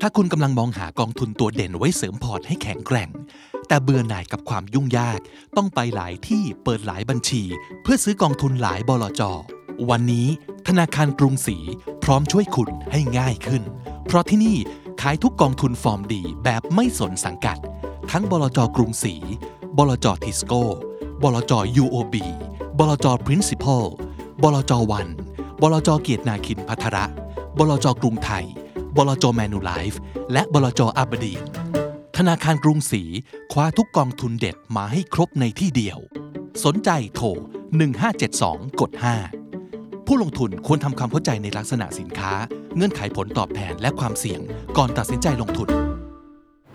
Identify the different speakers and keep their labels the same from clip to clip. Speaker 1: ถ้าคุณกำลังมองหากองทุนตัวเด่นไว้เสริมพอร์ตให้แข็งแกร่ง แต่เบื่อหน่ายกับความยุ่งยาก ต้องไปหลายที่เปิดหลายบัญชี เพื่อซื้อกองทุนหลายบลจ วันนี้ธนาคารกรุงศรีพร้อมช่วยคุณให้ง่ายขึ้น เพราะที่นี่ขายทุกกองทุนฟอร์มดีแบบไม่สนสังกัด ทั้งบลจกรุงศรีบลจทิสโก้บลจ UOB บลจ Principal บลจวันบลจเกียรตินาคินพัทระ บลจกรุงไทย บลจแมนูไลฟ์และบลจอาบดีนธนาคารกรุงศรีคว้าทุกกองทุนเด็ดมาให้ครบในที่เดียว สนใจโทร 1572 กด 5 ผู้ลงทุนควรทำความเข้าใจในลักษณะสินค้า เงื่อนไขผลตอบแทนและความเสี่ยง ก่อนตัดสินใจลงทุน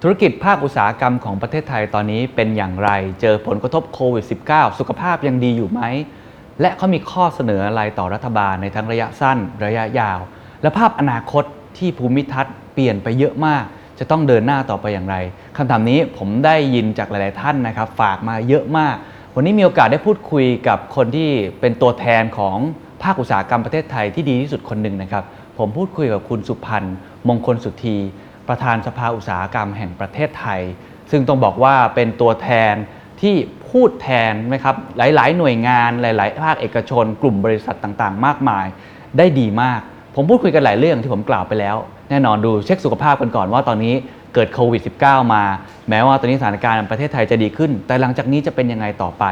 Speaker 2: ธุรกิจภาคอุตสาหกรรมของประเทศไทยตอนนี้เป็นอย่างไร เจอผลกระทบโควิด -19 สุขภาพยังดีอยู่ไหม และเขามีข้อเสนออะไรต่อรัฐบาลในทั้งระยะสั้น ระยะยาว และภาพอนาคตที่ภูมิทัศน์เปลี่ยนไปเยอะมาก จะต้องเดินหน้าต่อไปอย่างไรคำถามนี้ผมได้ยินจากหลาย ๆ ท่านนะครับ ฝากมาเยอะมาก วันนี้มีโอกาสได้พูดคุยกับคนที่เป็นตัวแทนของภาคอุตสาหกรรมประเทศไทยที่ดีที่สุดคนหนึ่งนะครับ ผมพูดคุยกับคุณสุพันธ์มงคลสุธี ประธานสภาอุตสาหกรรมแห่งประเทศไทย ซึ่งต้องบอกว่าเป็นตัวแทนที่พูดแทนนะครับหลาย ๆ หน่วยงานหลาย ๆ ภาคเอกชน กลุ่มบริษัทต่าง ๆ มากมาย ได้ดีมาก ผมพูดคุยกันหลายเรื่องที่ผมกล่าวไปแล้ว แน่นอนดูเช็คสุขภาพกันก่อนว่าตอนนี้เกิดโควิด -19 มา แม้ว่าตอนนี้สถานการณ์ประเทศไทยจะดีขึ้น แต่หลังจากนี้จะเป็นยังไงต่อไป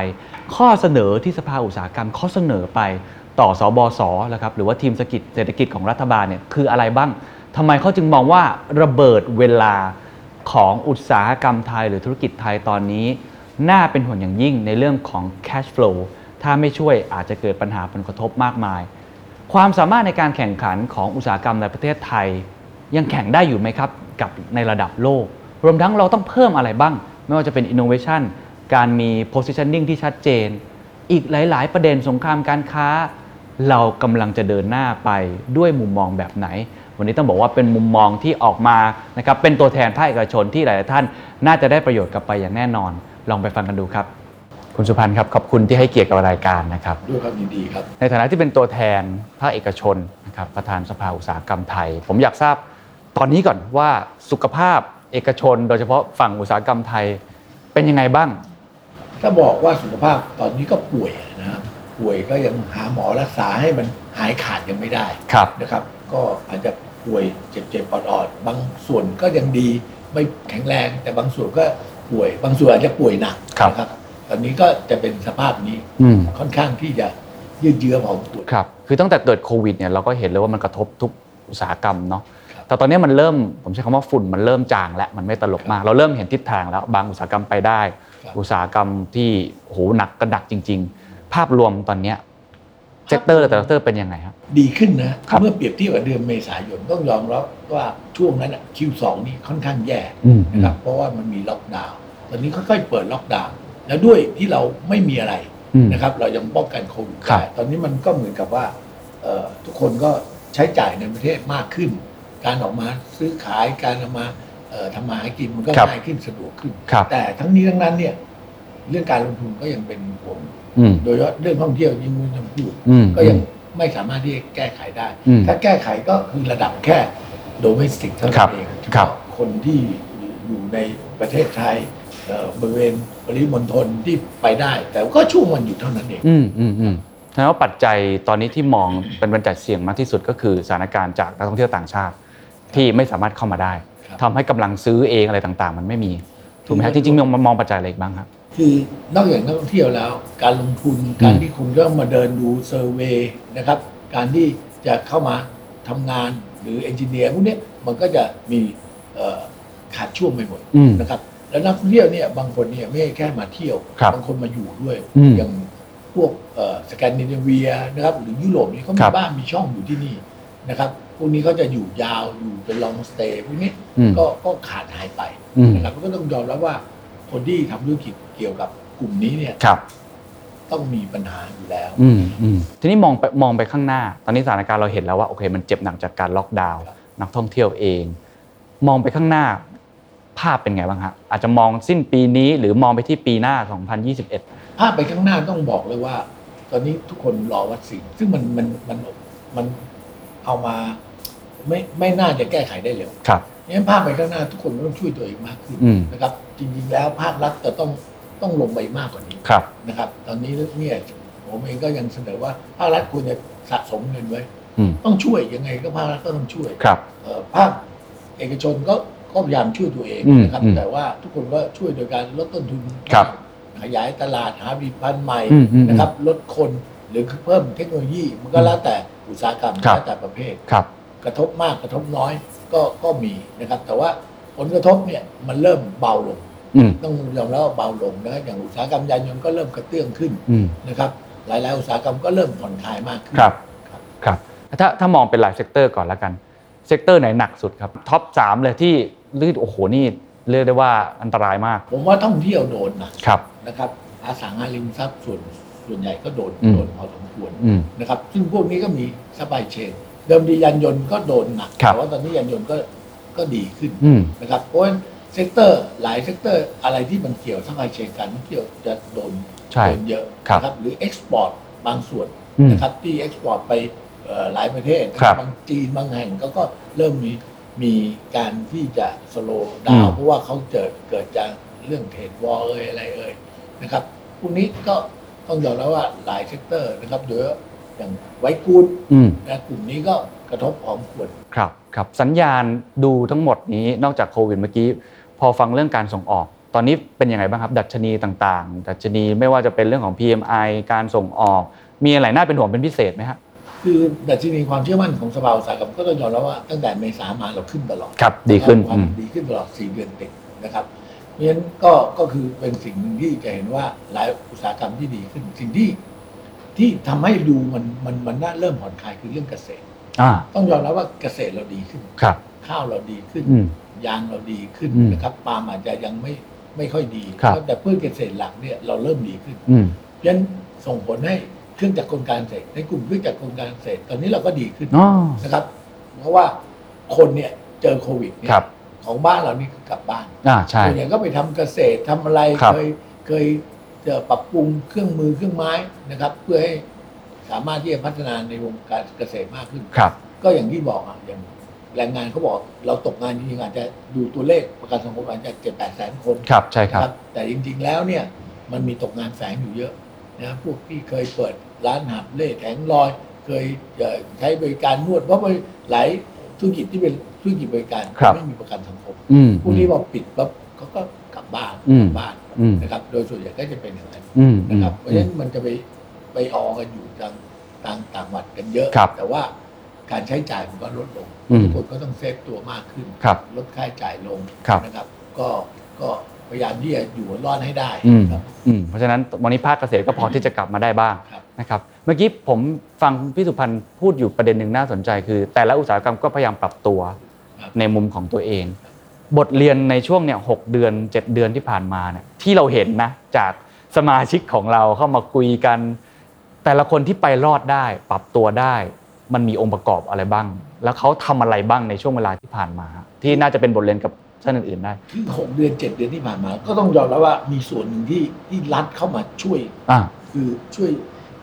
Speaker 2: ข้อเสนอที่สภาอุตสาหกรรมเขาเสนอไป ต่อสอบศนะครับหรือว่าทีมเศรษฐกิจเศรษฐกิจของรัฐบาลเนี่ยคืออะไรบ้างทำไมเขาจึงมองว่าระเบิดเวลาของอุตสาหกรรมไทยหรือธุรกิจไทยตอนนี้ น่าเป็นห่วงอย่างยิ่งในเรื่องของ cash flow ถ้าไม่ช่วยอาจจะเกิดปัญหาผลกระทบมากมาย ความสามารถในการแข่งขันของอุตสาหกรรมในประเทศไทย ยังแข่งได้อยู่ไหมครับกับในระดับโลก รวมทั้งเราต้องเพิ่มอะไรบ้าง ไม่ว่าจะเป็น innovation การมี positioning ที่ชัดเจน อีกหลาย ๆ ประเด็นสงครามการค้า เรากำลังจะเดินหน้าไปด้วยมุมมองแบบไหน วันนี้ต้องบอกว่าเป็นมุมมองที่ออกมานะครับเป็นตัวแทนภาคเอกชนที่หลาย ๆ ท่าน น่าจะได้ประโยชน์กลับไปอย่างแน่นอน ลองไปฟังกันดูครับ คุณสุพันธ์ครับขอบคุณที่ให้เกียรติกับรายการนะครับ
Speaker 3: ด้วยความยินดีครับ
Speaker 2: ในฐานะที่เป็นตัวแทนภาคเอกชนนะครับประธานสภาอุตสาหกรรมไทย ผมอยากทราบตอนนี้ก่อนว่าสุขภาพเอกชน โดยเฉพาะฝั่งอุตสาหกรรมไทยเป็นยังไงบ้าง
Speaker 3: ถ้าบอกว่าสุขภาพตอนนี้ก็ป่วยนะครับป่วยก็ยังหาหมอรักษาให้มันหายขาดยังไม่ได้
Speaker 2: ครับ
Speaker 3: นะครับ ก็อาจจะป่วยเจ็บๆอ่อนๆบางส่วนก็ยังดีไม่แข็งแรง แต่บางส่วนก็ป่วย บางส่วนอาจจะป่วยหนัก
Speaker 2: ครับ
Speaker 3: นะครับ ตอนนี้ก็จะเป็นสภาพนี้
Speaker 2: อืม
Speaker 3: ค่อนข้างที่จะยืดเยื้อพอสมควร
Speaker 2: ครับ คือตั้งแต่เกิดโควิดเนี่ยเราก็เห็นเลยว่ามันกระทบทุกอุตสาหกรรมเนาะ
Speaker 3: ครับ
Speaker 2: แต่ตอนนี้มันเริ่มผมใช้คำว่าฝุ่นมันเริ่มจางแล้วมันไม่ตลบมากเราเริ่มเห็นทิศทางแล้วบางอุตสาหกรรมไปได้ อุตสาหกรรมที่โหหนักก็หนักจริง ๆ ภาพรวมตอนเนี้ยเซกเตอร์แต่ละเซกเตอร์เป็นยังไงครับ
Speaker 3: ดีขึ้นนะครับ เมื่อเปรียบเทียบกับเดือนเมษายนต้องยอมรับว่าช่วงนั้นอะ Q2 นี่ค่อนข้างแย่
Speaker 2: อืม
Speaker 3: นะครับเพราะว่ามันมีล็อกดาวน์ตอนนี้ค่อยๆเปิดล็อกดาวน์แล้วด้วยที่เราไม่มีอะไรนะครับ เรายังป้องกันโควิด
Speaker 2: ครับ
Speaker 3: ได้ตอนนี้มันก็เหมือนกับว่าเอ่อทุกคนก็ใช้จ่ายในประเทศมากขึ้น การออกมาซื้อขายการออกมาเอ่อทำมาหากินมันก็ง่ายขึ้นสะดวกขึ้น
Speaker 2: ครับ
Speaker 3: แต่ทั้งนี้ทั้งนั้นเนี่ยเรื่องการลงทุนก็ยังเป็นห่วง
Speaker 2: อืม
Speaker 3: โดยเฉพาะเรื่องท่องเที่ยวยิ่งไม่ต้องพูด
Speaker 2: อืม
Speaker 3: ก็ยังไม่สามารถที่จะแก้ไขได้
Speaker 2: อืม
Speaker 3: ถ้าแก้ไขก็คือระดับแค่โดเมสติกเท่า
Speaker 2: ครั
Speaker 3: นั้
Speaker 2: บ
Speaker 3: นเอง
Speaker 2: ครับ
Speaker 3: คนที่อยู่ในประเทศไทยเอ่อบริเวณปริมณฑลที่ไปได้ แต่ก็ช่วงวันหยุดเท่านั้นเอง
Speaker 2: อืมอืมอืมแสดงว่าปัจจัยตอนนี้ที่มอง เป็นปัจจัยเสี่ยงมากที่สุดก็คือสถานการณ์จากนักท่องเที่ยวต่างชาติ ที่ไม่สามารถเข้ามาได้
Speaker 3: ครับ
Speaker 2: ทำให้กำลังซื้อเองอะไรต่างๆ มันไม่มีถูกไหมฮะจริงๆมองมองปัจจัยอะไรอีกบ้างครับ
Speaker 3: คือนอกจากนักท่องเที่ยวแล้ว การลงทุนการที่คุณต้องมาเดินดูเซอร์เวย์นะครับ การที่จะเข้ามาทำงานหรือเอนจิเนียร์พวกเนี้ยมันก็จะมีเอ่อขาดช่วงไปหมด
Speaker 2: อืม
Speaker 3: นะครับแล้วนักท่องเที่ยวเนี่ยบางคนเนี่ยไม่ใช่แค่มาเที่ยว
Speaker 2: ครับ
Speaker 3: บางคนมาอยู่ด้วย
Speaker 2: อืม
Speaker 3: อย่างพวกเอ่อสแกนดิเนเวียนะครับหรือยุโรปนี่เขา
Speaker 2: ค
Speaker 3: มี
Speaker 2: รับ
Speaker 3: บ้านมีช่องอยู่ที่นี่นะครับพวกนี้เขาจะอยู่ยาวอยู่เป็นลองสเตย์พวกนี้
Speaker 2: อืม
Speaker 3: ก็ก็ขาดหายไป
Speaker 2: อืม
Speaker 3: นะครับก็ต้องยอมรับว่า คนที่ทำธุรกิจเกี่ยวกับกลุ่มนี้เนี่ย
Speaker 2: ครับ
Speaker 3: ต้องมีปัญหาอยู่แล้ว
Speaker 2: อืมอืมทีนี้มองไปมองไปข้างหน้า ตอนนี้สถานการณ์เราเห็นแล้วว่าโอเค มันเจ็บหนักจากการล็อกดาวน์
Speaker 3: ครับ
Speaker 2: นักท่องเที่ยวเอง มองไปข้างหน้า ภาพเป็นไงบ้างฮะอาจจะมองสิ้นปีนี้หรือมองไปที่ปีหน้า 2021
Speaker 3: ภาพไปข้างหน้าต้องบอกเลยว่า ตอนนี้ทุกคนรอวัคซีนซึ่งมันมันมันมันเอามาไม่ไม่น่าจะแก้ไขได้เร็ว
Speaker 2: ครับ
Speaker 3: งั้นภาพไปข้างหน้าทุกคนต้องช่วยตัวเองมากขึ้น
Speaker 2: อืม
Speaker 3: นะครับ จริงๆแล้วภาครัฐจะต้องต้องลงไปมากกว่านี้
Speaker 2: ครับ
Speaker 3: นะครับตอนนี้เนี่ยผมเองก็ยังเสนอว่าภาครัฐควรจะสะสมเงินไว้
Speaker 2: อืม
Speaker 3: ต้องช่วยยังไงก็ภาครัฐก็ต้องช่วย
Speaker 2: ครับ
Speaker 3: เอ่อภาคเอกชนก็ก็พยายามช่วยตัวเอง
Speaker 2: อืม
Speaker 3: นะครับ
Speaker 2: อืม
Speaker 3: แต่ว่าทุกคนก็ช่วยโดยการลดต้นทุน
Speaker 2: ครับ
Speaker 3: ขยายตลาดหาผลิตภัณฑ์ใหม่
Speaker 2: อืมอืม
Speaker 3: นะครับลดคนหรือเพิ่มเทคโนโลยีมันก็แล้วแต่อุตสาหกรรม
Speaker 2: ครับ
Speaker 3: แล้วแต่ประเภท
Speaker 2: ครับ
Speaker 3: กระทบมากกระทบน้อยก็ก็มีนะครับ แต่ว่าผลกระทบเนี่ยมันเริ่มเบาลง
Speaker 2: อืม
Speaker 3: ต้องยอมรับว่าเบาลงนะอย่างอุตสาหกรรมยานยนต์ก็เริ่มกระเตื้องขึ้น
Speaker 2: อืม
Speaker 3: นะครับหลาย ๆ อุตสาหกรรมก็เริ่มผ่อนคลายมากขึ้น
Speaker 2: ครับครับ ถ้าถ้ามองเป็นหลายเซกเตอร์ก่อนละกันเซกเตอร์ไหนหนักสุดครับท็อปสามเลยที่ลืดโอ้โหนี่เรียกได้ว่าอันตรายมาก
Speaker 3: ผมว่าท่องเที่ยวโดนหนะครับ นะครับอสังหาริมทรัพย์ส่วนส่วนใหญ่ก็โดน
Speaker 2: อืม
Speaker 3: โดนพอสมควร
Speaker 2: อืม
Speaker 3: นะครับซึ่งพวกนี้ก็มีสปายเชนเดิมทียานยนต์ก็โดนหนัก
Speaker 2: ครับ
Speaker 3: แต่ว่าตอนนี้ยานยนต์ก็ก็ดีขึ้น
Speaker 2: อืม
Speaker 3: นะครับเพราะฉะนั้นเซกเตอร์หลายเซกเตอร์อะไรที่มันเกี่ยวสปายเชนการท่องเที่ยวจะโดน
Speaker 2: ใช่
Speaker 3: โดนเยอะ
Speaker 2: ครับ
Speaker 3: นะหรือเอ็กซ์พอร์ตบางส่วน
Speaker 2: อืม
Speaker 3: นะครับที่เอ็กซ์พอร์ตไปเอ่อหลายประเทศ
Speaker 2: ครับ
Speaker 3: งจีนบางแห่งก็ก็เริ่มมีมีการที่จะสโลว์ดาว
Speaker 2: อืม
Speaker 3: เพราะว่าเขาเกิดเกิดจากเรื่องเทรดวอร์เอ่ยอะไรเอ่ยนะครับพวกนี้ก็ต้องยอมรับว่าหลายเซกเตอร์นะครับเยอะอย่างไวกูดนะกลุ่มนี้ก็กระทบพอมควร
Speaker 2: ครับครับสัญญาณดูทั้งหมดนี้นอกจากโควิดเมื่อกี้ พอฟังเรื่องการส่งออก ตอนนี้เป็นยังไงบ้างครับ ดัชนีต่างๆ ดัชนีไม่ว่าจะเป็นเรื่องของ PMI การส่งออก มีอะไรน่าเป็นห่วงเป็นพิเศษไหมฮะ
Speaker 3: คือดัชนีความเชื่อมั่นของสภาอุตสาหกรรมก็ต้องยอมรับว่าตั้งแต่เมษามาเราขึ้นตลอด
Speaker 2: ครับ ดีขึ้น
Speaker 3: ควา
Speaker 2: อื
Speaker 3: ม
Speaker 2: ม
Speaker 3: ดีขึ้นตลอด 4 เดือนติดนะครับ เพราะฉะนั้นก็ก็คือเป็นสิ่งหนึ่งที่จะเห็นว่าหลายอุตสาหกรรมที่ดีขึ้น สิ่งที่ที่ทำให้ดูมันมันมันน่าเริ่มผ่อนคลายคือเรื่องเกษตร
Speaker 2: อ่า
Speaker 3: ต้องยอมรับว่าเกษตรเราดีขึ้น
Speaker 2: ครับ
Speaker 3: ข้าวเราดีขึ้น
Speaker 2: อืม
Speaker 3: ยางเราดีขึ้น
Speaker 2: อืม
Speaker 3: นะครับปาล์มอาจจะยังไม่ไม่ค่อยดี
Speaker 2: ครับ
Speaker 3: แต่พืชเกษตรหลักเนี่ยเราเริ่มดีขึ้น
Speaker 2: อืม
Speaker 3: เพราะฉะนั้นส่งผลให้เครื่องจักรกลการเกษตรในกลุ่มเครื่องจักรกลการเกษตรตอนนี้เราก็ดีขึ้น
Speaker 2: อ๋อ
Speaker 3: นะครับ เพราะว่าคนเนี่ยเจอโควิดเนี่ย
Speaker 2: ครับ
Speaker 3: ของบ้านเรานี่คือกลับบ้าน
Speaker 2: อ่า ใช่
Speaker 3: ส่วนใหญ่ก็ไปทำเกษตรทำอะไร
Speaker 2: ครับ
Speaker 3: เคยเคยจะปรับปรุงเครื่องมือเครื่องไม้นะครับ เพื่อให้สามารถที่จะพัฒนาในวงการเกษตรมากขึ้น
Speaker 2: ครับ
Speaker 3: ก็อย่างที่บอกอะอย่างแรงงานเขาบอกเราตกงานจริงๆอาจจะดูตัวเลขประกันสังคมอาจจะเจ็ดแปดแสนคน
Speaker 2: ครับ ใช่ครับ
Speaker 3: นะแต่จริงๆแล้วเนี่ยมันมีตกงานแฝงอยู่เยอะนะพวกที่เคยเปิดร้านหาบเล่แผงลอย เคยเอ่อใช้บริการนวดเพราะว่าหลายธุรกิจที่เป็นธุรกิจบริการ
Speaker 2: ครับ
Speaker 3: ไม่มีประกันสังคม
Speaker 2: อืม
Speaker 3: พวกนี้พอปิดปั๊บเขาก็กลับบ้าน
Speaker 2: อืม
Speaker 3: กลับบ้าน
Speaker 2: อืม
Speaker 3: นะครับ โดยส่วนใหญ่ก็จะเป็นอย่างนั้น
Speaker 2: อืมอื
Speaker 3: นะ
Speaker 2: ม
Speaker 3: ครับเพราะฉะ
Speaker 2: อืม
Speaker 3: นั้นมันจะไปไปออกันอยู่ทางต่างต่างหวัดกันเยอะ
Speaker 2: ครับ
Speaker 3: แต่ว่าการใช้จ่ายมันก็ลดลง
Speaker 2: อืม
Speaker 3: ทุกคนก็ต้องเซฟตัวมากขึ้น
Speaker 2: ครับ
Speaker 3: ลดค่าใช้จ่ายลง
Speaker 2: ครับ
Speaker 3: นะครับ ก็ก็พยายามที่จะอยู่รอดให้ได้
Speaker 2: อืม
Speaker 3: ครับ
Speaker 2: อืมเพราะฉะนั้นวันนี้ภาคเกษตรก็พอที่จะกลับมาได้บ้าง
Speaker 3: ครับ
Speaker 2: นะครับ เมื่อกี้ผมฟังพี่สุพันธ์พูดอยู่ประเด็นหนึ่งน่าสนใจ คือ แต่ละอุตสาหกรรมก็พยายามปรับตัวในมุมของตัวเอง บทเรียนในช่วงเนี่ยหกเดือน 7 เดือนที่ผ่านมาเนี่ยที่เราเห็นนะจากสมาชิกของเราเข้ามาคุยกัน แต่ละคนที่ไปรอดได้ ปรับตัวได้ มันมีองค์ประกอบอะไรบ้าง แล้วเขาทำอะไรบ้างในช่วงเวลาที่ผ่านมา ที่น่าจะเป็นบทเรียนกับท่านอื่นๆได้
Speaker 3: คือหกเดือนเจ็ดเดือนที่ผ่านมา ก็ต้องยอมรับว่ามีส่วนหนึ่งที่ที่รัฐเข้ามาช่วย
Speaker 2: อ่า
Speaker 3: คือช่วย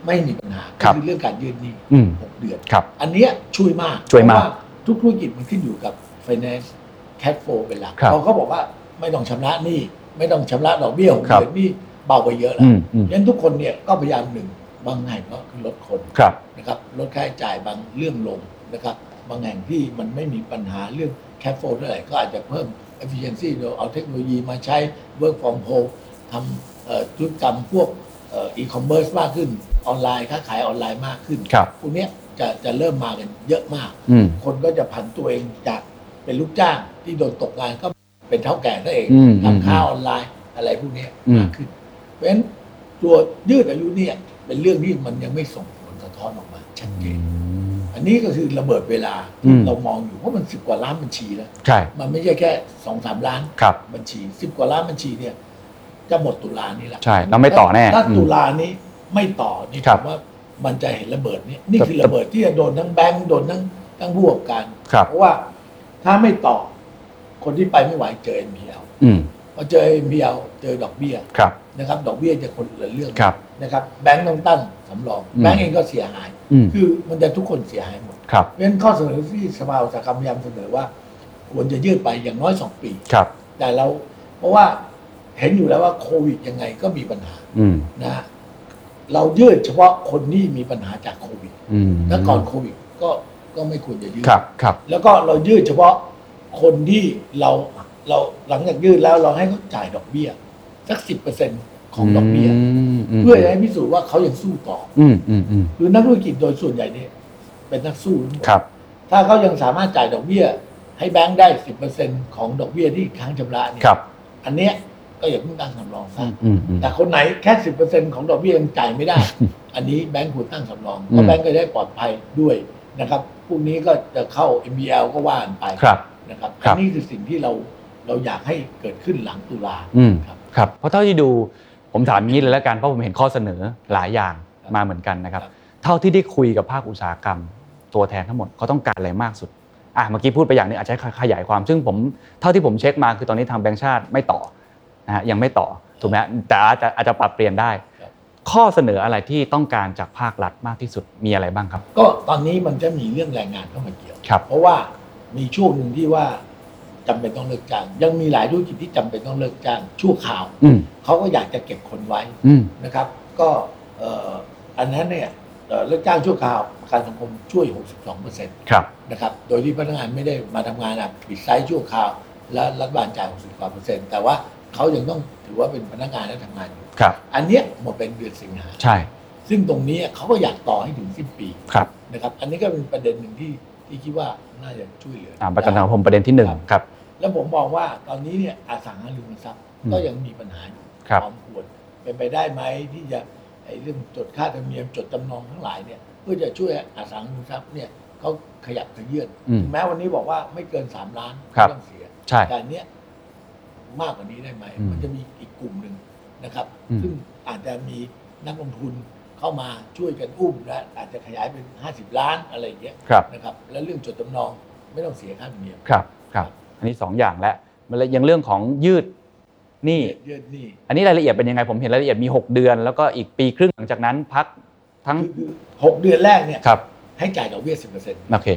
Speaker 3: ไม่มีปัญหา
Speaker 2: ครับ
Speaker 3: เรื่องการยืนหนี้
Speaker 2: อืม
Speaker 3: หกเดือน
Speaker 2: ครับ
Speaker 3: อันเนี้ยช่วยมาก
Speaker 2: ช่วยมาก
Speaker 3: เพระทุกธุรกิจมันขึ้นอยู่กับ finance cash flow เป็นหลัก
Speaker 2: ครับ
Speaker 3: เขาก็บอกว่าไม่ต้องชำระหนี้ไม่ต้องชำระดอกเบี้ยของ
Speaker 2: ครับ
Speaker 3: เดือนหนี้เบาไปเยอะแล้ว
Speaker 2: อืมอืม
Speaker 3: ฉะนั้นทุกคนเนี่ยก็พยายามหนึ่งบางแห่งก็คือลดคน
Speaker 2: ครับ
Speaker 3: นะครับลดค่าใช้จ่ายบางเรื่องลงนะครับบางแห่งที่มันไม่มีปัญหาเรื่อง cash flow เท่าไหร่ก็อาจจะเพิ่ม efficiency โดยเอาเทคโนโลยีมาใช้ work from home ทำเอ่อธุรกรรมพวกเอ่อ e-commerce มากขึ้นออนไลน์ค้าขายออนไลน์มากขึ้น
Speaker 2: ครับ
Speaker 3: พวกเนี้ยจะจะเริ่มมากันเยอะมาก
Speaker 2: อืม
Speaker 3: คนก็จะผันตัวเองจากเป็นลูกจ้างที่โดนตกงานก็เป็นเท่าแก่นั่นเอง
Speaker 2: อืมอืม
Speaker 3: ทำข้าวออนไลน์อะไรพวกเนี้ย
Speaker 2: อืม
Speaker 3: มากขึ้น เพราะฉะนั้นตัวยืดอายุเนี่ยเป็นเรื่องที่มันยังไม่ส่งผลสะท้อนออกมาชัดเจน อันนี้ก็คือระเบิดเวลา
Speaker 2: อื
Speaker 3: ที่
Speaker 2: ม
Speaker 3: เรามองอยู่เพราะมันสิบกว่าล้านบัญชีแล้ว
Speaker 2: ใช่
Speaker 3: มันไม่ใช่แค่สองสามล้าน
Speaker 2: ครับ
Speaker 3: บัญชีสิบกว่าล้านบัญชีเนี่ย จะหมดตุลานี้แหละ
Speaker 2: ใช่แล้วไม่ต่อแน่
Speaker 3: ถ้า
Speaker 2: อืม
Speaker 3: ตุลานี้ไม่ต่อนี่
Speaker 2: ค
Speaker 3: ผ
Speaker 2: รับ
Speaker 3: มว่ามันจะเห็นระเบิดนี่นี่
Speaker 2: แต่
Speaker 3: คือระเบิดที่จะโดนทั้งแบงก์โดนทั้งทั้งผู้ประกอบการ
Speaker 2: ครับ
Speaker 3: เพราะว่าถ้าไม่ต่อ คนที่ไปไม่ไหวเจอ NPL
Speaker 2: อืม
Speaker 3: พอเจอ NPL เจอดอกเบี้ย
Speaker 2: ครับ
Speaker 3: นะครับ ดอกเบี้ยจะคนละเรื่อง
Speaker 2: ครับ
Speaker 3: นะครับแบงก์ต้องตั้งสำรอง
Speaker 2: อืม
Speaker 3: แบงก์เองก็เสียหาย
Speaker 2: อืม
Speaker 3: คือมันจะทุกคนเสียหายหมด
Speaker 2: ครับ
Speaker 3: เพราะฉะนั้นข้อเสนอที่สภาอุตสาหกรรมพยายามเสนอว่า ควรจะยืดไปอย่างน้อย 2 ปี
Speaker 2: ครับ
Speaker 3: แต่เราเพราะว่าเห็นอยู่แล้วว่าโควิดยังไงก็มีปัญหา
Speaker 2: อืม
Speaker 3: นะฮะเรายืดเฉพาะคนที่มีปัญหาจากโควิด
Speaker 2: อืม
Speaker 3: ถ้าก่อนโควิดก็ก็ไม่ควรจะยืด
Speaker 2: ครับ ครับ
Speaker 3: แล้วก็เรายืดเฉพาะคนที่เราเราหลังจากยืดแล้วเราให้เขาจ่ายดอกเบี้ยสักสิบเปอร์เซ็นของดอกเบี้ยเพื่อจะให้พิสูจน์ว่าเขายังสู้ต่อ
Speaker 2: อืมอืมอืม
Speaker 3: หรือนักธุรกิจโดยส่วนใหญ่เนี่ยเป็นนักสู้ทั้งหมด
Speaker 2: ครับ
Speaker 3: ถ้าเขายังสามารถจ่ายดอกเบี้ย ให้แบงค์ได้ 10%ของดอกเบี้ยที่ค้างชำระเนี่ย
Speaker 2: ครับ
Speaker 3: อันเนี้ยก็อย่าเพิ่งตั้งสำรองซะ
Speaker 2: อืมอืม
Speaker 3: แต่คนไหนแค่ 10%ของดอกเบี้ยยังจ่ายไม่ได้ อันนี้แบงค์ควรตั้งสำรอง
Speaker 2: อืม
Speaker 3: เพราะแบงค์ก็ได้ปลอดภัยด้วยนะครับพวกนี้ก็จะเข้า MBL ก็ว่ากันไป
Speaker 2: ครับ
Speaker 3: นะครับ
Speaker 2: ครับ
Speaker 3: อันนี้คือสิ่งที่เราเราอยากให้เกิดขึ้นหลังตุลา
Speaker 2: อืม
Speaker 3: ครับ
Speaker 2: ครับเพราะเท่าที่ดูผมถามอย่างนี้เลยแล้วกันเพราะผมเห็นข้อเสนอหลายอย่าง
Speaker 3: ครับ
Speaker 2: มาเหมือนกันนะครับ
Speaker 3: ครับ
Speaker 2: เท่าที่ได้คุยกับภาคอุตสาหกรรม ตัวแทนทั้งหมดเขาต้องการอะไรมากสุดอ่ะเมื่อกี้พูดไปอย่างหนึงอาจจะขยายความ ซึ่งผมเท่าที่ผมเช็คมาคือตอนนี้ทางแบงก์ชาติไม่ต่อนะฮะยังไม่ต่อถูกไหมฮะแต่อาจจะอาจจะปรับเปลี่ยนได้ ข้อเสนออะไรที่ต้องการจากภาครัฐมากที่สุดมีอะไรบ้างครับ
Speaker 3: ก็ตอนนี้มันจะมีเรื่องแรงงานเข้ามาเกี่ยว
Speaker 2: ครับ
Speaker 3: เพราะว่ามีช่วงหนึ่งที่ว่าจำเป็นต้องเลิกจ้าง ยังมีหลายธุรกิจที่จำเป็นต้องเลิกจ้างชั่วคราว
Speaker 2: อืม
Speaker 3: เขาก็อยากจะเก็บคนไว้
Speaker 2: อืม
Speaker 3: นะครับ ก็เอ่ออันนั้นเนี่ยเอ่อเลิกจ้างชั่วคราวประการสังคมช่วย 62%
Speaker 2: ครับ
Speaker 3: นะครับ โดยที่พนักงานไม่ได้มาทำงานอ่ะปิดไซต์ชั่วคราว และรัฐบาลจ่าย 60กว่าเปอร์เซ็นต์แต่ว่าเขายังต้องถือว่าเป็นพนักงานและทำงานอยู่
Speaker 2: ครับ
Speaker 3: อันเนี้ยหมดเป็นเดือนสิงหา
Speaker 2: ใช่
Speaker 3: ซึ่งตรงนี้เขาก็อยากต่อให้ถึงสิ้นปี
Speaker 2: ครับ
Speaker 3: นะครับ อันนี้ก็เป็นประเด็นหนึ่งที่ที่คิดว่าน่าจะช่วยเหลือ
Speaker 2: อ่า
Speaker 3: อ่า
Speaker 2: ประกันสังคมประเด็นที่หนึ่ง
Speaker 3: ครับ
Speaker 2: ครับ
Speaker 3: แล้วผมมองว่าตอนนี้เนี่ยอสังหาริมทรัพย์
Speaker 2: อืม
Speaker 3: ก็ยังมีปัญหาอยู่
Speaker 2: ครับ
Speaker 3: พอมควรเป็นไปได้ไหมที่จะไอ้เรื่องจดค่าธรรมเนียมจดจำนองทั้งหลายเนี่ยเพื่อจะช่วยอสังหาริมทรัพย์เนี่ยเขาขยับขยื่น
Speaker 2: อืม
Speaker 3: ถึงแม้วันนี้บอกว่าไม่เกินสามล้าน
Speaker 2: ครับ
Speaker 3: ไม่ต้องเสีย
Speaker 2: ใช่
Speaker 3: แต่อันเนี้ยมากกว่านี้ได้ไหม
Speaker 2: อืม
Speaker 3: มันจะมีอีกกลุ่มหนึ่งนะครับ
Speaker 2: อืม
Speaker 3: ซึ่งอาจจะมีนักลงทุนเข้ามาช่วยกันอุ้มและอาจจะขยายเป็น 50 ล้านอะไรอย่างเงี้ย
Speaker 2: ครับ
Speaker 3: นะครับ และเรื่องจดจำนองไม่ต้องเสียค่าธรรมเนียม
Speaker 2: ครับครับอันนี้ 2 อย่างและมันเลยยังเรื่องของยืดหนี่
Speaker 3: เยอะนี่
Speaker 2: อันนี้รายละเอียดเป็นยังไงผมเห็นรายละเอียดมี 6 เดือน แล้วก็อีกปีครึ่งหลังจากนั้นพักทั้ง
Speaker 3: คือหกเดือนแรกเนี่ย
Speaker 2: ครับ
Speaker 3: ให้จ่ายดอกเบี้ยสิบเปอร์เซ็นต์
Speaker 2: โอเค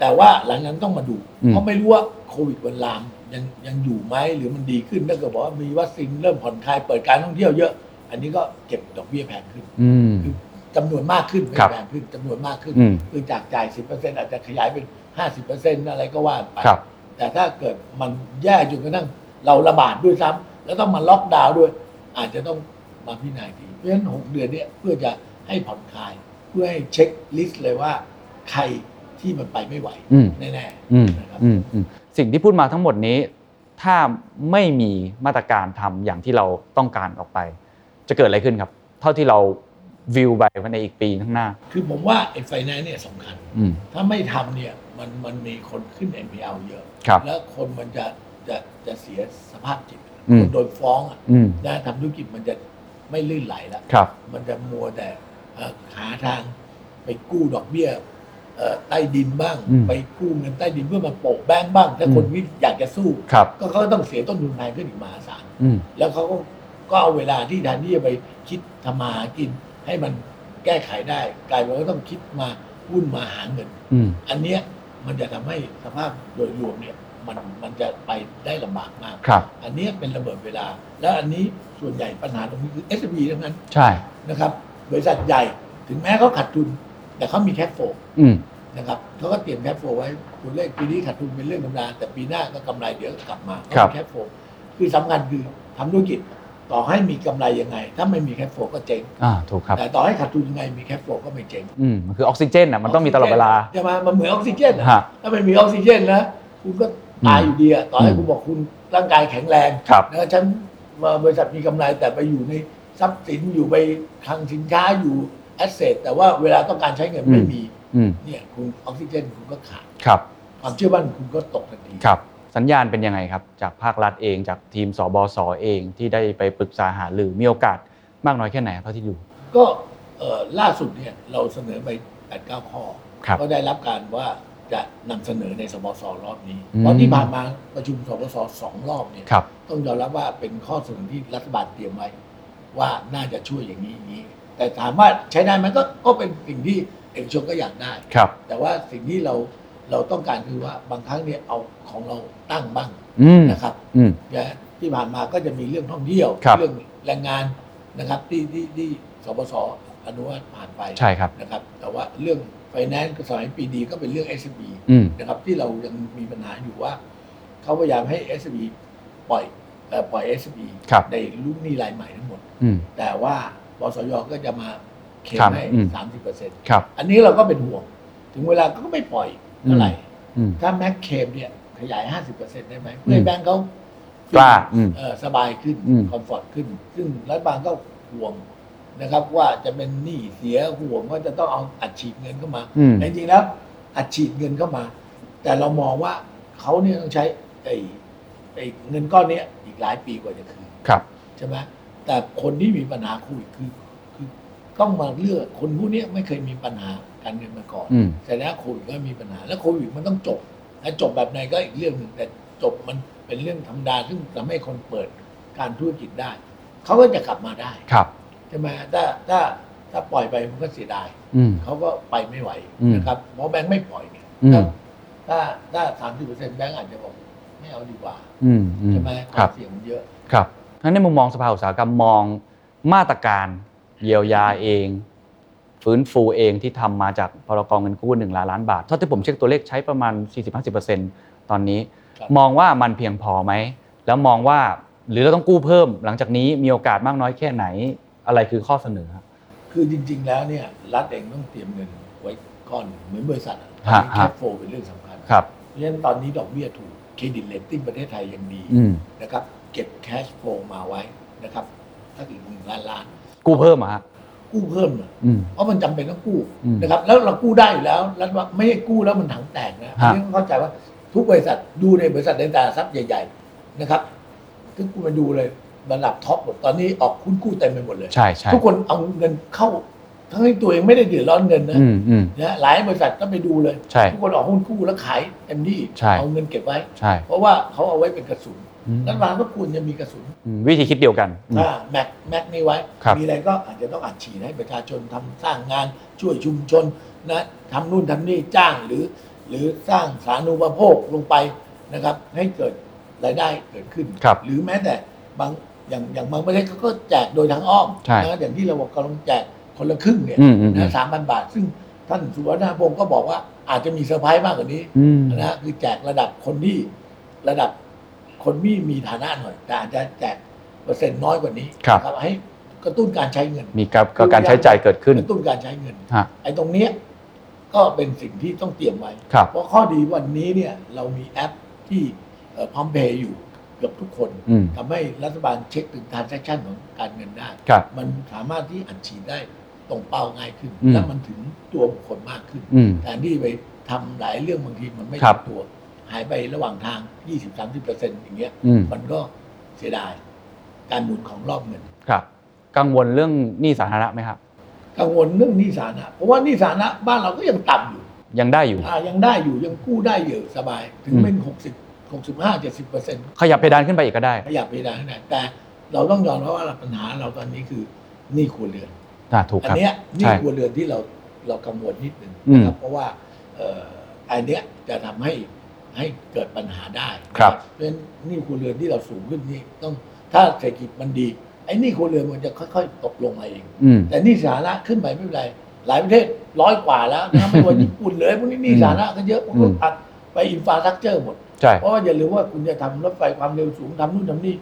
Speaker 3: แต่ว่าหลังนั้นต้องมาดู
Speaker 2: อืม
Speaker 3: เพราะไม่รู้ว่าโควิดวันลามยังยังอยู่ไหมหรือมันดีขึ้นถ้าเกิดบอกว่ามีวัคซีนเริ่มผ่อนคลายเปิดการท่องเที่ยวเยอะ อันนี้ก็เก็บดอกเบี้ยแพงขึ้น
Speaker 2: อืม
Speaker 3: คือจำนวนมากขึ้นไม่
Speaker 2: ครับ
Speaker 3: แพงขึ้นจำนวนมากขึ้น
Speaker 2: อืม
Speaker 3: คือจากจ่ายสิบเปอร์เซ็นต์อาจจะขยายเป็นห้าสิบเปอร์เซ็นต์อะไรก็ว่าไป
Speaker 2: ครับ
Speaker 3: แต่ถ้าเกิดมันแย่จนกระทั่งเราระบาดด้วยซ้ำแล้วต้องมาล็อกดาวน์ด้วย อาจจะต้องมาพิจารณาอีกทีเพราะฉะนั้นหกเดือนเนี้ยเพื่อจะให้ผ่อนคลาย เพื่อให้เช็คลิสต์เลยว่าใครที่มันไปไม่ไหว
Speaker 2: อืม
Speaker 3: แน่
Speaker 2: อืม
Speaker 3: ๆนะครับ
Speaker 2: อืมอืมสิ่งที่พูดมาทั้งหมดนี้ ถ้าไม่มีมาตรการทำอย่างที่เราต้องการออกไป จะเกิดอะไรขึ้นครับ เท่าที่เราวิวไปในอีกปีข้างหน้า
Speaker 3: คือผมว่าไอ้ไฟแนนซ์เนี่ยสำคัญ
Speaker 2: อืม
Speaker 3: ถ้าไม่ทำเนี่ยมันมันมีคนขึ้น NPL เยอะ
Speaker 2: ครับ
Speaker 3: แล้วคนมันจะจะจะเสียสภาพจิต
Speaker 2: อืม
Speaker 3: คนโดนฟ้องอะ
Speaker 2: อืม
Speaker 3: นะทำธุรกิจมันจะไม่ลื่นไหลแล้ว
Speaker 2: ครับ
Speaker 3: มันจะมัวแต่เอ่อหาทางไปกู้ดอกเบี้ยเอ่อใต้ดินบ้าง
Speaker 2: อืม
Speaker 3: ไปกู้เงินใต้ดินเพื่อมาโปะแบงค์บ้าง ถ้า
Speaker 2: อืม
Speaker 3: คนวิอยากจะสู้
Speaker 2: ครับ
Speaker 3: ก็เขาต้องเสียต้นทุนแพงขึ้นอีกมหาศาล
Speaker 2: อืม
Speaker 3: แล้วเขาก็ก็เอาเวลาที่แทนที่จะไปคิดทำมาหากิน ให้มันแก้ไขได้ กลายเป็นว่าต้องคิดมาวุ่นมาหาเงิน
Speaker 2: อืม
Speaker 3: อันเนี้ยมันจะทำให้สภาพโดยรวมเนี่ยมันมันจะไปได้ลำบากมาก
Speaker 2: ครับ
Speaker 3: อันเนี้ยเป็นระเบิดเวลา แล้วอันนี้ส่วนใหญ่ปัญหาตรงนี้คือ SME ทั้งนั้น
Speaker 2: ใช่
Speaker 3: นะครับบริษัทใหญ่ถึงแม้เขาขาดทุน แต่เขามีแคชโฟ
Speaker 2: อืม
Speaker 3: นะครับเขาก็เตรียมแคชโฟไว้ตัวเลขปีนี้ขาดทุนเป็นเรื่องธรรมดาแต่ปีหน้าก็กำไรเดี๋ยวกลับมา
Speaker 2: ครั
Speaker 3: เขา
Speaker 2: บ
Speaker 3: มีแคชโฟคือสำคัญคือทำธุรกิจต่อให้มีกำไรยังไง ถ้าไม่มีแคชโฟก็เจ๊ง
Speaker 2: อ่าถูกครับ
Speaker 3: แต่ต่อให้ขาดทุนยังไงมีแคชโฟก็ไม่เจ๊ง
Speaker 2: อืมมันคือออกซิเจนอ่ะมันต้องมีตลอดเวลา
Speaker 3: ใช่ไหมมันเหมือนออกซิเจนอะ
Speaker 2: ฮะ
Speaker 3: ถ้าไม่มีออกซิเจนนะคุณก็ตายอยู่ดีอะต่อให้คุณบอกคุณร่างกายแข็งแรง
Speaker 2: ครับ
Speaker 3: นะฉันมาบริษัทมีกำไรแต่ไปอยู่ในทรัพย์สินอยู่ไปคลังสินค้าอยู่แอสเซทแต่ว่าเวลาต้องการใช้เงิน
Speaker 2: อืม
Speaker 3: ไม่มี
Speaker 2: อืม
Speaker 3: เนี่ยคุณออกซิเจนคุณก็ขาด
Speaker 2: ครับ
Speaker 3: ความเชื่อมั่นคุณก็ตกทันที
Speaker 2: ครับ สัญญาณเป็นยังไงครับ จากภาครัฐเองจากทีมสบสเองที่ได้ไปปรึกษาหารือมีโอกาสมากน้อยแค่ไหนเท่าที่ดู
Speaker 3: ก็เอ่อล่าสุดเนี่ยเราเสนอไป8ปดเก้าข้อ
Speaker 2: ครับ
Speaker 3: ก็ได้รับการว่าจะนำเสนอในสบสรอบนี้
Speaker 2: อืม
Speaker 3: เพราะที่ผ่านมาประชุมสบสสองรอบเนี่ย
Speaker 2: ครับ
Speaker 3: ต้องยอมรับว่าเป็นข้อเสนอที่รัฐบาลเตรียมไว้ ว่าน่าจะช่วยอย่างนี้อย่างนี้ แต่ถามว่าใช้ได้ไหมก็ก็เป็นสิ่งที่เอกชนก็อยากได้
Speaker 2: ครับ
Speaker 3: แต่ว่าสิ่งที่เราเราต้องการคือว่าบางครั้งเนี่ยเอาของเราตั้งบ้าง
Speaker 2: อืม
Speaker 3: นะครับ
Speaker 2: อืม
Speaker 3: นะที่ผ่านมาก็จะมีเรื่องท่องเที่ยว
Speaker 2: ครับ
Speaker 3: เรื่องแรงงานนะครับที่ที่ที่สปสอนุมัติผ่านไป
Speaker 2: ใช่ครับ
Speaker 3: นะครับ แต่ว่าเรื่องไฟแนนซ์สมัยปีดีก็เป็นเรื่อง s อ b
Speaker 2: อืม
Speaker 3: นะครับที่เรายังมีปัญหาอยู่ว่า เขาพยายามให้ s อ b ปล่อยเอ่อปล่อย s อ b
Speaker 2: ครับ
Speaker 3: ในลูกหนี้รายใหม่ทั้งหมด
Speaker 2: อืม
Speaker 3: แต่ว่าบสยก็จะมาเคลม
Speaker 2: ครับ
Speaker 3: ให้
Speaker 2: อืม
Speaker 3: สามสิบเปอร์เซ็นต์
Speaker 2: ครับ
Speaker 3: อันนี้เราก็เป็นห่วง ถึงเวลาก็ไม่ปล่อยเท่าไหร่
Speaker 2: อืม
Speaker 3: ถ้าแม็กเคมเนี่ยขยาย 50%ได้ไหมเพื่อให้
Speaker 2: อืม
Speaker 3: แบงก์เขา
Speaker 2: กล้าอืม
Speaker 3: เอ่อสบายขึ้น
Speaker 2: อืม
Speaker 3: คอมฟอร์ตขึ้น ซึ่งรัฐบาลก็ห่วงนะครับ ว่าจะเป็นหนี้เสียห่วงว่าจะต้องเอาอัดฉีดเงินเข้ามา
Speaker 2: อืม
Speaker 3: แต่จริงๆแล้วอัดฉีดเงินเข้ามา แต่เรามองว่าเขาเนี่ยต้องใช้ไอ้ไอ้เงินก้อนเนี้ยอีกหลายปีกว่าจะคืน
Speaker 2: ครับ
Speaker 3: ใช่ไหมแต่คนที่มีปัญหาโคุยคือคือต้องมาเลือกคนพวกเนี้ยไม่เคยมีปัญหาการเงินมาก่อน
Speaker 2: อืม
Speaker 3: แต่แล้วโควิดก็มีปัญหา แล้วโควิดมันต้องจบและจบแบบไหนก็อีกเรื่องหนึ่งแต่จบมันเป็นเรื่องธรรมดาซึ่งทำให้คนเปิดการธุรกิจได้ เขาก็จะกลับมาได้
Speaker 2: ครับ
Speaker 3: ใช่ไหมถ้าถ้าถ้าปล่อยไปมันก็เสียดาย
Speaker 2: อืม
Speaker 3: เขาก็ไปไม่ไหว
Speaker 2: อืม
Speaker 3: นะครับเพราะแบงค์ไม่ปล่อยเนี่ย
Speaker 2: อืม
Speaker 3: ถ้าถ้าถ้าสามสิบเปอร์เซ็นต์แบงค์อาจจะบอกไม่เอาดีกว่า
Speaker 2: อืมอืม
Speaker 3: ใช่ไหมค
Speaker 2: ครั
Speaker 3: วา
Speaker 2: บ
Speaker 3: มเสี่ยงมันเยอะ
Speaker 2: ครับงั้นในมุมมองสภาอุตสาหกรรมมองมาตรการเยียวยาเอง ฟื้นฟูเองที่ทำมาจากพรกองเงินกู้หนึ่งล้านล้านบาท เท่าที่ผมเช็คตัวเลขใช้ประมาณ 40-50%ตอนนี้
Speaker 3: ครับ
Speaker 2: มองว่ามันเพียงพอไหม แล้วมองว่าหรือเราต้องกู้เพิ่ม หลังจากนี้มีโอกาสมากน้อยแค่ไหนอะไรคือข้อเสนอ
Speaker 3: คือจริง ๆ แล้วเนี่ยรัฐเองต้องเตรียมเงินไว้ก้อนหนึ่งเหมือนบริษัทอะ
Speaker 2: ฮะฮะ
Speaker 3: แค่โฟลเป็นเรื่องสำคัญ
Speaker 2: ครับ
Speaker 3: เพราะฉะนั้นตอนนี้ดอกเบี้ยถูกเครดิตเลตติ้งประเทศไทยยังดี
Speaker 2: อืม
Speaker 3: นะครับเก็บแคชโฟมาไว้นะครับถ้าอีกหนึ่งล้านล้าน
Speaker 2: กู้เพิ่มเหรอ่ะ
Speaker 3: กู้เพิ่มหน่อย
Speaker 2: อืม
Speaker 3: เพราะมันจำเป็นต้องกู้
Speaker 2: อืม
Speaker 3: นะครับแล้วเรากู้ได้อยู่แล้วรัฐว่าไม่ให้กู้แล้วมันถังแตกนะ
Speaker 2: ฮะ
Speaker 3: อันนี้ต้องเข้าใจว่าทุกบริษัทดูในบริษัทในตลาดทรัพย์ใหญ่ ๆนะครับซึ่งคุณมาดูเลยระดับท็อปหมดตอนนี้ออกคุณกู้เต็มไปหมดเลย
Speaker 2: ใช่ใช่
Speaker 3: ทุกคนเอาเงินเข้าทั้งที่ตัวเองไม่ได้เดือดร้อนเงินนะ
Speaker 2: อืมอืม
Speaker 3: นะหลายบริษัทก็ไปดูเลย
Speaker 2: ใช่
Speaker 3: ทุกคนออกหุ้นกู้แล้วขายเต็มที่
Speaker 2: ใช่
Speaker 3: เอาเงินเก็บไว้
Speaker 2: ใช่
Speaker 3: เพราะว่าเขาเอาไว้เป็นกระสุน
Speaker 2: อืม
Speaker 3: รัฐบาลก็ควรจะมีกระสุน
Speaker 2: อืมวิธีคิดเดียวกันอืม
Speaker 3: อ่าแม็กแม็กนี่ไว้
Speaker 2: ครับ
Speaker 3: มีอะไรก็อาจจะต้องอัดฉีดให้ประชาชนทำสร้างงานช่วยชุมชนนะทำนู่นทำนี่จ้างหรือ หรือสร้างสาธารณูปโภคลงไปนะครับ ให้เกิดรายได้เกิดขึ้น
Speaker 2: ครับ
Speaker 3: หรือแม้แต่บางอย่างอย่างบางประเทศเขาก็แจกโดยทางอ้อม
Speaker 2: ใช่
Speaker 3: นะอย่างที่เราบอกกำลังแจกคนละครึ่งเนี่ย
Speaker 2: อืมอืมอืม
Speaker 3: นะสามพันบาท ซึ่งท่านสุวรรณพงศ์ก็บอกว่าอาจจะมีเซอร์ไพรส์มากกว่านี้
Speaker 2: อืม
Speaker 3: นะฮะคือแจกระดับคนที่ระดับคนที่มีฐานะหน่อย แต่อาจจะแจกเปอร์เซ็นต์น้อยกว่านี้
Speaker 2: ครับ
Speaker 3: นะให้กระตุ้นการใช้เงิน
Speaker 2: มีการการใช้จ่ายเกิดขึ้น
Speaker 3: กระตุ้นการใช้เงิน
Speaker 2: ฮะ
Speaker 3: ไอ้ตรงเนี้ยก็เป็นสิ่งที่ต้องเตรียมไว้
Speaker 2: ครับ
Speaker 3: เพราะข้อดีวันนี้เนี่ยเรามีแอปที่พร้อมเพย์อยู่เกือบทุกคน
Speaker 2: อืม
Speaker 3: ทำให้รัฐบาลเช็คถึงทราน a c คชันของการเงินได้
Speaker 2: ครับ
Speaker 3: มันสามารถที่อัดฉีดได้ตรงเป้าง่ายขึ้น
Speaker 2: อืม
Speaker 3: และมันถึงตัวบุคคลมากขึ้น
Speaker 2: อืม
Speaker 3: แต่ที่ไปทำหลายเรื่องบางทีมันไม่
Speaker 2: ครับ
Speaker 3: ถึงตัว หายไประหว่างทาง 20 30เปอร์เซ็นต์อย่างเงี้ย
Speaker 2: อืม
Speaker 3: มันก็เสียดาย การหมุนของรอบเงิน
Speaker 2: ครับ กังวลเรื่องหนี้สาธารณะไหมครับ
Speaker 3: กังวลเรื่องหนี้สาธารณะเพราะว่าหนี้สาธารณะบ้านเราก็ยังต่ำอยู่
Speaker 2: ยังได้อยู่
Speaker 3: อ่ายังได้อยู่ยังกู้ได้อยู่สบาย ถึง
Speaker 2: อืม
Speaker 3: เป็น 60 65 70เปอร์เซ็นต์
Speaker 2: ขยับเพดานขึ้นไปอีกก็ได้
Speaker 3: ขยับไปได้ขนาดแต่เราต้องยอมรับว่าปัญหาเราตอนนี้คือหนี้ครัวเรือน
Speaker 2: อ่าถูก
Speaker 3: อัน
Speaker 2: ครับ
Speaker 3: เนี้ยหนี่
Speaker 2: ใช่
Speaker 3: ครัวเรือนที่เราเรากังวลนิดหนึ่ง
Speaker 2: อืม
Speaker 3: นะครับเพราะว่าเอ่ออันเนี้ยจะทำให้ให้เกิดปัญหาได้นะครับ เพราะฉะนั้นหนี่ครัวเรือนที่เราสูงขึ้นนี่ต้องถ้าเศรษฐกิจมันดีไอ้หนี่ครัวเรือนมันจะค่อยๆตกลงมาเอง
Speaker 2: อืม
Speaker 3: แต่หนี่สาธารณะขึ้นไปไม่เป็นไรหลายประเทศร้อยกว่าแล้วนะไม่ว่าญี่ปุ่นเลยพวกนี้หนี่สาธารณะก็เยอะพวก
Speaker 2: อื
Speaker 3: นี้
Speaker 2: ม
Speaker 3: อัดไปอินฟาสักเจอร์หมด
Speaker 2: ใช่
Speaker 3: เพราะว่าอย่าลืมว่าคุณจะทำรถไฟความเร็วสูงทำนู่นทำนี่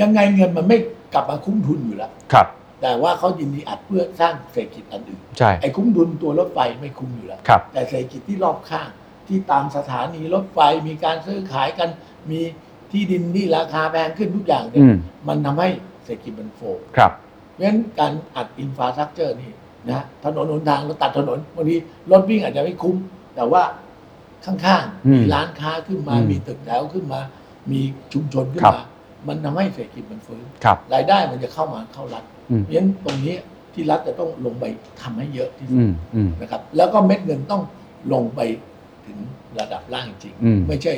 Speaker 3: ยังไงเงินมันไม่กลับมาคุ้มทุนอยู่แล้ว
Speaker 2: ครับ
Speaker 3: แต่ว่าเขายินดีอัดเพื่อสร้างเศรษฐกิจอันอื่น
Speaker 2: ใช่
Speaker 3: ไอ้คุ้มทุนตัวรถไฟไม่คุ้มอยู่แล้ว
Speaker 2: ครับ
Speaker 3: แต่เศรษฐกิจที่รอบข้างที่ตามสถานีรถไฟมีการซื้อขายกัน มีที่ดินที่ราคาแพงขึ้นทุกอย่างเนี่
Speaker 2: อื
Speaker 3: ย
Speaker 2: ม
Speaker 3: มันทำให้เศรษฐกิจมันโฟล์
Speaker 2: ครับ
Speaker 3: เพราะฉะนั้นการอัดอินฟาสักเจอร์นี่นะถนนหนทางเราตัดถนนบางทีรถวิ่งอาจจะไม่คุ้ม แต่ว่า ข้าง
Speaker 2: อื
Speaker 3: ๆ
Speaker 2: ม
Speaker 3: มีร้านค้าขึ้นมา
Speaker 2: อืม
Speaker 3: มีตึกแถวขึ้นมา มีชุมชนขึ้น
Speaker 2: ครับ
Speaker 3: มา มันทำให้เศรษฐกิจมันฟื้น
Speaker 2: ครับ
Speaker 3: รายได้มันจะเข้ามาเข้ารัฐ
Speaker 2: อืม
Speaker 3: เพราะฉะนั้นตรงนี้ที่รัฐจะต้องลงไปทำให้เยอะที่สุ
Speaker 2: อื
Speaker 3: ด
Speaker 2: มอืม
Speaker 3: นะครับ แล้วก็เม็ดเงินต้องลงไปถึงระดับล่างจริง
Speaker 2: อืม
Speaker 3: ไม่ใช่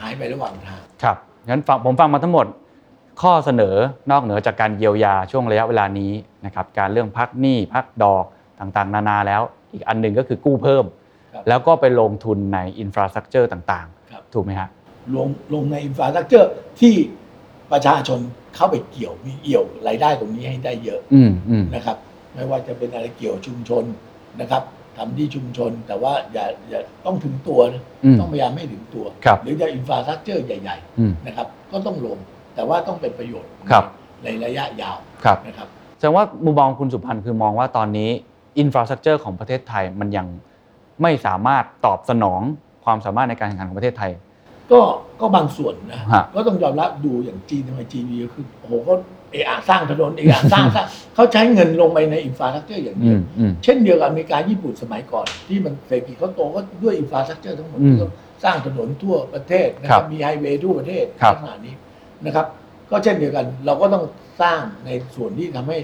Speaker 3: หายไประหว่างทาง
Speaker 2: ครับงั้นฟังผมฟังมาทั้งหมด ข้อเสนอนอกเหนือจากการเยียวยาช่วงระยะเวลานี้นะครับการเรื่องพักหนี้พักดอกต่างๆ นานาแล้ว อีกอันหนึ่งก็คือกู้เพิ่ม
Speaker 3: ครับ
Speaker 2: แล้วก็ไปลงทุนในอินฟราสตรักเจอร์ต่าง
Speaker 3: ครับ
Speaker 2: ๆ ถูกไหมฮะ
Speaker 3: ลงลงในอินฟราสตรักเจอร์ที่ประชาชนเข้าไปเกี่ยวมีเอี่ยวรายได้ตรงนี้ให้ได้เยอะ
Speaker 2: อืมอืม
Speaker 3: นะครับ ไม่ว่าจะเป็นอะไรเกี่ยวชุมชนนะครับทำที่ชุมชนแต่ว่าอย่าอย่าต้องถึงตัวนะ
Speaker 2: อืม
Speaker 3: ต้องพยายามไม่ถึงตัว
Speaker 2: ครับ
Speaker 3: หรือจะอินฟราสตรักเจอร์ใหญ่
Speaker 2: อืม
Speaker 3: ๆนะครับ ก็ต้องลงแต่ว่าต้องเป็นประโยชน์
Speaker 2: ครับ
Speaker 3: ในระยะยาว
Speaker 2: ครับ
Speaker 3: นะครับ
Speaker 2: แสดงว่ามุมมองคุณสุพันธ์คือมองว่าตอนนี้อินฟราสตรักเจอร์ของประเทศไทยมันยังไม่สามารถตอบสนองความสามารถในการแข่งขันของประเทศไทย
Speaker 3: ก็ก็บางส่วนนะ
Speaker 2: ฮะ
Speaker 3: ก็ต้องยอมรับดูอย่างจีนทำไมจีนดีก็คือโอ้โหก็เออาสร้างถนนเออา สร้างสร้างเขาใช้เงินลงไปในอินฟราสตรักเจอร์อย่าง
Speaker 2: อื
Speaker 3: เดียว
Speaker 2: มอืม
Speaker 3: เช่นเดียวกับอเมริกาญี่ปุ่นสมัยก่อน ที่มันเศรษฐกิจเขาโตก็ด้วยอินฟราสตรักเจอร์ทั้งหมด
Speaker 2: อืม
Speaker 3: ที่เขาสร้างถนนทั่วประเทศนะค
Speaker 2: ครั
Speaker 3: รับบ มีไฮเวย์ทั่วประเทศ
Speaker 2: ครับ
Speaker 3: ขนาดนี้นะครับ ก็เช่นเดียวกันเราก็ต้องสร้างในส่วนที่ทำให้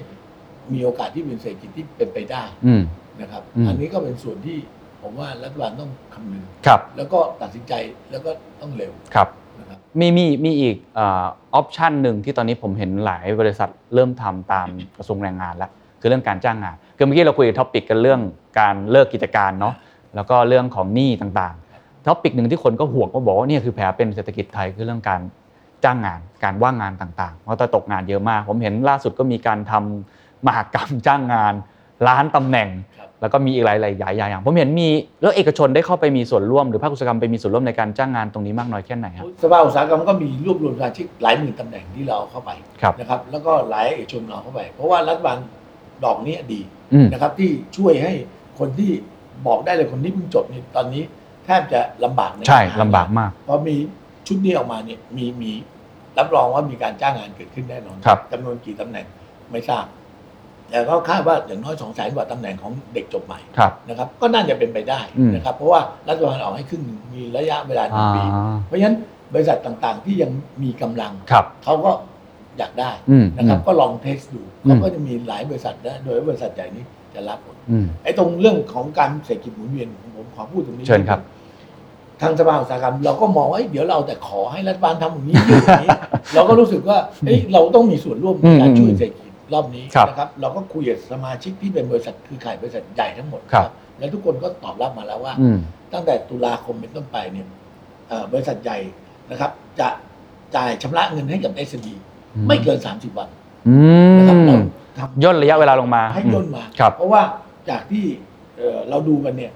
Speaker 3: มีโอกาสที่เป็นเศรษฐกิจที่เป็นไปได้
Speaker 2: อืม
Speaker 3: นะครับ
Speaker 2: อืม
Speaker 3: อันนี้ก็เป็นส่วนที่ผมว่ารัฐบาลต้องคำนึง
Speaker 2: ครับ
Speaker 3: แล้วก็ตัดสินใจแล้วก็ต้องเร็ว
Speaker 2: ครับ
Speaker 3: นะครับ
Speaker 2: มีมีมีอีกเออปชันหนึ่งที่ตอนนี้ผมเห็นหลายบริษัทเริ่มทำตามกระทรวงแรงงานแล้วคือเรื่องการจ้างงานคือเมื่อกี้เราคุยท็อปิกกันเรื่องการเลิกกิจการเนาะแล้วก็เรื่องของหนี้ต่างๆท็อปิกหนึ่งที่คนก็ห่วงก็บอกว่าเนี่ยคือแผลเป็นเศรษฐกิจไทยคือเรื่องการจ้างงาน การว่างงานต่างๆ เพราะตอนตกงานเยอะมาก ผมเห็นล่าสุดก็มีการทำมหกรรมจ้างงานล้านตำแหน่ง
Speaker 3: ครับ
Speaker 2: แล้วก็มีอีกหลายๆหลายอย่าง ผมเห็นมีแล้วเอกชนได้เข้าไปมีส่วนร่วมหรือภาคอุตสาหกรรมไปมีส่วนร่วมในการจ้างงานตรงนี้มากน้อยแค่ไหนครับ
Speaker 3: สภาอุตสาหกรรมก็มีรวบรวมสมาชิกหลายหมื่นตำแหน่งที่เราเอาเข้าไป
Speaker 2: ครับ
Speaker 3: นะครับ แล้วก็หลายเอกชนเราเข้าไป เพราะว่ารัฐบาลดอกนี้ดี
Speaker 2: อืม
Speaker 3: นะครับ ที่ช่วยให้คนที่บอกได้เลยคนที่เพิ่งจบนี่ตอนนี้แทบจะลำบากใน
Speaker 2: ใช่
Speaker 3: รห
Speaker 2: ลำบากมาก
Speaker 3: เพราะมีชุดนี้ออกมาเนี่ยมีมีรับรองว่ามีการจ้างงานเกิดขึ้นแน่นอน
Speaker 2: ครับ
Speaker 3: จำนวนกี่ตำแหน่งไม่ทราบแต่ก็คาดว่าอย่างน้อยสองแสนกว่าตำแหน่งของเด็กจบใหม่
Speaker 2: ครับ
Speaker 3: นะครับ ก็น่าจะเป็นไปได้
Speaker 2: อืม
Speaker 3: นะครับ เพราะว่ารัฐบาลออกให้ครึ่งหนึ่งมีระยะเวลาหนึ่
Speaker 2: อ่าง
Speaker 3: ปี เพราะฉะนั้นบริษัทต่างๆที่ยังมีกำลัง
Speaker 2: ครับ
Speaker 3: เขาก็อยากได้
Speaker 2: อืม
Speaker 3: นะครับ
Speaker 2: อืม
Speaker 3: ก็ลองเทสดู
Speaker 2: อืม
Speaker 3: เขาก็จะมีหลายบริษัทนะโดยว่าบริษัทใหญ่นี้จะรับหมด
Speaker 2: อืม
Speaker 3: ไอ้ตรงเรื่องของการเศรษฐกิจหมุนเวียนผมผมขอพูดตรงนี้
Speaker 2: เชิญครับ
Speaker 3: ทางสภาอุตสาหกรรมเราก็มองว่าเอ้ยเดี๋ยวเราแต่ขอให้รัฐบาลทำอย่างนี้ยื่นอย่างนี้ เราก็รู้สึกว่าเอ้ยเราต้องมีส่วนร่วมในการช่วยเศรษฐกิจรอบนี้
Speaker 2: ครับ
Speaker 3: นะครับ เราก็คุยกับสมาชิกที่เป็นบริษัทคือขายบริษัทใหญ่ทั้งหมด
Speaker 2: ครับ
Speaker 3: และทุกคนก็ตอบรับมาแล้วว่า
Speaker 2: อืม
Speaker 3: ตั้งแต่ตุลาคมเป็นต้นไปเนี่ยเอ่อบริษัทใหญ่นะครับ จะจ่ายชำระเงินให้กับ s อ b ไม่เกิน 30 วัน
Speaker 2: อื
Speaker 3: นะครับ
Speaker 2: ม
Speaker 3: เราทำ
Speaker 2: ย่นระยะเวลาลงมา
Speaker 3: ให้ย่นมา
Speaker 2: อืมครับ
Speaker 3: เพราะว่าจากที่เอ่อเราดูกันเนี่ย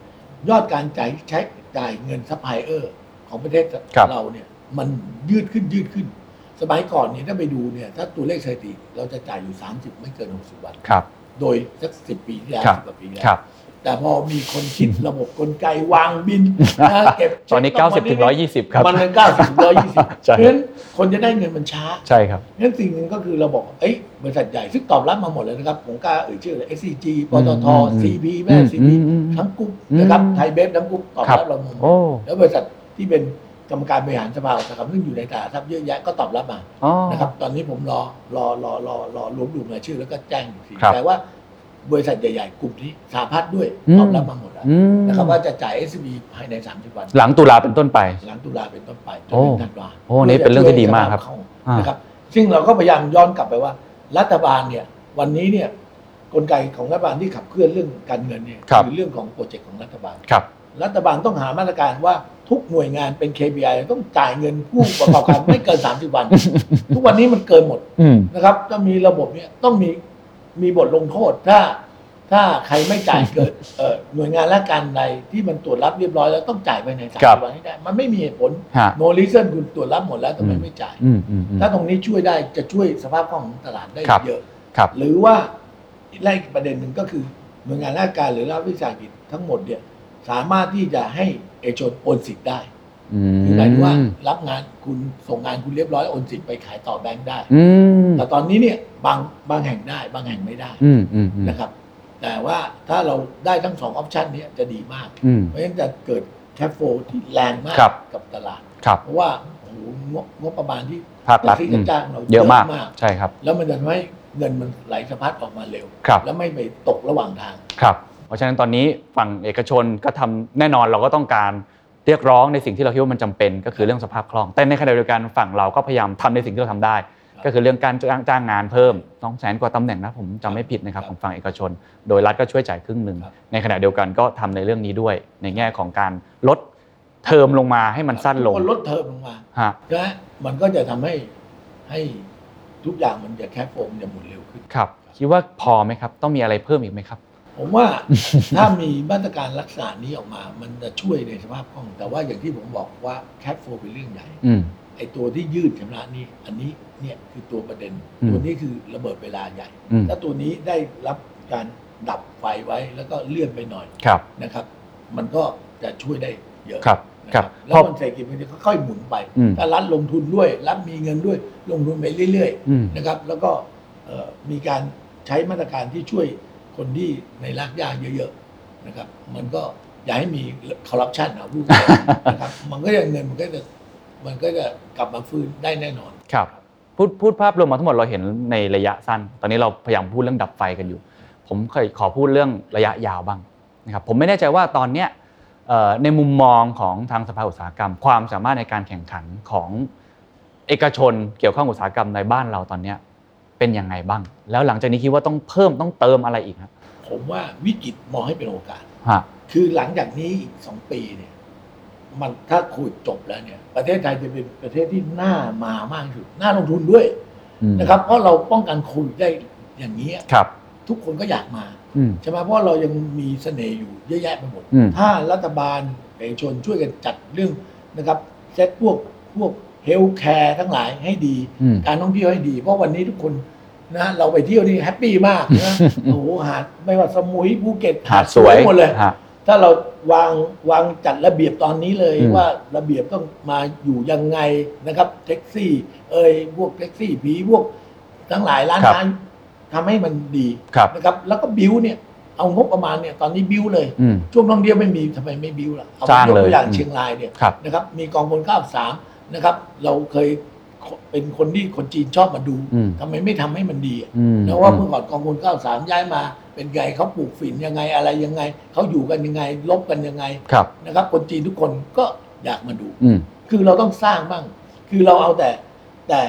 Speaker 3: ยอดการจ่ายใช้จ่ายเงินซัพพลายเออร์ของประเทศ
Speaker 2: ครับ
Speaker 3: เราเนี่ยมันยืดขึ้นยืดขึ้น สมัยก่อนเนี่ยถ้าไปดูเนี่ยถ้าตัวเลขสถิติเราจะจ่ายอยู่ 30 ไม่เกิน 60 วัน
Speaker 2: ครับ
Speaker 3: โดยสักสิปีที่แล้ว
Speaker 2: ครับ
Speaker 3: สิบกว่าปีที่แล้ว
Speaker 2: ครับ
Speaker 3: แต่พอมีคนคิด ระบบกลไกวางบิน นะเก็บ
Speaker 2: ตอนนี้
Speaker 3: เช็ค
Speaker 2: 90ถึง
Speaker 3: วั
Speaker 2: 120 ครับ
Speaker 3: มันเป็นเก้าสิบถึงร้อยยี่สิบ
Speaker 2: ใช่
Speaker 3: เพราะฉะนั้นคนจะได้เงินมันช้า
Speaker 2: ใช่ครับ
Speaker 3: เพราะฉะนั้นสิ่งหนึ่งก็คือเราบอกเอ้ยบริษัทใหญ่ซึ่งตอบรับมาหมดเลยนะครับผมกล้าเอ่ยชื่อเลย SCG ปตท
Speaker 2: อืมอืม
Speaker 3: CP แม่ซีพี
Speaker 2: อืม
Speaker 3: ทั้งกรุ๊ปนะครับ
Speaker 2: อืม
Speaker 3: ไทยเบฟทั้งกรุ๊ปตอบ
Speaker 2: ครั
Speaker 3: รับบ เราหมด
Speaker 2: โอ้
Speaker 3: แล้วบริษัทที่เป็นกรรมการบริหารสภาอุตสาหกรรมซึ่งอยู่ในตลาดทรัพย์เยอะแยะก็ตอบรับมา
Speaker 2: อ๋อ
Speaker 3: นะครับตอนนี้ผมรอรอรอรอรอรวบรวมรายชื่อแล้วก็แจ้งอีกที
Speaker 2: ครับ
Speaker 3: แต่ว่าบริษัทใหญ่ๆ กลุ่มนี้สาพัฒน์ด้วย
Speaker 2: อืม
Speaker 3: ตอบรับมาหมดแล้ว
Speaker 2: อืม
Speaker 3: นะครับว่าจะจ่าย s อ b ภายใน 30 วัน
Speaker 2: หลังตุลาเป็นต้นไป
Speaker 3: หลังตุลาเป็นต้นไปจน
Speaker 2: โอ้
Speaker 3: ถึงธันวา
Speaker 2: โอ้นี่เป็นเรื่องที่ดีมากครับ
Speaker 3: เพื่อจะช่วย
Speaker 2: อ่าน
Speaker 3: นะครับ ซึ่งเราก็พยายามย้อนกลับไปว่า รัฐบาลเนี่ย วันนี้เนี่ยกลไกของรัฐบาลที่ขับเคลื่อนเรื่องการเงินเนี่ยเรื่องของโปรเจกต์ของรัฐบาล
Speaker 2: ครับ
Speaker 3: รัฐบาลต้องหามาตรการว่าทุกหน่วยงานเป็น KPI ต้องจ่ายเงินผู้ประกอบการ ไม่เกิน 30 วัน ทุกวันนี้มันเกินหมด
Speaker 2: อืม
Speaker 3: นะครับจะมีระบบเนี่ยต้องมีมีบทลงโทษ ถ้า ถ้าใครไม่จ่ายเกิด เอ่อหน่ วยงานราชการใดที่มันตรวจรับเรียบร้อยแล้วต้องจ่ายไปในสาม
Speaker 2: ครับ
Speaker 3: วันให้ได้ มันไม่มีเหตุผล
Speaker 2: ฮะ
Speaker 3: โนลิเซนคุณตรวจรับหมดแล้วทำไม
Speaker 2: อืม
Speaker 3: ไม่จ่าย
Speaker 2: อืมอืมอืม
Speaker 3: ถ้าตรงนี้ช่วยได้จะช่วยสภาพคล่องของตลาดได้
Speaker 2: ครับ
Speaker 3: เยอะ
Speaker 2: ครับ
Speaker 3: หรือว่าอีกและอีกประเด็นหนึ่งก็คือหน่วยงานราชการหรือรัฐวิสาหกิจทั้งหมดเนี่ยสามารถที่จะให้เอกชนโอนสิทธิ์ได้คือหมายถึงว่า
Speaker 2: อืม
Speaker 3: รับงานคุณส่งงานคุณเรียบร้อยโอนสิทธิ์ไปขายต่อแบงค์ได้
Speaker 2: อืม
Speaker 3: แต่ตอนนี้เนี่ยบางบางแห่งได้บางแห่งไม่ได้
Speaker 2: อืมอืมอืม
Speaker 3: นะครับ แต่ว่าถ้าเราได้ทั้งสองออปชันนี้ยจะดีมาก
Speaker 2: อืม
Speaker 3: เพราะฉะนั้นจะเกิด แคปโฟที่แรงมาก
Speaker 2: ครับ
Speaker 3: กับตลาด
Speaker 2: ครับ
Speaker 3: เพราะว่าโอ้โหงบงบประมาณที่
Speaker 2: ภาครัฐ
Speaker 3: ที่
Speaker 2: อื
Speaker 3: จะ
Speaker 2: ม
Speaker 3: จ้างเรา
Speaker 2: เยอะมาก ใช่ครับ
Speaker 3: แล้วมันจะทำให้เงินมันไหลสะพัดออกมาเร็ว
Speaker 2: ครับ
Speaker 3: แล้วไม่ไปตกระหว่างทาง
Speaker 2: ครับ เพราะฉะนั้นตอนนี้ฝั่งเอกชนก็ทำแน่นอนเราก็ต้องการเรียกร้องในสิ่งที่เราคิดว่ามันจำเป็น ก็คือเรื่องสภาพคล่อง แต่ในขณะเดียวกันฝั่งเราก็พยายามทำในสิ่งที่เราทำได้
Speaker 3: ครับ
Speaker 2: ก็คือเรื่องการจ้างจ้างงานเพิ่มสองแสนกว่าตำแหน่งนะผมจำไม่ผิดนะครับ
Speaker 3: ครับ
Speaker 2: ของฝั่งเอกชน โดยรัฐก็ช่วยจ่ายครึ่งหนึ่ง
Speaker 3: ครับ
Speaker 2: ในขณะเดียวกันก็ทำในเรื่องนี้ด้วย ในแง่ของการลดเทอมลงมาให้มันสั้นลง
Speaker 3: ทุกคลดเทอมลงมา
Speaker 2: ฮะ
Speaker 3: และมันก็จะทำให้ให้ทุกอย่างมันจะแคปโฟมจะหมุนเร็วขึ้น
Speaker 2: ครับ คิดว่าพอไหมครับ ต้องมีอะไรเพิ่มอีกไหมครับ
Speaker 3: ผม ว่า ถ้ามีมาตรการรักษานี้ออกมา มันจะช่วยในสภาพคล่อง แต่ว่าอย่างที่ผมบอกว่าแคปโฟเป็นเรื่องใหญ่
Speaker 2: อืม
Speaker 3: ไอ้ตัวที่ยืดชำระหนี้อันนี้เนี่ยคือตัวประเด็น
Speaker 2: อืม
Speaker 3: ตัวนี้คือระเบิดเวลาใหญ่
Speaker 2: อืม
Speaker 3: ถ้าตัวนี้ได้รับการดับไฟไว้แล้วก็เลื่อนไปหน่อย
Speaker 2: ครับ
Speaker 3: นะครับ มันก็จะช่วยได้เยอะ
Speaker 2: ครับ
Speaker 3: นะครับ แล้
Speaker 2: พ
Speaker 3: ว
Speaker 2: อ
Speaker 3: มันเศรษฐกิจมันจะค่อยๆหมุนไป
Speaker 2: อืม
Speaker 3: ถ้ารัฐลงทุนด้วยรัฐมีเงินด้วย ลงทุนไปเรื่อย
Speaker 2: อืม
Speaker 3: ๆนะครับ แล้วก็เอ่อมีการใช้มาตรการที่ช่วยคนที่ในรากหญ้าเยอะๆนะครับ มันก็อย่าให้มีคอร์รัปชันนะพูดง่ายๆนะครับ มันก็จะเงินมันก็จะมันก็จะกลับมาฟื้นได้แน่นอน
Speaker 2: ครับพูดพูดภาพรวมมาทั้งหมดเราเห็นในระยะสั้น ตอนนี้เราพยายามพูดเรื่องดับไฟกันอยู่ ผมเคยขอพูดเรื่องระยะยาวบ้างนะครับผมไม่แน่ใจว่าตอนเนี้ยเอ่อในมุมมองของทางสภาอุตสาหกรรม ความสามารถในการแข่งขันของเอกชนเกี่ยวข้องอุตสาหกรรมในบ้านเราตอนเนี้ยเป็นยังไงบ้าง แล้วหลังจากนี้คิดว่าต้องเพิ่มต้องเติมอะไรอีกฮะ
Speaker 3: ผมว่าวิกฤตมองให้เป็นโอกาส
Speaker 2: ฮะ
Speaker 3: คือหลังจากนี้อีกสองปีเนี่ยมันถ้าโควิดจบแล้วเนี่ย ประเทศไทยจะเป็นประเทศที่น่ามามากที่สุดน่าลงทุนด้วย
Speaker 2: อืม
Speaker 3: นะครับ เพราะเราป้องกันโควิดได้อย่างนี้ย
Speaker 2: ครับ
Speaker 3: ทุกคนก็อยากมา
Speaker 2: อืม
Speaker 3: ใช่ไหมเพราะเรายังมีเสน่ห์อยู่เยอะแยะไปหมด
Speaker 2: อืม
Speaker 3: ถ้ารัฐบาลเอกชนช่วยกันจัดเรื่องนะครับเซตพวกพวกเฮลท์แคร์ทั้งหลายให้ดี
Speaker 2: อืม
Speaker 3: การท่องเที่ยวให้ดี เพราะวันนี้ทุกคนนะเราไปเที่ยวนี่แฮปปี้มากนะ โอ้โหหาดไม่ว่าสมุยภูเก็ต
Speaker 2: หาดสวย
Speaker 3: หมดเลย
Speaker 2: ฮะ
Speaker 3: ถ้าเราวางวางจัดระเบียบตอนนี้เลย
Speaker 2: อืม
Speaker 3: ว่าระเบียบต้องมาอยู่ยังไงนะครับแท็กซี่ เอ่ยพวกแท็กซี่ผีพวกทั้งหลายร้านค้าทำให้มันดี
Speaker 2: ครับ
Speaker 3: นะครับ แล้วก็บิวเนี่ยเอางบประมาณเนี่ยตอนนี้บิวเลย
Speaker 2: อืม
Speaker 3: ช่วงท่องเที่ยวไม่มีทำไมไม่บิวล่ะเอา
Speaker 2: สร้าง
Speaker 3: ยก
Speaker 2: เลย
Speaker 3: ตัวอย่าง
Speaker 2: อืม
Speaker 3: เชียงรายเนี่ย
Speaker 2: ครับ
Speaker 3: นะครับมีกองพล93นะครับเราเคยเป็นคนที่คนจีนชอบมาดู
Speaker 2: อืม
Speaker 3: ทำไมไม่ทำให้มันดีอะ
Speaker 2: อืม
Speaker 3: นะว่าเมื่อก่อนกองพล93ย้ายมา เป็นไงเขาปลูกฝิ่นยังไงอะไรยังไงเขาอยู่กันยังไงลบกันยังไง
Speaker 2: ครับ
Speaker 3: นะครับคนจีนทุกคนก็อยากมาดู
Speaker 2: อืม
Speaker 3: คือเราต้องสร้างบ้าง คือเราเอาแต่แต่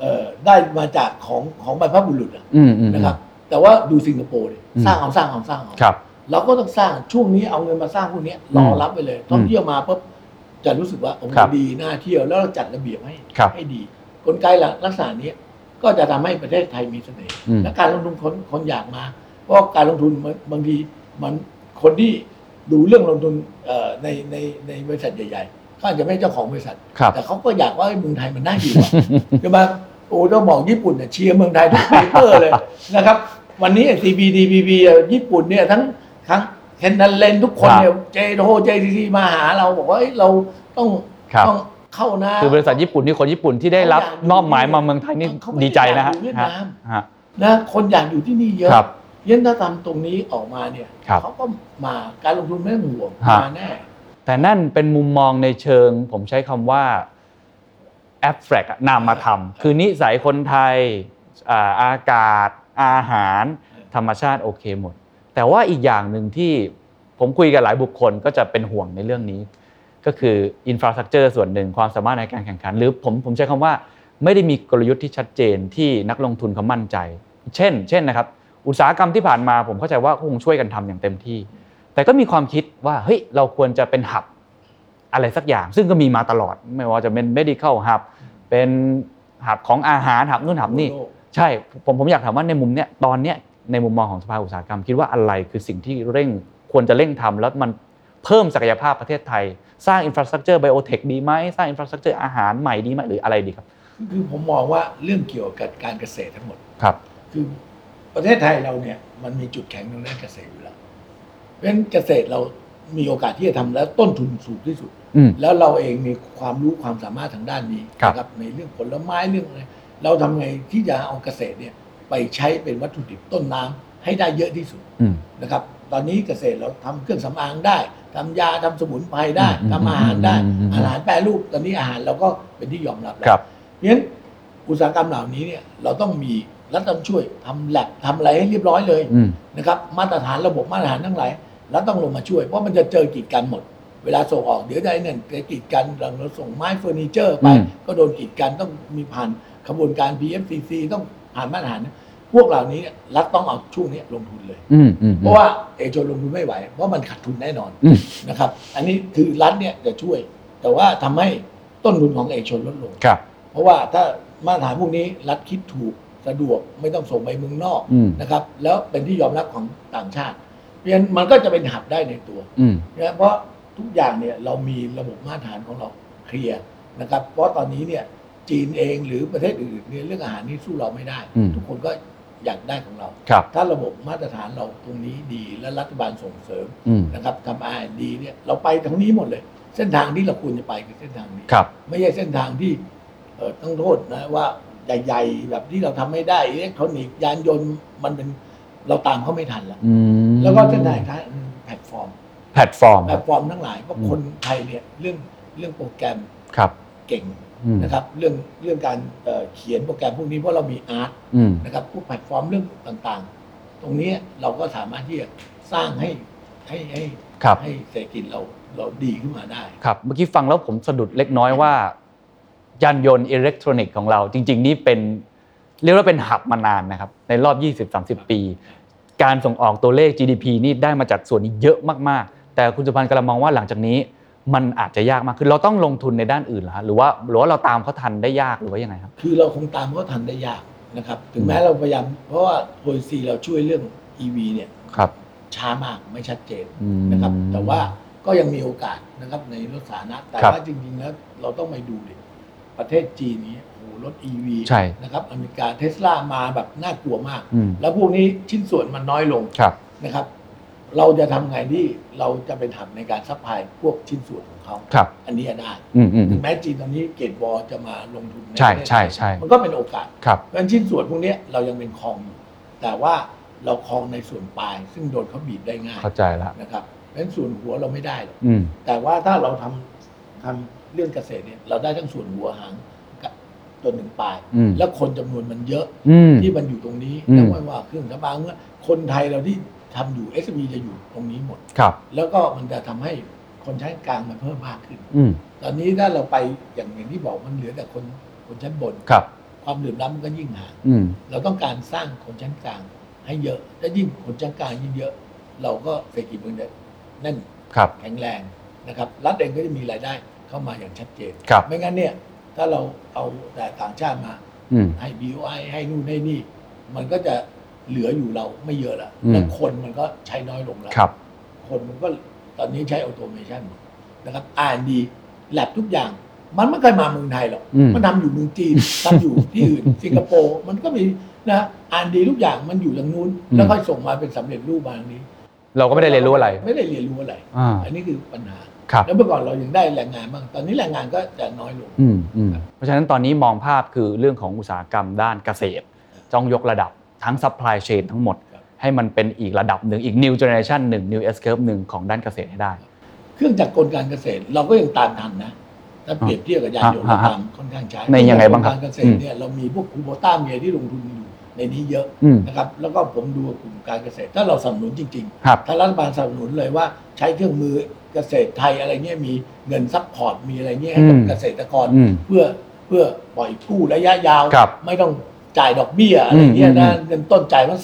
Speaker 3: เอ่อได้มาจากของของบรรพบุรุษอะ
Speaker 2: อืมอืม
Speaker 3: นะครับ แต่ว่าดูสิงคโปร์เนี่ย
Speaker 2: อืม
Speaker 3: สร้างเอาสร้างเอาสร้างเอา
Speaker 2: ครับ
Speaker 3: เราก็ต้องสร้างช่วงนี้เอาเงินมาสร้างพวกเนี้ยรอรับไปเลยท่องเที่ยวมาปุ๊บจะรู้สึกว่าโอ้โห
Speaker 2: ครับ
Speaker 3: ดีน่าเที่ยวแล้วเราจัดระเบียบให้
Speaker 2: ครับ
Speaker 3: ให้ดี กลไกหลักลักษณะนี้ก็จะทำให้ประเทศไทยมีเสน่ห์
Speaker 2: อืม
Speaker 3: และการลงทุนคนคนอยากมา เพราะการลงทุนมันบางทีมันคนที่ดูเรื่องลงทุนเอ่อในในในบริษัทใหญ่ๆเขาอาจจะไม่ใช่เจ้าของบริษัท
Speaker 2: ครับ
Speaker 3: แต่เขาก็อยากว่าเอ้ยเมืองไทยมันน่า อยู่อะ ใช่ไหมโอ้ต้องบอกญี่ปุ่นเนี่ยเชียร์เมืองไทยทุกเปเปอร์เลยนะครับ วันนี้ CPTPP ญี่ปุ่นเนี่ยทั้งทั้งเคนดันเลนทุกคนเนี่ยเจโทเจทีซีมาหาเราบอกว่าเอ้ยเราต้อง
Speaker 2: ครับ
Speaker 3: ต้องเข้านะ
Speaker 2: คือบริษัทญี่ปุ่นนี่คนญี่ปุ่นที่ได้รับมอบหมายมาเมืองไทยนี่
Speaker 3: เขาไม่ไ
Speaker 2: ดีใจนะฮะ
Speaker 3: อยากอยู่เวียด
Speaker 2: ฮะ
Speaker 3: นาม
Speaker 2: ฮะ
Speaker 3: นะคนอยากอยู่ที่นี่เยอะ
Speaker 2: ครับ
Speaker 3: ยันถ้าทำตรงนี้ออกมาเนี่ย
Speaker 2: ครับ
Speaker 3: เขาก็มาการลงทุนไม่ต้องห่วง
Speaker 2: ฮะ
Speaker 3: มาแน่
Speaker 2: แต่นั่นเป็นมุมมองในเชิง ผมใช้คำว่า abstract อะนามธรรม คือนิสัยคนไทยอ่าอากาศ อาหาร ธรรมชาติโอเคหมด แต่ว่าอีกอย่างหนึ่งที่ผมคุยกับหลายบุคคลก็จะเป็นห่วงในเรื่องนี้ ก็คืออินฟราสตรักเจอร์ส่วนหนึ่งความสามารถในการแข่งขัน หรือผมผมใช้คำว่า ไม่ได้มีกลยุทธ์ที่ชัดเจนที่นักลงทุนเขามั่นใจ เช่น เช่นนะครับ อุตสาหกรรมที่ผ่านมาผมเข้าใจว่าคงช่วยกันทำอย่างเต็มที่ แต่ก็มีความคิดว่าเฮ้ยเราควรจะเป็นหับอะไรสักอย่าง ซึ่งก็มีมาตลอด ไม่ว่าจะเป็น medical hub เป็นหับของอาหารหับนู่นหับนี่ ใช่ผมผมอยากถามว่าในมุมเนี้ยตอนเนี้ยในมุมมองของสภาอุตสาหกรรม คิดว่าอะไรคือสิ่งที่เร่งควรจะเร่งทำแล้วมันเพิ่มศักยภาพประเทศไทย สร้างอินฟราสตรักเจอร์ไบโอเทคดีไหมสร้างอินฟราสตรักเจอร์อาหารใหม่ดีไหมหรืออะไรดีครับ
Speaker 3: คือผมมองว่าเรื่องเกี่ยวกับการเกษตรทั้งหมด
Speaker 2: ครับ
Speaker 3: คือประเทศไทยเราเนี่ยมันมีจุดแข็งทางด้านเกษตรอยู่แล้ว เพราะฉะนั้นเกษตรเรามีโอกาสที่จะทำแล้วต้นทุนสูงที่สุด
Speaker 2: อืม
Speaker 3: แล้วเราเองมีความรู้ความสามารถทางด้านนี้
Speaker 2: ครับ
Speaker 3: นะครับในเรื่องผลไม้เรื่องอะไรเราทำไงที่จะเอาเกษตรเนี่ยไปใช้เป็นวัตถุดิบต้นน้ำให้ได้เยอะที่สุด
Speaker 2: อืม
Speaker 3: นะครับ ตอนนี้เกษตรเราทำเครื่องสำอางได้ทำยาทำสมุนไพรได้
Speaker 2: อืม
Speaker 3: ทำอาหารได้
Speaker 2: อืมอืมอืม
Speaker 3: อาหารแปรรูปตอนนี้อาหารเราก็เป็นที่ยอมรับแล้ว
Speaker 2: ครับ
Speaker 3: เพราะฉะนั้นอุตสาหกรรมเหล่านี้เนี่ยเราต้องมีรัฐต้องช่วยทำแลบทำอะไรให้เรียบร้อยเลย
Speaker 2: อืม
Speaker 3: นะครับมาตรฐานระบบมาตรฐานทั้งหลายรัฐต้องลงมาช่วย เพราะมันจะเจอกีดกันหมด เวลาส่งออกเดี๋ยวจะได้เนี่ยจะกีดกันเราส่งไม้เฟอร์นิเจอร์ไป
Speaker 2: อืม
Speaker 3: ก็โดนกีดกันต้องมีผ่านขบวนการ PFCC ต้องผ่านมาตรฐาน พวกเหล่านี้เนี่ยรัฐต้องเอาช่วงเนี้ยลงทุนเลย
Speaker 2: อืมอืม
Speaker 3: เพราะว่าเอกชนลงทุนไม่ไหว เพราะมันขาดทุนแน่นอน
Speaker 2: อืม
Speaker 3: นะครับ อันนี้คือรัฐเนี่ยจะช่วย แต่ว่าทำให้ต้นทุนของเอกชนลดลง
Speaker 2: ครับ
Speaker 3: เพราะว่าถ้ามาตรฐานพวกนี้รัฐคิดถูกสะดวกไม่ต้องส่งไปเมืองนอก
Speaker 2: อืม
Speaker 3: นะครับ แล้วเป็นที่ยอมรับของต่างชาติ เพราะฉะนั้นมันก็จะเป็นหับได้ในตัว
Speaker 2: อืม
Speaker 3: นะเพราะทุกอย่างเนี่ยเรามีระบบมาตรฐานของเราเคลียร์นะครับ เพราะตอนนี้เนี่ยจีนเองหรือประเทศอื่นเนี่ยเรื่องอาหารนี่สู้เราไม่ได้
Speaker 2: อืม
Speaker 3: ทุกคนก็อยากได้ของเรา
Speaker 2: ครับ
Speaker 3: ถ้าระบบมาตรฐานเราตรงนี้ดีและรัฐบาลส่งเสริม
Speaker 2: อืม
Speaker 3: นะครับทำ R&D เนี่ยเราไปทางนี้หมดเลย เส้นทางที่เราควรจะไปคือเส้นทางนี้
Speaker 2: ครับ
Speaker 3: ไม่ใช่เส้นทางที่เอ่อต้องโทษนะว่าใหญ่ๆแบบที่เราทำไม่ได้อิเล็กทรอนิกส์ยานยนต์มันเป็นเราตามเขาไม่ทันแล้ว
Speaker 2: อืม
Speaker 3: แล้วก็เส้นทางท้ายแพลตฟอร์ม
Speaker 2: แพลตฟอร์ม
Speaker 3: แพลตฟอร์มทั้งหลายเพราะคนไทยเนี่ยเรื่องเรื่องโปรแกรม
Speaker 2: ครับ
Speaker 3: เก่ง
Speaker 2: อืม
Speaker 3: นะครับ เรื่องเรื่องการเอ่อเขียนโปรแกรมพวกนี้เพราะเรามีอาร์ต
Speaker 2: อืม
Speaker 3: นะครับพวกแพลตฟอร์มเรื่องต่างๆ ตรงนี้เราก็สามารถที่จะสร้างให้ให้ให้
Speaker 2: ครับ
Speaker 3: ให้เศรษฐกิจเราเราดีขึ้นมาได้
Speaker 2: ครับเมื่อกี้ฟังแล้วผมสะดุดเล็กน้อยว่า ยานยนต์อิเล็กทรอนิกส์ของเราจริง ๆ นี่เป็น เรียกว่าเป็นหับมานานนะครับ ในรอบ 20-30 ปี การส่งออกตัวเลข GDP นี่ได้มาจากส่วนนี้เยอะมากๆ แต่คุณสุพันธ์กำลังมองว่าหลังจากนี้ มันอาจจะยากมากคือเราต้องลงทุนในด้านอื่นเหรอฮะหรือว่าหรือว่าเราตามเขาทันได้ยากหรือว่ายังไงครับ
Speaker 3: คือเราคงตามเขาทันได้ยากนะครับ ถึงแม้
Speaker 2: อืม
Speaker 3: เราพยายาม เพราะว่าโอซีเราช่วยเรื่อง EV เนี่ย
Speaker 2: ครับ
Speaker 3: ช้ามากไม่ชัดเจน
Speaker 2: อืม
Speaker 3: นะครับ แต่ว่าก็ยังมีโอกาสนะครับในรถสาธารณะแต่
Speaker 2: ครับ
Speaker 3: ว่าจริงๆแล้วเราต้องไปดูเลยประเทศจีนนี้โอ้โหรถ EV
Speaker 2: ใช่
Speaker 3: นะครับอเมริกาเทสลามาแบบน่ากลัวมาก
Speaker 2: อืม
Speaker 3: แล้วพวกนี้ชิ้นส่วนมันน้อยลง
Speaker 2: ครับ
Speaker 3: นะครับ เราจะทำไงที่เราจะเป็นหับในการซัพพลายพวกชิ้นส่วนของเขา
Speaker 2: ครับ
Speaker 3: อันนี้ได้
Speaker 2: อืมอืมอื
Speaker 3: ถึ
Speaker 2: ม
Speaker 3: งแม้จีนตอนนี้เกตบอลจะมาลงทุนน
Speaker 2: ใช่
Speaker 3: ประเทศ
Speaker 2: ใช่ใช่
Speaker 3: มันก็เป็นโอกาส
Speaker 2: ครับ
Speaker 3: เพราะฉะนั้นชิ้นส่วนพวกเนี้ยเรายังเป็นคลองอยู่แต่ว่าเราคลองในส่วนปลาย ซึ่งโดนเขาบีบได้ง่าย
Speaker 2: เข้าใจละ
Speaker 3: นะครับเพราะฉะนั้นส่วนหัวเราไม่ได้หรอก
Speaker 2: อืม
Speaker 3: แต่ว่าถ้าเราทำทำเรื่องเกษตรเนี่ยเราได้ทั้งส่วนหัวหางกับจนถึงปลาย
Speaker 2: อืม
Speaker 3: แล้วคนจำนวนมันเยอะ
Speaker 2: อืม
Speaker 3: ที่มันอยู่ตรงนี้
Speaker 2: อืม
Speaker 3: แล้วไม่ว่าเครื่องสำอางเมื่อคนไทยเราที่ทำอยู่ SME จะอยู่ตรงนี้หมด
Speaker 2: ครับ
Speaker 3: แล้วก็มันจะทำให้คนใช้กลางมันเพิ่มมากขึ้น
Speaker 2: อืม
Speaker 3: ตอนนี้ถ้าเราไปอย่างอย่างที่บอกมันเหลือแต่คนคนชั้นบน
Speaker 2: ครับ
Speaker 3: ความเหลื่อมล้ำมันก็ยิ่งห่าง
Speaker 2: อืม
Speaker 3: เราต้องการสร้างคนชั้นกลางให้เยอะและยิ่งคนชั้นกลางยิ่งเยอะ เราก็เศรษฐกิจมันจะแน่น
Speaker 2: ครับ
Speaker 3: แข็งแรงนะครับรัฐเองก็จะมีรายได้เข้ามาอย่างชัดเจน
Speaker 2: ครับ
Speaker 3: ไม่งั้นเนี่ยถ้าเราเอาแต่ต่างชาติมา
Speaker 2: อืม
Speaker 3: ให้ BOI ให้นู่นให้นี่ มันก็จะเหลืออยู่เราไม่เยอะละ
Speaker 2: อืม
Speaker 3: แล้วคนมันก็ใช้น้อยลงแล้ว
Speaker 2: ครับ
Speaker 3: คนมันก็ตอนนี้ใช้ออโตเมชันหมดนะครับ R&D แลบทุกอย่าง มันไม่เคยมาเมืองไทยหรอก
Speaker 2: อืม
Speaker 3: มันทำอยู่เมืองจี น ทำอยู่ที่อื่น สิงคโปร์มันก็มีนะอ่านดีทุกอย่างมันอยู่ทางนู้น
Speaker 2: อืม
Speaker 3: แล้วค่อยส่งมาเป็นสำเร็จรูปมาทางนี้
Speaker 2: เราก็ไม่ได้เรียนรู้อะไร
Speaker 3: ไม่ได้เรียนรู้อะไร
Speaker 2: อ่า
Speaker 3: อันนี้คือปัญหา
Speaker 2: ครับ
Speaker 3: แล้วเมื่อก่อนเรายังได้แรงงานบ้าง ตอนนี้แรงงานก็จะน้อยลง
Speaker 2: อืมอืมเพราะฉะนั้นตอนนี้มองภาพคือเรื่องของอุตสาหกรรมด้านเกษตรต้องยกระดับทั้งซัพพลายเชนทั้งหมด
Speaker 3: ครับ
Speaker 2: ให้มันเป็นอีกระดับหนึ่งอีก new generation หนึ่ง new S curve หนึ่งของด้านเกษตรให้ได้
Speaker 3: เครื่องจักรกลการเกษตรเราก็ยังตามทันนะถ้าเปรียบเทียบกับยานยนต์
Speaker 2: อ่า
Speaker 3: เรา
Speaker 2: ฮะ
Speaker 3: ตามค่อนข้างช้า
Speaker 2: ในยังไงบ้างครับ
Speaker 3: เอจักกลกเกษตรเนี่ยเรามีพวกคูโบต้าเมียที่ลงทุนอยู่ในนี้เยอะ
Speaker 2: อืม
Speaker 3: นะครับแล้วก็ผมดูกลุ่มการเกษตร ถ้าเราสนับสนุนจริง
Speaker 2: ครับ
Speaker 3: ๆถ้ารัฐบาลสนับสนุนเลยว่าใช้เครื่องมือเกษตรไทยอะไรเงี้ยมีเงินซัพพอร์ตมีอะไรเงี้ยให้กับ
Speaker 2: อืม
Speaker 3: เกษตรกร
Speaker 2: อืม
Speaker 3: เพื่อเพื่อปล่อยกู้ระยะยาว
Speaker 2: ครับ
Speaker 3: ไม่ต้องจ่ายดอกเบี้ยอะไรเงี้ยนะเงินต้นจ่ายมัน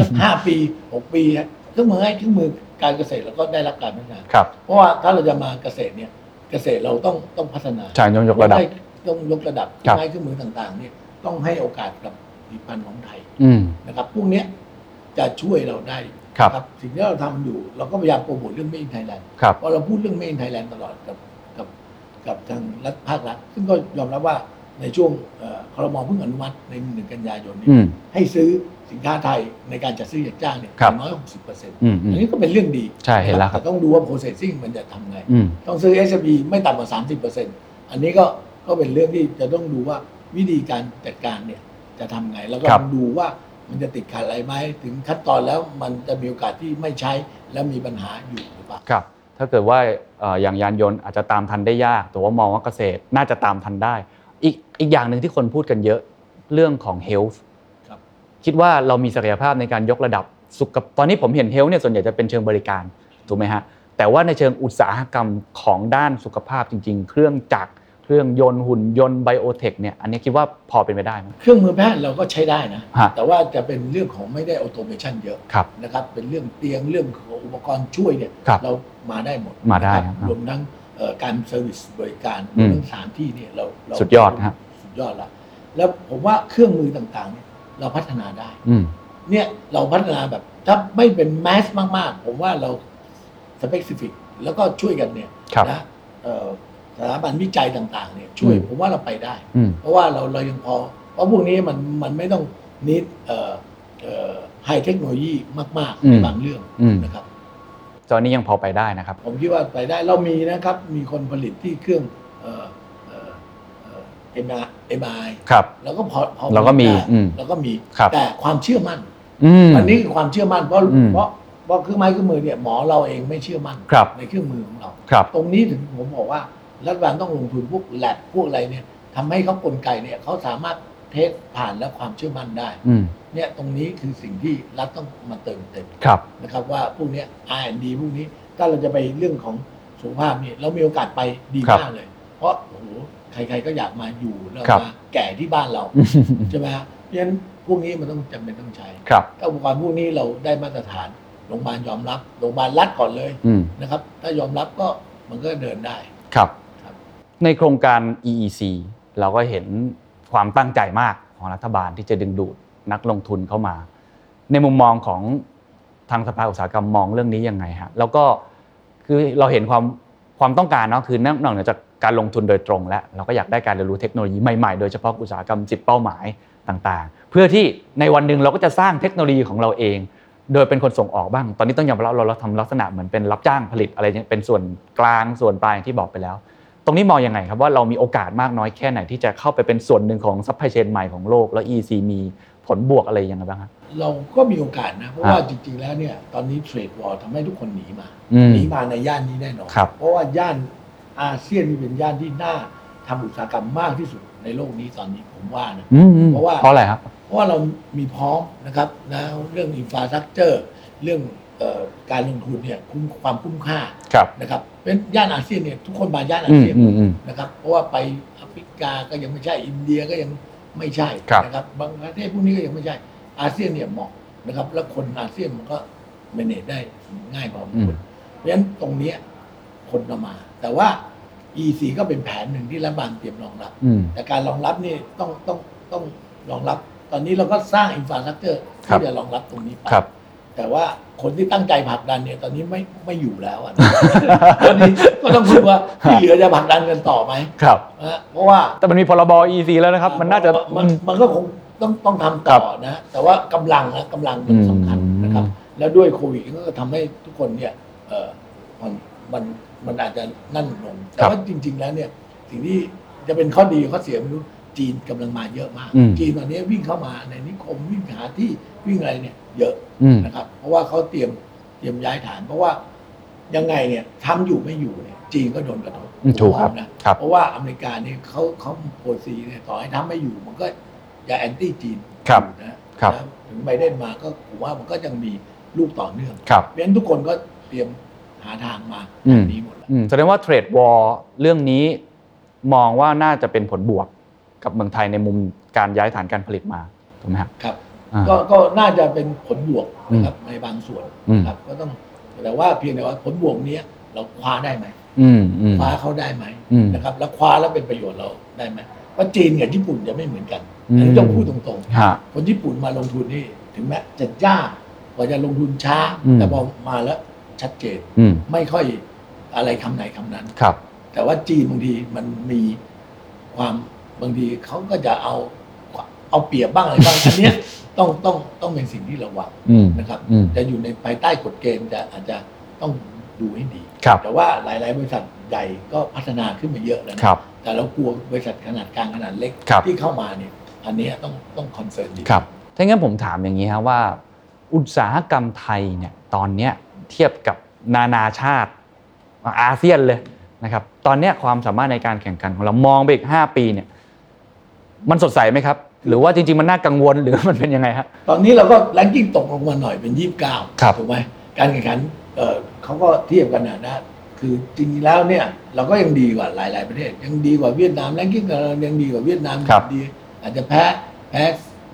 Speaker 3: สัก ห้าปีหกปีนะเครื่องมือให้เครื่องมือการเกษตรเราก็ได้รับการพัฒนา
Speaker 2: ครับ
Speaker 3: เพราะว่าถ้าเราจะมาเกษตรเนี่ยเกษตรเราต้องต้องพัฒนา
Speaker 2: ใช่ต้องยกระดับ
Speaker 3: ได้ต้องยกระดับ
Speaker 2: ครับ
Speaker 3: ไม้เครื่องมือต่างๆเนี่ยต้องให้โอกาสกับผลิตภัณฑ์ของไทย
Speaker 2: อืม
Speaker 3: นะครับพวกเนี้ยจะช่วยเราได้
Speaker 2: ครับ
Speaker 3: ครับสิ่งที่เราทำอยู่เราก็พยายามโปรโมทเรื่อง Made in Thailand
Speaker 2: ครับ
Speaker 3: เพราะเราพูดเรื่องเมนไทยแลนด์ตลอดกับกับกับทางรัฐภาครัฐ ซึ่งก็ยอมรับว่าในช่วงเอ่อคอรมอเพิ่งอนุมัติในหนึ่งกันยายนนี้
Speaker 2: อืม
Speaker 3: ให้ซื้อสินค้าไทยในการจัดซื้อจัดจ้างเนี่ย
Speaker 2: ครับ
Speaker 3: อย่างน้อยหกสิบเปอร์เซ็นต์
Speaker 2: อืมอืม
Speaker 3: อันนี้ก็เป็นเรื่องดี
Speaker 2: ใช่เห็นแล้วครับ
Speaker 3: แต่ต้องดูว่า processing มันจะทำไง
Speaker 2: อืม
Speaker 3: ต้องซื้อ s อ b ไม่ต่ำกว่า 30%อันนี้ก็ก็เป็นเรื่องที่จะต้องดูว่าวิธีการจัดการเนี่ยจะทำไง แล้วก็
Speaker 2: ครับ
Speaker 3: ดูว่า มันจะติดขัดอะไรไหมถึงขั้นตอนแล้วมันจะมีโอกาสที่ไม่ใช้แล้วมีปัญหาอยู่หรือเปล่า
Speaker 2: ครับ ถ้าเกิดว่าเอ่ออย่างยานยนต์อาจจะตามทันได้ยาก แต่ว่ามองว่าเกษตรน่าจะตามทันได้ อีกอีกอย่างหนึ่งที่คนพูดกันเยอะเรื่องของ health
Speaker 3: ครับ
Speaker 2: คิดว่าเรามีศักยภาพในการยกระดับสุขภาพตอนนี้ผมเห็น health เนี่ยส่วนใหญ่จะเป็นเชิงบริการ ถูกไหมฮะ แต่ว่าในเชิงอุตสาหกรรมของด้านสุขภาพจริง ๆ เครื่องจักรเครื่องยนต์หุ่นยนต์ไบโอเทคเนี่ยอันนี้คิดว่าพอเป็นไปได้ไหม
Speaker 3: เครื่องมือแพทย์เราก็ใช้ได้นะ
Speaker 2: ฮะ
Speaker 3: แต่ว่าจะเป็นเรื่องของไม่ได้ออโตเมชันเยอะ
Speaker 2: ครับ
Speaker 3: นะครับ เป็นเรื่องเตียงเรื่องของอุปกรณ์ช่วยเนี่ย
Speaker 2: ครับ
Speaker 3: เรามาได้หมด
Speaker 2: มาได้
Speaker 3: นะครับรวมทั้งเอ่อการเซอร์วิสบริการ
Speaker 2: อืม
Speaker 3: ทั้งสถานที่เนี่ยเราเรา
Speaker 2: สุดยอดฮะ
Speaker 3: สุดยอดละแล้วผมว่าเครื่องมือต่างๆเนี่ยเราพัฒนาได้
Speaker 2: อืม
Speaker 3: เนี่ยเราพัฒนาแบบถ้าไม่เป็นแมสมาก ๆ ผมว่าเราสเปกซิฟิกแล้วก็ช่วยกันเนี่ย
Speaker 2: ครับ
Speaker 3: นะเอ่อสถาบันวิจัยต่างๆเนี่ยช่วย
Speaker 2: อืม
Speaker 3: ผมว่าเราไปได้
Speaker 2: อืม
Speaker 3: เพราะว่าเราเรายังพอ เพราะพวกนี้มันมันไม่ต้องนิดไฮเทคโนโลยีมาก
Speaker 2: อื
Speaker 3: ๆ ใน
Speaker 2: ม
Speaker 3: บางเรื่อง
Speaker 2: อืม
Speaker 3: นะครับ
Speaker 2: ตอนนี้ยังพอไปได้นะครับ
Speaker 3: ผมคิดว่าไปได้เรามีนะครับ มีคนผลิตที่เครื่องเอ่อเอ่อเอ็มอาร์เอ็มไอ
Speaker 2: ครับ
Speaker 3: เราก็พอพอ
Speaker 2: เราก็มี
Speaker 3: ได้
Speaker 2: อืม
Speaker 3: เราก็มี
Speaker 2: ครับ
Speaker 3: แต่ความเชื่อมั่น
Speaker 2: อืม
Speaker 3: อันนี้คือความเชื่อมั่นเพราะ
Speaker 2: อืม
Speaker 3: เพราะเพราะเครื่องไม้เครื่องมือเนี่ยหมอเราเองไม่เชื่อมั่น
Speaker 2: ครับ
Speaker 3: ในเครื่องมือของเรา
Speaker 2: ครับ
Speaker 3: ตรงนี้ถึงผมบอกว่ารัฐบาลต้องลงทุนพวกแลบพวกอะไรเนี่ยทำให้เขากลไกเนี่ยเขาสามารถเทสผ่านและความเชื่อมั่นได้
Speaker 2: อืม
Speaker 3: เนี่ยตรงนี้คือสิ่งที่รัฐต้องมาเติมเต็ม
Speaker 2: ครับ
Speaker 3: นะครับว่าพวกเนี้ย R&D พวกนี้ถ้าเราจะไปเรื่องของสุขภาพเนี่ยเรามีโอกาสไปดี
Speaker 2: ครับ
Speaker 3: มากเลย เพราะโอ้โหใครๆก็อยากมาอยู่แล้ว
Speaker 2: ครับ
Speaker 3: มาแก่ที่บ้าน เราใช่ไหมฮะเพราะฉะนั้นพวกนี้มันต้องจำเป็นต้องใช้
Speaker 2: ครับ
Speaker 3: ถ้าอุปกรณ์พวกนี้เราได้มาตรฐานโรงพยาบาลยอมรับโรงพยาบาลรัฐก่อนเลย
Speaker 2: อืม
Speaker 3: นะครับ ถ้ายอมรับก็มันก็เดินได้
Speaker 2: ครับ
Speaker 3: ครับ
Speaker 2: ในโครงการ EEC เราก็เห็นความตั้งใจมากของรัฐบาลที่จะดึงดูดนักลงทุนเข้ามา ในมุมมองของทางสภาอุตสาหกรรมมองเรื่องนี้ยังไงฮะ แล้วก็คือเราเห็นความความต้องการเนาะคือนอกนอกเหนือจากการลงทุนโดยตรงแล้ว เราก็อยากได้การเรียนรู้เทคโนโลยีใหม่ๆ โดยเฉพาะอุตสาหกรรม 10 เป้าหมายต่างๆ เพื่อที่ในวันหนึ่งเราก็จะสร้างเทคโนโลยีของเราเอง โดยเป็นคนส่งออกบ้าง ตอนนี้ต้องยอมรับเราเราทำลักษณะเหมือนเป็นรับจ้างผลิตอะไรเนี่ยเป็นส่วนกลางส่วนปลายอย่างที่บอกไปแล้ว ตรงนี้มองยังไงครับว่าเรามีโอกาสมากน้อยแค่ไหนที่จะเข้าไปเป็นส่วนหนึ่งของซัพพลายเชนใหม่ของโลก แล้ว EC มีผลบวกอะไรยังไงบ้างครับ
Speaker 3: เราก็มีโอกาสนะ เพราะ
Speaker 2: ครับ
Speaker 3: ว่าจริง ๆ แล้วเนี่ยตอนนี้เทรดวอร์ทำให้ทุกคนหนีมา
Speaker 2: อืม
Speaker 3: หนีมาในย่านนี้แน่นอน
Speaker 2: ครับ
Speaker 3: เพราะว่าย่านอาเซียนนี่เป็นย่านที่น่าทำอุตสาหกรรมมากที่สุดในโลกนี้ตอนนี้ผมว่านะ
Speaker 2: อืมอืม
Speaker 3: เพราะว่า
Speaker 2: เพราะอะไรครับ
Speaker 3: เพราะว่าเรามีพร้อมนะครับนะเรื่องอินฟาสตรักเจอร์เรื่องเอ่อการลงทุนเนี่ยคุ้มความคุ้มค่า
Speaker 2: ครับ
Speaker 3: นะครับเป็นย่านอาเซียนเนี่ยทุกคนมาย่านอา
Speaker 2: อืม
Speaker 3: เซียน
Speaker 2: อืมอืม
Speaker 3: นะครับเพราะว่าไปแอฟริกาก็ยังไม่ใช่อินเดียก็ยังไม่ใช่
Speaker 2: ครับ
Speaker 3: นะครับบางประเทศพวกนี้ก็ยังไม่ใช่อาเซียนเนี่ยเหมาะนะครับแล้วคนอาเซียนมันก็เมเนจได้ง่ายพอสมคว
Speaker 2: อืม
Speaker 3: รเพราะฉะนั้นตรงเนี้ยคนเรามา แต่ว่า EC ก็เป็นแผนหนึ่งที่รัฐบาลเตรียมรองรับ
Speaker 2: อืม
Speaker 3: แต่การรองรับนี่ต้องต้องต้องรองรับ ตอนนี้เราก็สร้างอินฟาสตรักเจอร์
Speaker 2: ครับ
Speaker 3: ที่จะรองรับตรงนี้ไป
Speaker 2: ครับ
Speaker 3: แต่ว่าคนที่ตั้งใจผลักดันเนี่ยตอนนี้ไม่ไม่อยู่แล้วอะ ตอนนี้ก็ต้องพูดว่าที่เหลือจะผลักดันกันต่อไหม
Speaker 2: ครับ
Speaker 3: นะฮะเพราะว่า
Speaker 2: แต่มันมีพรบ EC แล้วนะครับ มันน่าจะ
Speaker 3: มันมันก็คงต้องต้องทำต่อนะ แต่ว่ากำลังนะกำลังมันสำคัญ
Speaker 2: อืม
Speaker 3: นะครับ แล้วด้วยโควิดก็ทำให้ทุกคนเนี่ยเออมันมันมันอาจจะนั่นลง แต่ว่าจริง ๆ แล้วเนี่ยสิ่งที่จะเป็นข้อดีข้อเสียไม่รู้จีนกำลังมาเยอะมาก
Speaker 2: อืม
Speaker 3: จีนตอนนี้วิ่งเข้ามาในนิคมวิ่งหาที่วิ่งอะไรเนี่ยเยอะ
Speaker 2: อืม
Speaker 3: นะครับเพราะว่าเขาเตรียมเตรียมย้ายฐาน เพราะว่ายังไงเนี่ยทำอยู่ไม่อยู่เนี่ยจีนก็โดนกระทบ
Speaker 2: อืมถูกครับ
Speaker 3: นะครับ เพราะว่าอเมริกาเนี่ยเขาเขาโพสีเนี่ยต่อให้ทำไม่อยู่มันก็อย่าแอนตี้จีน
Speaker 2: ครับ
Speaker 3: อยู่นะครับ นะถึงไบเดนมาก็ผมว่ามันก็ยังมีลูกต่อเนื่อง
Speaker 2: ครับ
Speaker 3: เพราะฉะนั้นทุกคนก็เตรียมหาทางมา
Speaker 2: อืม
Speaker 3: แบบนี้หมดแล้ว
Speaker 2: อืมแสดงว่าเทรดวอลเรื่องนี้มองว่าน่าจะเป็นผลบวกกับเมืองไทยในมุมการย้ายฐานการผลิตมาถูกไหมครับ
Speaker 3: ครับ
Speaker 2: อ่า
Speaker 3: ก็ก็น่าจะเป็นผลบวกนะครับในบางส่วน
Speaker 2: อืม
Speaker 3: นะครับก็ต้องแต่ว่าเพียงแต่ว่าผลบวกเนี้ยเราคว้าได้ไหม
Speaker 2: อืมอืม
Speaker 3: คว้าเขาได้ไหม
Speaker 2: อืม
Speaker 3: นะครับแล้วคว้าแล้วเป็นประโยชน์เราได้ไหมว่าะจีนกับญี่ปุ่นจะไม่เหมือนกัน
Speaker 2: อืม
Speaker 3: อันนี้ต้องพูดตรง
Speaker 2: ฮะ
Speaker 3: ๆ คนญี่ปุ่นมาลงทุนนี่ถึงแม้จะยากกว่าจะลงทุนช้า
Speaker 2: อืม
Speaker 3: แต่พอมาแล้วชัดเจน
Speaker 2: อืม
Speaker 3: ไม่ค่อยอะไรคำไหนคำนั้น
Speaker 2: ครับ
Speaker 3: แต่ว่าจีนบางทีมันมีความบางทีเขาก็จะเอาเอาเปรียบบ้างอะไรบ้าง อันเนี้ยต้องต้องต้องเป็นสิ่งที่ระวัง
Speaker 2: อืม
Speaker 3: นะครับ
Speaker 2: อืม
Speaker 3: จะอยู่ในภายใต้กฎเกณฑ์จะอาจจะต้องดูให้ดี
Speaker 2: ครับ
Speaker 3: แต่ว่าหลาย ๆ บริษัทใหญ่ก็พัฒนาขึ้นมาเยอะแล้วนะ
Speaker 2: ครับ
Speaker 3: แต่เรากลัวบริษัทขนาดกลางขนาดเล็ก
Speaker 2: ครับ
Speaker 3: ที่เข้ามาเนี่ยอันเนี้ยต้องต้องคอนเซิร์นดี
Speaker 2: ครับ ถ้างั้นผมถามอย่างนี้ฮะว่า อุตสาหกรรมไทยเนี่ยตอนเนี้ยเทียบกับนานาชาติอาเซียนเลยนะครับ ตอนเนี้ยความสามารถในการแข่งขันของเรามองไปอีก 5 ปีเนี่ยมันสดใสไหมครับ หรือว่าจริง ๆ มันน่ากังวลหรือ มันเป็นยังไงฮะ
Speaker 3: ตอนนี้เราก็แรงกิ้งตกลงมาหน่อยเป็น
Speaker 2: ครับ
Speaker 3: 29ถูกไหมการแข่งขันเอ่อเขาก็เทียบกันนะนะ คือจริงๆแล้วเนี่ยเราก็ยังดีกว่าหลาย ๆ ประเทศ ยังดีกว่าเวียดนามแรงกิ้งเรายังดีกว่าเวียดนาม
Speaker 2: ครับ
Speaker 3: ดีอาจจะแพ้แพ้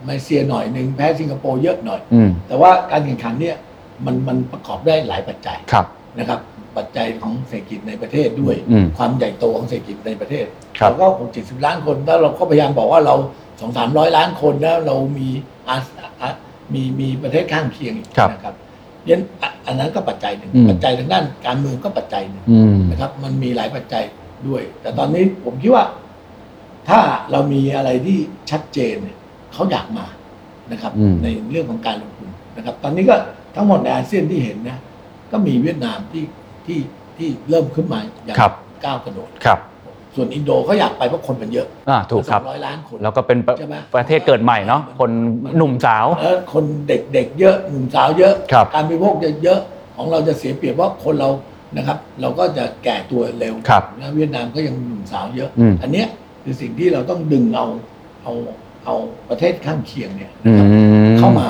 Speaker 3: มาเลเซียหน่อยหนึ่งแพ้สิงคโปร์เยอะหน่อย
Speaker 2: อืม
Speaker 3: แต่ว่าการแข่งขันเนี่ยมันมันประกอบได้หลายปัจจัย
Speaker 2: ครับ
Speaker 3: นะครับปัจจัยของเศรษฐกิจในประเทศด้วย
Speaker 2: อืม
Speaker 3: ความใหญ่โตของเศรษฐกิจในประเทศ
Speaker 2: ครับ
Speaker 3: เราก็หกเจ็ดสิบล้านคนแล้วเราก็พยายามบอกว่าเราสองสามร้อยล้านคนแล้วเรามีอาอามีมีประเทศข้างเคียงอีก
Speaker 2: ครับ
Speaker 3: นะครับยันอ่ะอันนั้นก็ปัจจัยหนึ่ง
Speaker 2: อืม
Speaker 3: ปัจจัยทางด้านการเมืองก็ปัจจัยหนึ่ง
Speaker 2: อืม
Speaker 3: นะครับ มันมีหลายปัจจัยด้วย แต่ตอนนี้ผมคิดว่า ถ้าเรามีอะไรที่ชัดเจนเนี่ยเขาอยากมานะครับ
Speaker 2: อืม
Speaker 3: ในเรื่องของการลงทุนนะครับ ตอนนี้ก็ทั้งหมดในอาเซียนที่เห็นนะ ก็มีเวียดนามที่ที่ที่เริ่มขึ้นมาอย่าง
Speaker 2: ครับ
Speaker 3: ก้าวกระโดด
Speaker 2: ครับ
Speaker 3: ส่วนอินโดเขาอยากไปเพราะคนมันเยอะ
Speaker 2: อ่าถูกครับ
Speaker 3: สองร้อยล้านคน
Speaker 2: แล้วก็เป็นประ
Speaker 3: ใช่ไหม
Speaker 2: ประเทศเกิดใหม่เนาะคนหนุ่มสาว
Speaker 3: เออคนเด็กเด็กเยอะหนุ่มสาวเยอะ
Speaker 2: ครับ
Speaker 3: การบริโภคเยอะๆของเราจะเสียเปรียบเพราะคนเรานะครับ เราก็จะแก่ตัวเร็ว
Speaker 2: ครับ
Speaker 3: นะเวียดนามก็ยังหนุ่มสาวเยอะ
Speaker 2: อืม
Speaker 3: อันเนี้ยคือสิ่งที่เราต้องดึงเอาเอาเอาประเทศข้างเคียงเนี่ย
Speaker 2: อื
Speaker 3: นะครับ
Speaker 2: ม
Speaker 3: เข้ามา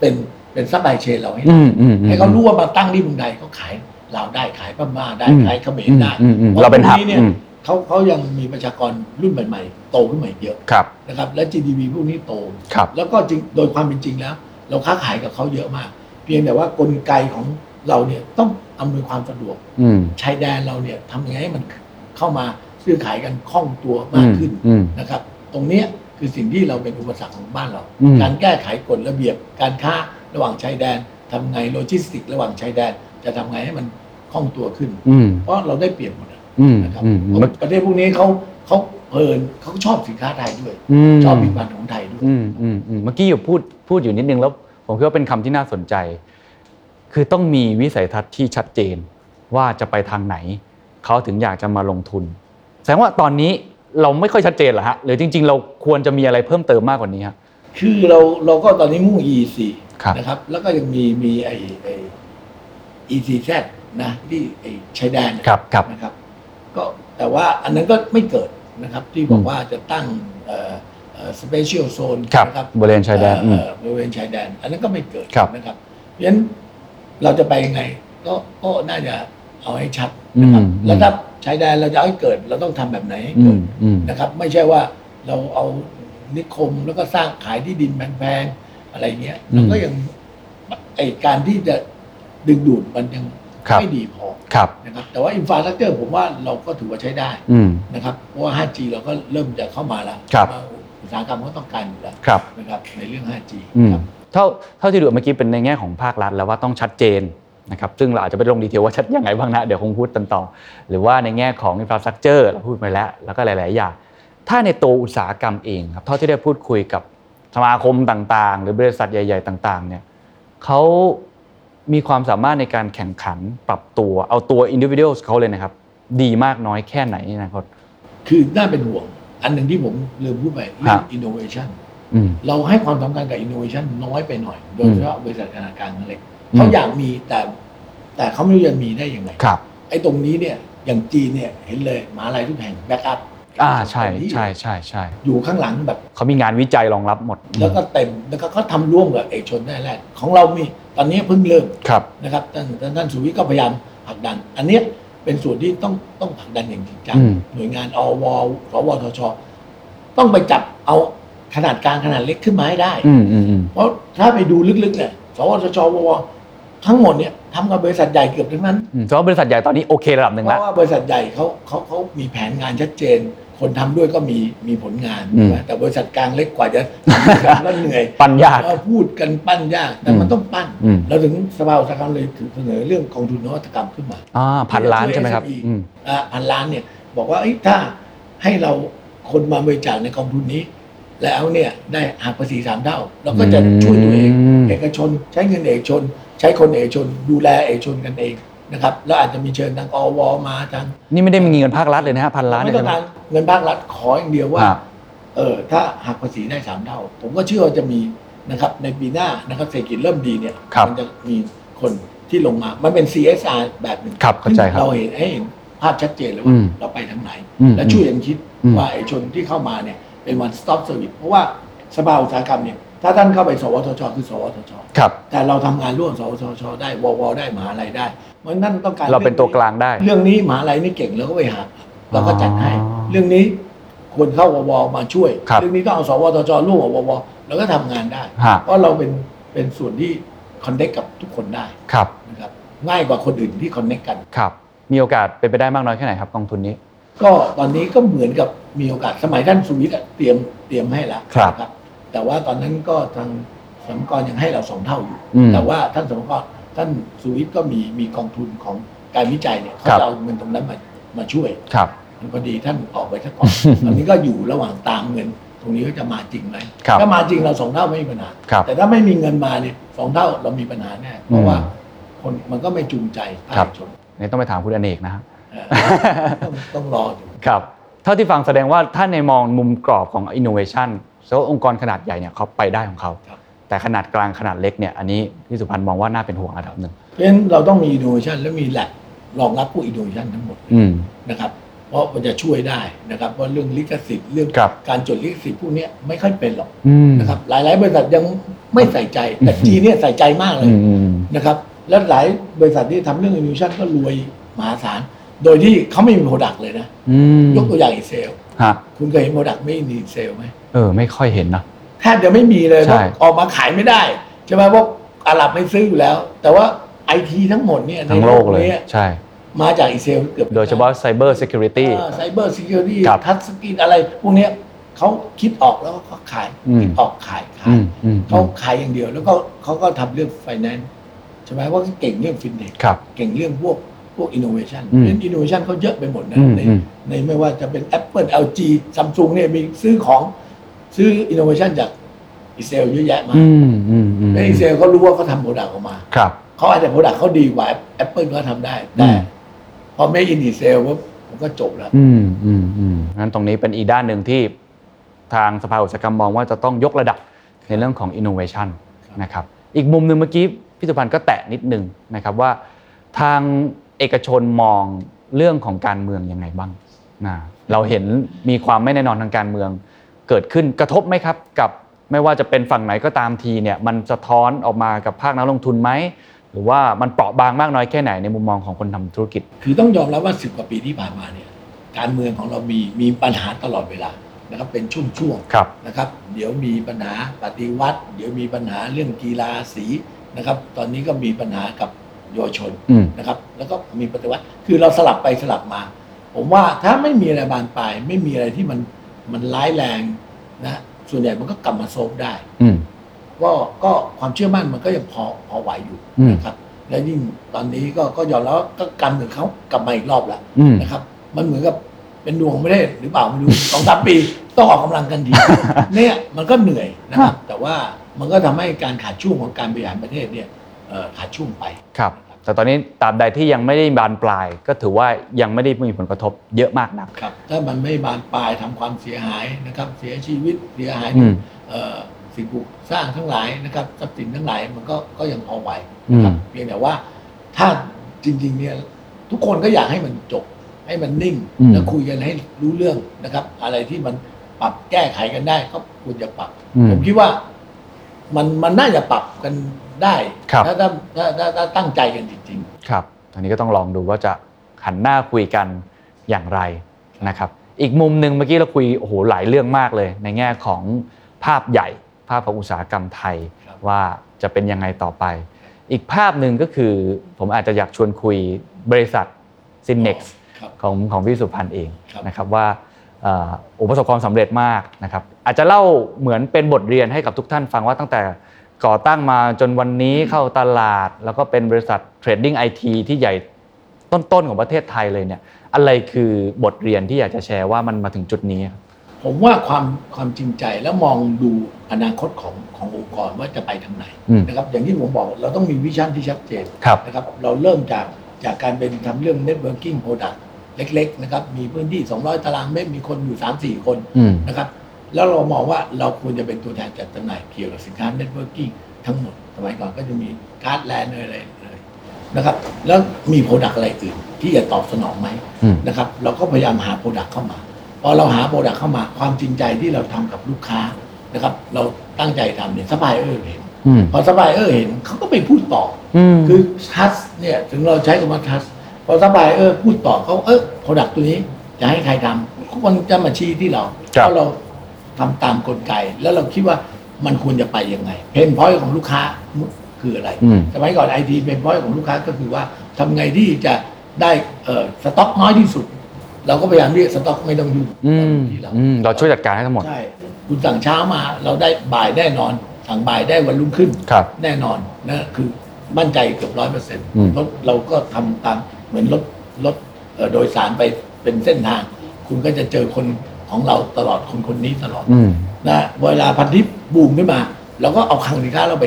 Speaker 3: เป็นเป็นซัพพลายเชนเราให้
Speaker 2: อื
Speaker 3: ได้
Speaker 2: มอืมอืม
Speaker 3: ให้เขารู้ว่ามาตั้งที่เมืองไทยเขาขายลาวได้ขายพม่าได้
Speaker 2: อืม
Speaker 3: ขายเขมรได้
Speaker 2: อืมอืม
Speaker 3: พะ
Speaker 2: เราเป็นหับ
Speaker 3: พวกเนี่ย
Speaker 2: อืม
Speaker 3: เขาเขายังมีประชากรรุ่นใหม่ ๆ โตขึ้นมาอีกเยอะ
Speaker 2: ครับ
Speaker 3: นะครับ และ GDP พวกนี้โต
Speaker 2: ครับ
Speaker 3: แล้วก็จริงโดยความเป็นจริงแล้ว เราค้าขายกับเขาเยอะมาก เพียงแต่ว่ากลไกของเราเนี่ยต้องอำนวยความสะดวก
Speaker 2: อืม
Speaker 3: ชายแดนเราเนี่ยทำยังไงให้มันเข้ามาซื้อขายกันคล่องตัว
Speaker 2: อื
Speaker 3: มาก
Speaker 2: ม
Speaker 3: ขึ้น
Speaker 2: อืม
Speaker 3: นะครับตรงเนี้ยคือสิ่งที่เราเป็นอุปสรรคของบ้านเรา
Speaker 2: อืม
Speaker 3: การแก้ไขกฎระเบียบการค้าระหว่างชายแดนทำไงโลจิสติก ระหว่างชายแดน จะทำไงให้มันคล่องตัวขึ้น
Speaker 2: อืม
Speaker 3: เพราะเราได้เปรียบหมดอะ
Speaker 2: อืม
Speaker 3: นะครับ
Speaker 2: อืม
Speaker 3: เพราะประเทศพวกนี้เขาเขาเพลินเขาชอบสินค้าไทยด้วย
Speaker 2: ม
Speaker 3: ชอบผลิตภัณฑ์ของไทยด้วย
Speaker 2: อืมอืมอืมเมื่อกี้อยู่พูดพูดอยู่นิดนึงแล้วผมคิดว่าเป็นคำที่น่าสนใจ คือต้องมีวิสัยทัศน์ที่ชัดเจนว่าจะไปทางไหน เขาถึงอยากจะมาลงทุน แสดงว่าตอนนี้เราไม่ค่อยชัดเจนเหรอฮะหรือจริง ๆ เราควรจะมีอะไรเพิ่มเติมมากกว่านี้ฮะ
Speaker 3: คือเราเราก็ตอนนี้มุ่ง EEC
Speaker 2: ครับ
Speaker 3: นะครับ แล้วก็ยังมีมีไอไอ ECZ นะที่ไอชายแดนนะครับ
Speaker 2: ครับ
Speaker 3: นะครับ ก็แต่ว่าอันนั้นก็ไม่เกิดนะครับที่บอ
Speaker 2: อื
Speaker 3: ก
Speaker 2: ม
Speaker 3: ว่าจะตั้งเอ่อเอ่อ special zone นะครับ
Speaker 2: บริเวณชายแดนอืม
Speaker 3: เอ่อบริเวณชายแดน อันนั้นก็ไม่เกิด
Speaker 2: ครับ
Speaker 3: นะครับเพราะฉะนั้นเราจะไปยังไงก็ก็น่าจะเอาให้ชัดนะครับ
Speaker 2: อืม
Speaker 3: แล้วถ้าชายแดนเราจะเอาให้เกิด เราต้องทำแบบไหนให้
Speaker 2: อื
Speaker 3: เกิ
Speaker 2: ม
Speaker 3: ด
Speaker 2: อืม
Speaker 3: นะครับไม่ใช่ว่าเราเอานิคมแล้วก็สร้างขายที่ดินแพงๆอะไรเงี้ย
Speaker 2: อืม
Speaker 3: มันก็ยังไอการที่จะดึงดูดมันยัง
Speaker 2: ครับ
Speaker 3: ไม่ดีพอ
Speaker 2: ครับ
Speaker 3: นะครับแต่ว่าอินฟา s t ั u เ t อร์ผมว่าเราก็ถือว่าใช้ได้
Speaker 2: อืม
Speaker 3: นะครับเพราะว่า 5G เราก็เริ่มจะเข้ามาแล้ว
Speaker 2: ครับ
Speaker 3: อุตสาหกรรมก็ต้องการอยู่แล้ว
Speaker 2: ครับ
Speaker 3: นะครับในเรื่อง 5G
Speaker 2: อืม
Speaker 3: ครับ
Speaker 2: เท่าเท่าที่ดูเมื่อกี้เป็นในแง่ของภาครัฐแล้วว่าต้องชัดเจนนะครับซึ่งเราอาจจะไปลงดีเทลว่าชัดยังไงบ้างนะเดี๋ยวคงพูดตันต่อ หรือว่าในแง่ของอินฟราสตรักเจอร์เราพูดไปแล้ว แล้วก็หลาย ๆ อย่าง ถ้าในตัวอุตสาหกรรมเองครับเท่าที่ได้พูดคุยกับสมาคมต่างๆ หรือบริษัทใหญ่ ๆ ต่าง ๆ เนี่ยเขามีความสามารถในการแข่งขันปรับตัวเอาตัวอินดิวิเดียลเขาเลยนะครับ ดีมากน้อยแค่ไหนในอนะครับ
Speaker 3: คือน่าเป็นห่วง อันหนึ่งที่ผมลืมพูดไปเรื่
Speaker 2: ครั
Speaker 3: อง
Speaker 2: บ
Speaker 3: innovation
Speaker 2: อืม
Speaker 3: เราให้ความสำคัญกับ innovation น้อยไปหน่อย โดยเฉพาะบริษัทขนาดกลางเล็ก
Speaker 2: อืม
Speaker 3: เขาอยากมีแต่แต่เขาไม่รู้จะมีได้ยังไง
Speaker 2: ครับ
Speaker 3: ไอ้ตรงนี้เนี่ยอย่างจีนเนี่ยเห็นเลยมหาลัยทุกแห่งแบ็กอัพ
Speaker 2: อ่าใช่ใช่ใช่ใช่
Speaker 3: อยู่ข้างหลังแบบ
Speaker 2: เขามีงานวิจัยรองรับหมด
Speaker 3: แล้วก็เต็มแล้วก็เขาทำร่วมกับเอกชนได้แรกของเรามีตอนนี้เพิ่งเริ่ม
Speaker 2: ครับ
Speaker 3: นะครับท่านท่านท่านสุวิทย์ก็พยายามผลักดัน อันเนี้ยเป็นส่วนที่ต้องต้องผลักดันอย่างจริงจัง
Speaker 2: อืม
Speaker 3: หน่วยงานอวสวทช ต้องไปจับเอาขนาดกลางขนาดเล็กขึ้นมาให้ได้
Speaker 2: อืมอืมอืม
Speaker 3: เพราะถ้าไปดูลึกๆเนี่ยสวทชวทั้งหมดเนี่ยทำกับบริษัทใหญ่เกือบทั้งนั้น
Speaker 2: อืมแต่ว่าบริษัทใหญ่ตอนนี้โอเคระดับหนึ่ง
Speaker 3: เพ
Speaker 2: แล้ว
Speaker 3: ราะว่าบริษัทใหญ่เขาเขาเขามีแผนงานชัดเจน คนทำด้วยก็มีมีผลงาน
Speaker 2: อืม
Speaker 3: แต่บริษัทกลางเล็กกว่าจะทำกันแล้วเห นื่อย
Speaker 2: ปัญญาก
Speaker 3: เออพูดกันปั้นยาก แต่
Speaker 2: อืม
Speaker 3: มันต้องปั้น
Speaker 2: อืม
Speaker 3: แล้วถึงสภาอุตสาหกรรมเลยถือเสนอเรื่องกองทุนนวัตกรรมขึ้นมา
Speaker 2: อ่าพันล้านใช่ไหมครับ
Speaker 3: SME
Speaker 2: อืม
Speaker 3: อ่ะพันล้านเนี่ยบอกว่าเอ้ยถ้าให้เราคนมาบริจาคในกองทุนนี้ แล้วเนี่ยได้หักภาษีสามเท่าเราก็จะช่วยตัวเอง
Speaker 2: อืม
Speaker 3: เอกชน ใช้เงินเอกชน ใช้คนเอกชน ดูแลเอกชนกันเองนะครับแล้วอาจจะมีเชิญทางอวมาทาง
Speaker 2: นี่ไม่ได้มีเงินภาครัฐเลยนะฮะพันล้าน
Speaker 3: ไม่
Speaker 2: เนี่ย
Speaker 3: ต้อง
Speaker 2: ใช่ไหม
Speaker 3: การเงินภาครัฐขออย่างเดียวว่า
Speaker 2: อ่า
Speaker 3: เออถ้าหักภาษีได้สามเท่า ผมก็เชื่อว่าจะมี นะครับในปีหน้านะครับเศรษฐกิจเริ่มดีเนี่ย
Speaker 2: ครับ
Speaker 3: มัจะมีคนที่ลงมา มันเป็น CSR แบบหนึ่ง
Speaker 2: ครับเข้าใจครับ
Speaker 3: เราเห็นให้เห็นภาพชัดเจนเลย
Speaker 2: อื
Speaker 3: ว่าม เราไปทางไหน
Speaker 2: อืม
Speaker 3: และช่วยกันคิด
Speaker 2: อืม
Speaker 3: ว่าไอ้ชนที่เข้ามาเนี่ยเป็น one stop service เพราะว่าสภาอุตสาหกรรมเนี่ยถ้าท่านเข้าไปสวทชคือสวทช
Speaker 2: ครับ
Speaker 3: แต่เราทำงานร่วมสวทชได้ววได้มหาลัยได้เพราะฉะนั่นต้องการ
Speaker 2: เราเป็นตัวกลางได้
Speaker 3: เรื่องนี้มหาลัยนี่เก่งแล้วก็ไปหาเราก็จัดให้
Speaker 2: อ๋อ
Speaker 3: เรื่องนี้ควรเข้าววมาช่วย
Speaker 2: ครับ
Speaker 3: เรื่องนี้ต้องเอาสวทชร่วมกับววเราก็ทำงานได้
Speaker 2: ฮะ
Speaker 3: เพราะเราเป็นเป็นส่วนที่คอนเน c กกับทุกคนได้
Speaker 2: ครับ
Speaker 3: นะครับง่ายกว่าคนอื่นที่คอนเน c กกัน
Speaker 2: ครับ มีโอกาสเป็นไปได้มากน้อยแค่ไหนครับกองทุนนี้
Speaker 3: ก็ตอนนี้ก็เหมือนกับมีโอกาสสมัยท่านสุวิทย์อะเตรียมเตรียมให้แล้ว
Speaker 2: ครับ
Speaker 3: นะแต่ว่าตอนนั้นก็ทางสมกรยังให้เราสองเท่าอยู่
Speaker 2: อืม
Speaker 3: แต่ว่าท่านสมกรท่านสุวิทย์ก็มีมีกองทุนของการวิจัยเนี่ยเขา
Speaker 2: ครับ
Speaker 3: จะเอาเงินตรงนั้นมามาช่วย
Speaker 2: ครับ
Speaker 3: พอดีท่านออกไปซะ ก่อน ตอนนี้ก็อยู่ระหว่างตามเงิน ตรงนี้ก็จะมาจริงไหม
Speaker 2: ครับ
Speaker 3: ถ้ามาจริงเราสองเท่าไม่มีปัญหา
Speaker 2: ครับ
Speaker 3: แต่ถ้าไม่มีเงินมาเนี่ยสองเท่าเรามีปัญหาแน่เพราะว่า
Speaker 2: อื
Speaker 3: คนมันก็ไม่จูงใจภา
Speaker 2: ครั
Speaker 3: ค
Speaker 2: บ
Speaker 3: ชน
Speaker 2: นี่ต้องไปถามคุณอเนกนะครับ
Speaker 3: เอ อต้องต้องรอดู
Speaker 2: ครับ เท่าที่ฟังแสดงว่าท่านในมองมุมกรอบของ innovation แสดงว่าองค์กรขนาดใหญ่เนี่ยเขาไปได้ของเขา
Speaker 3: ครับ
Speaker 2: แต่ขนาดกลางขนาดเล็กเนี่ยอันนี้พี่สุพันธ์มองว่าน่าเป็นห่วงระดับหนึ่ง
Speaker 3: เพราะฉะนั้นเราต้องมี innovation และมี lab รองรับผู้ innovation ทั้งหมด
Speaker 2: อืม
Speaker 3: นะครับ เพราะมันจะช่วยได้นะครับว่าเรื่องลิขสิทธิ์เรื่อง
Speaker 2: ครับ
Speaker 3: การจดลิขสิทธิ์พวกเนี้ยไม่ค่อยเป็นหรอก
Speaker 2: อืม
Speaker 3: นะครับหลายๆ บริษัทยังไม่ใส่ใจ แต่จีนเนี่ยใส่ใจมากเลย
Speaker 2: อืมอืม
Speaker 3: นะครับ และหลายบริษัทที่ทำเรื่อง innovation ก็รวยมหาศาล โดยที่เขาไม่มี product เลยนะ
Speaker 2: อืม
Speaker 3: ยกตัวอย่างอีเซล
Speaker 2: ฮะ
Speaker 3: คุณเคยเห็น product ไม่มีเซลไหม
Speaker 2: เออ ไม่ค่อยเห็นนะ
Speaker 3: แทบจะไม่มีเลย
Speaker 2: ใช่
Speaker 3: เพราะออกมาขายไม่ได้ใช่ไหมเพราะอาหรับไม่ซื้ออยู่แล้ว แต่ว่าไอทีทั้งหมดเนี่ยใน
Speaker 2: ทั้งโลกเลย
Speaker 3: นี้
Speaker 2: ใช่
Speaker 3: มาจากอิสราเอลเกือบ
Speaker 2: โดยเฉพาะ cyber security
Speaker 3: ไซเบอร์ซิเคียวตี้
Speaker 2: ครับ
Speaker 3: ทัชสกรีนอะไร พวกเนี้ยเขาคิดออกแล้วก็ขาย
Speaker 2: อืม
Speaker 3: คิดออกขายขา
Speaker 2: อื
Speaker 3: ย
Speaker 2: มอืมอื
Speaker 3: เขา
Speaker 2: ม
Speaker 3: ขายอย่างเดียว แล้วก็เขาก็ทำเรื่องไฟแนนซ์ใช่ไหมว่าเก่งเรื่องฟินเทค
Speaker 2: ครับ
Speaker 3: เก่งเรื่องพวกพวกอินโนเวชัน
Speaker 2: อืม
Speaker 3: เรื่องอินโนเวชันเขาเยอะไปหมดนะ
Speaker 2: อืม
Speaker 3: ใน
Speaker 2: อืม
Speaker 3: ในไม่ว่าจะเป็น Apple LG Samsung เนี่ยมีซื้อของซื้ออินโนเวชันจากอิสราเอลเยอะแยะมา
Speaker 2: อืมอืมอืม
Speaker 3: แล้วอิสราเอลเขารู้ว่าเขาทำโปรดักต์ออกมา
Speaker 2: ครับ
Speaker 3: เขาอาจจะโปรดักต์เขาดีกว่า Apple ก็ทำได้ แต่
Speaker 2: อืม
Speaker 3: พอไม่อินดีเซลปุ๊บมันก็จบแล้ว
Speaker 2: อืมอืมอืมงั้นตรงนี้เป็นอีกด้านหนึ่งที่ทางสภาอุตสาหกรรมมองว่าจะต้องยกระดับในเรื่องของ innovation
Speaker 3: ครับ
Speaker 2: นะครับ อีกมุมหนึ่งเมื่อกี้พี่สุพันธ์ก็แตะนิดนึงนะครับว่า ทางเอกชนมองเรื่องของการเมืองยังไงบ้างนะเราเห็นมีความไม่แน่นอนทางการเมือง เกิดขึ้นกระทบไหมครับ กับไม่ว่าจะเป็นฝั่งไหนก็ตามทีเนี่ยมันสะท้อนออกมากับภาคนักลงทุนไหมหรือว่ามันเปราะบางมากน้อยแค่ไหนในมุมมองของคนทำธุรกิจ
Speaker 3: คือต้องยอมรับว่า 10 กว่าปีที่ผ่านมาเนี่ย การเมืองของเรามีมีปัญหาตลอดเวลานะครับเป็นช่วง
Speaker 2: ครับ
Speaker 3: ๆนะครับ เดี๋ยวมีปัญหาปฏิวัติ เดี๋ยวมีปัญหาเรื่องกีฬาสีนะครับ ตอนนี้ก็มีปัญหากับเยาวชน
Speaker 2: อืม
Speaker 3: นะครับ แล้วก็มีปฏิวัติคือเราสลับไปสลับมา ผมว่าถ้าไม่มีอะไรบานปลายไม่มีอะไรที่มันมันร้ายแรงนะส่วนใหญ่มันก็กลับมาโซฟได้
Speaker 2: อืม
Speaker 3: ก็ก็ความเชื่อมั่นมันก็ยังพอพอไหวอยู่
Speaker 2: อืม
Speaker 3: นะครับ และยิ่งตอนนี้ก็ก็ยอมแล้วาก็การเมืองเขากลับมาอีกรอบแล้ว
Speaker 2: อืม
Speaker 3: นะครับ มันเหมือนกับเป็นดวงของประเทศหรือเปล่าไม่รู้ สองสามปีต้องออกกำลังกัน ดีเนี่ยมันก็เหนื่อยนะครับ แต่ว่ามันก็ทำให้การขาดช่วงของการบริหารประเทศเนี่ยเอ่อขาดช่วงไป
Speaker 2: ครับ แต่ตอนนี้ตราบใดที่ยังไม่ได้บานปลาย ก็ถือว่ายังไม่ได้มีผลกระทบเยอะมากนัก
Speaker 3: ครับถ้ามันไม่บานปลายทำความเสียหายนะครับ เสียชีวิตเสียหาย
Speaker 2: อืม
Speaker 3: เอ่อสิ่งปลูกสร้างทั้งหลายนะครับทรัพย์สินทั้งหลายมันก็ก็ยังพอไหวนะครับ
Speaker 2: อืม
Speaker 3: เพียงแต่ว่าถ้าจริงๆเนี่ยทุกคนก็อยากให้มันจบ ให้มันนิ่ง
Speaker 2: อืม
Speaker 3: แล้วคุยกันให้รู้เรื่องนะครับ อะไรที่มันปรับแก้ไขกันได้ก็ควรจะปรับ
Speaker 2: อืม
Speaker 3: ผมคิดว่ามันมันน่าจะปรับกันได้
Speaker 2: ครับ
Speaker 3: ถ้าถ้าถ้าถ้าถ้าตั้งใจกันจริง ๆ
Speaker 2: ครับตอนนี้ก็ต้องลองดูว่าจะหันหน้าคุยกันอย่างไรนะครับ อีกมุมหนึ่งเมื่อกี้เราคุยโอ้โหหลายเรื่องมากเลย ในแง่ของภาพใหญ่ ภาพของอุตสาหกรรมไทย
Speaker 3: ครับ
Speaker 2: ว่าจะเป็นยังไงต่อไป อีกภาพหนึ่งก็คือ ผมอาจจะอยากชวนคุยบริษัทซินเน็กซ์
Speaker 3: ครับ
Speaker 2: ของของพี่สุพันธ์เอง
Speaker 3: ครับ
Speaker 2: นะครับว่าเอ่อโอ้ประสบความสำเร็จมากนะครับอาจจะเล่าเหมือนเป็นบทเรียนให้กับทุกท่านฟังว่าตั้งแต่ก่อตั้งมาจนวันนี้เข้าตลาด แล้วก็เป็นบริษัทเทรดดิ้งไอทีที่ใหญ่ต้นๆ ของประเทศไทยเลยเนี่ยอะไรคือบทเรียนที่อยากจะแชร์ว่ามันมาถึงจุดนี้ครับ
Speaker 3: ผมว่าความความจริงใจแล้วมองดูอนาคตของขององค์กรว่าจะไปทางไหน
Speaker 2: อืม
Speaker 3: นะครับอย่างที่ผมบอกเราต้องมีวิชั่นที่ชัดเจน
Speaker 2: ครับ
Speaker 3: นะครับเราเริ่มจากจากการเป็นทำเรื่อง networking product เล็กๆนะครับมีพื้นที่ 200 ตารางเมตรมีคนอยู่ 3-4 คน
Speaker 2: อืม
Speaker 3: นะครับ แล้วเรามองว่าเราควรจะเป็นตัวแทนจัดจำหน่ายเกี่ยวกับสินค้าเน็ตเวิร์กิ่งทั้งหมดสมัยก่อนก็จะมีการ์ดแลนด์อะไรเลยนะครับ แล้วมีโปรดักอะไรอื่น ที่จะตอบสนองไหม
Speaker 2: อืม
Speaker 3: นะครับ เราก็พยายามหาโปรดักเข้ามาพอเราหาโปรดักเข้ามาความจริงใจที่เราทำกับลูกค้านะครับ เราตั้งใจทำเนี่ยสบายเออเห็น
Speaker 2: อืม
Speaker 3: พอสบายเออเห็นเขาก็ไปพูดต่อ
Speaker 2: อืม
Speaker 3: คือทัสเนี่ยถึงเราใช้คำว่าทัสพอสบายเออพูดต่อเขาเออโปรดักตัวนี้จะให้ใครทำมันจะมาชี้ที่เรา
Speaker 2: ครับ
Speaker 3: เพราะเราทำตามกลไก แล้วเราคิดว่ามันควรจะไปยังไงเพนพอยของลูกค้าคืออะไร
Speaker 2: อืม
Speaker 3: สมัยก่อนไอทีเพนพอยของลูกค้าก็คือว่าทำไงที่จะได้เออสต็อกน้อยที่สุด เราก็พยายามเรียกสต็อกไม่ต้องยุ่ง
Speaker 2: อืม
Speaker 3: ที่เรา
Speaker 2: อืมเราช่วยจัดการให้ทั้งหมด
Speaker 3: ใช่ คุณสั่งเช้ามาเราได้บ่ายแน่นอน สั่งบ่ายได้วันรุ่งขึ้น
Speaker 2: ครับ
Speaker 3: แน่นอนนะคือมั่นใจเกือบร้อยเปอร์เซ็นต์
Speaker 2: อืม
Speaker 3: รถเราก็ทำตามเหมือนรถรถเอ่อโดยสารไปเป็นเส้นทาง คุณก็จะเจอคนของเราตลอดคนคนนี้ตลอด
Speaker 2: อืม
Speaker 3: นะเวลาพันทิปบูมขึ้นมาเราก็เอาคลังสินค้าเราไป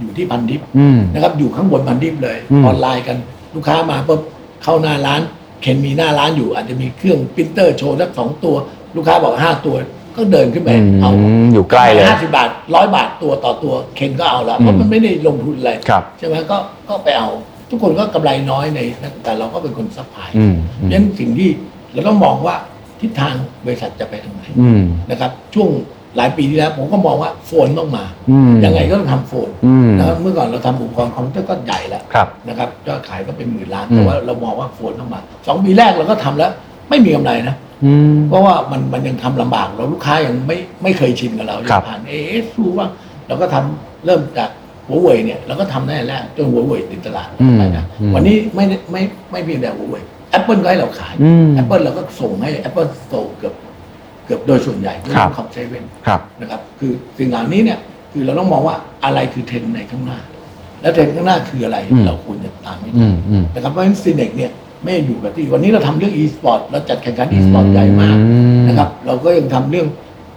Speaker 3: อยู่ที่พันทิป
Speaker 2: อืม
Speaker 3: นะครับอยู่ข้างบนพันทิปเลย
Speaker 2: อืม
Speaker 3: ออนไลน์กันลูกค้ามาปุ๊บเข้าหน้าร้านเข็นมีหน้าร้านอยู่ อาจจะมีเครื่องปรินเตอร์โชว์สักสองตัว ลูกค้าบอกห้าตัวก็เดินขึ้นไป
Speaker 2: อื
Speaker 3: เอา
Speaker 2: มอยู่ใกล้เลย
Speaker 3: ห้าสิบาทร้อยบาทตัวต่อตัวเคนก็เอาละเพ
Speaker 2: อื
Speaker 3: ราะ
Speaker 2: ม
Speaker 3: มันไม่ได้ลงทุนอะไร
Speaker 2: ครับ
Speaker 3: ใช่ไหมก็ก็ไปเอา ทุกคนก็กำไรน้อยในนั้นแต่เราก็เป็นคนซัพพลาย
Speaker 2: อืม
Speaker 3: เพ
Speaker 2: อืม
Speaker 3: ราะฉะนั้นสิ่งที่เราต้องมองว่าทิศทางบริษัทจะไปทางไหน
Speaker 2: อืม
Speaker 3: นะครับ ช่วงหลายปีที่แล้วผมก็มองว่าโฟนต้องมา
Speaker 2: อืม
Speaker 3: ยังไงก็ต้องทำโฟน
Speaker 2: อืม
Speaker 3: นะครับเมื่อก่อนเราทำอุปกรณ์คอมพิวเตอร์ก็ใหญ่แล้ว
Speaker 2: ครับ
Speaker 3: นะครับยอดขายก็เป็นหมื่นล้าน
Speaker 2: อืม
Speaker 3: แต่ว่าเรามองว่าโฟนต้องมาสองปีแรกเราก็ทำแล้ว ไม่มีกำไรนะ
Speaker 2: อืม
Speaker 3: เพราะว่ามันมันยังทำลำบากเราลูกค้ายังไม่ไม่เคยชินกับเรายั
Speaker 2: ครับ
Speaker 3: งผ่านเอสรู้ว่าเราก็ทำเริ่มจากหัวเว่ยเนี่ยเราก็ทำได้แรกจนหัวเว่ยติดตลาด
Speaker 2: อืม
Speaker 3: ไปนะ
Speaker 2: อืม
Speaker 3: วันนี้ไม่ได้ไม่ไม่เพียงแต่หัวเว่ยแอปเปิลก็ให้เราขาย
Speaker 2: อืม
Speaker 3: แอปเปิลเราก็ส่งให้แอปเปิลโตเกือบเกือบโดยส่วนใหญ่ที่
Speaker 2: ครับ
Speaker 3: ขอบเซเว่น
Speaker 2: ครับ
Speaker 3: นะครับคือสิ่งเหล่านี้เนี่ยคือเราต้องมองว่าอะไรคือเทรนด์ในข้างหน้า แล้วเทรนด์ข้างหน้าคืออะไร
Speaker 2: อืม
Speaker 3: เราควรจะตามให้ทัน
Speaker 2: อืมอืม
Speaker 3: นะครับเพราะฉะนั้นซีเนกเนี่ยไม่ได้อยู่กับที่วันนี้เราทำเรื่อง e-sport เราจัดแข่งขัน e-sport
Speaker 2: อืม
Speaker 3: ใหญ่มากนะครับเราก็ยังทำเรื่อง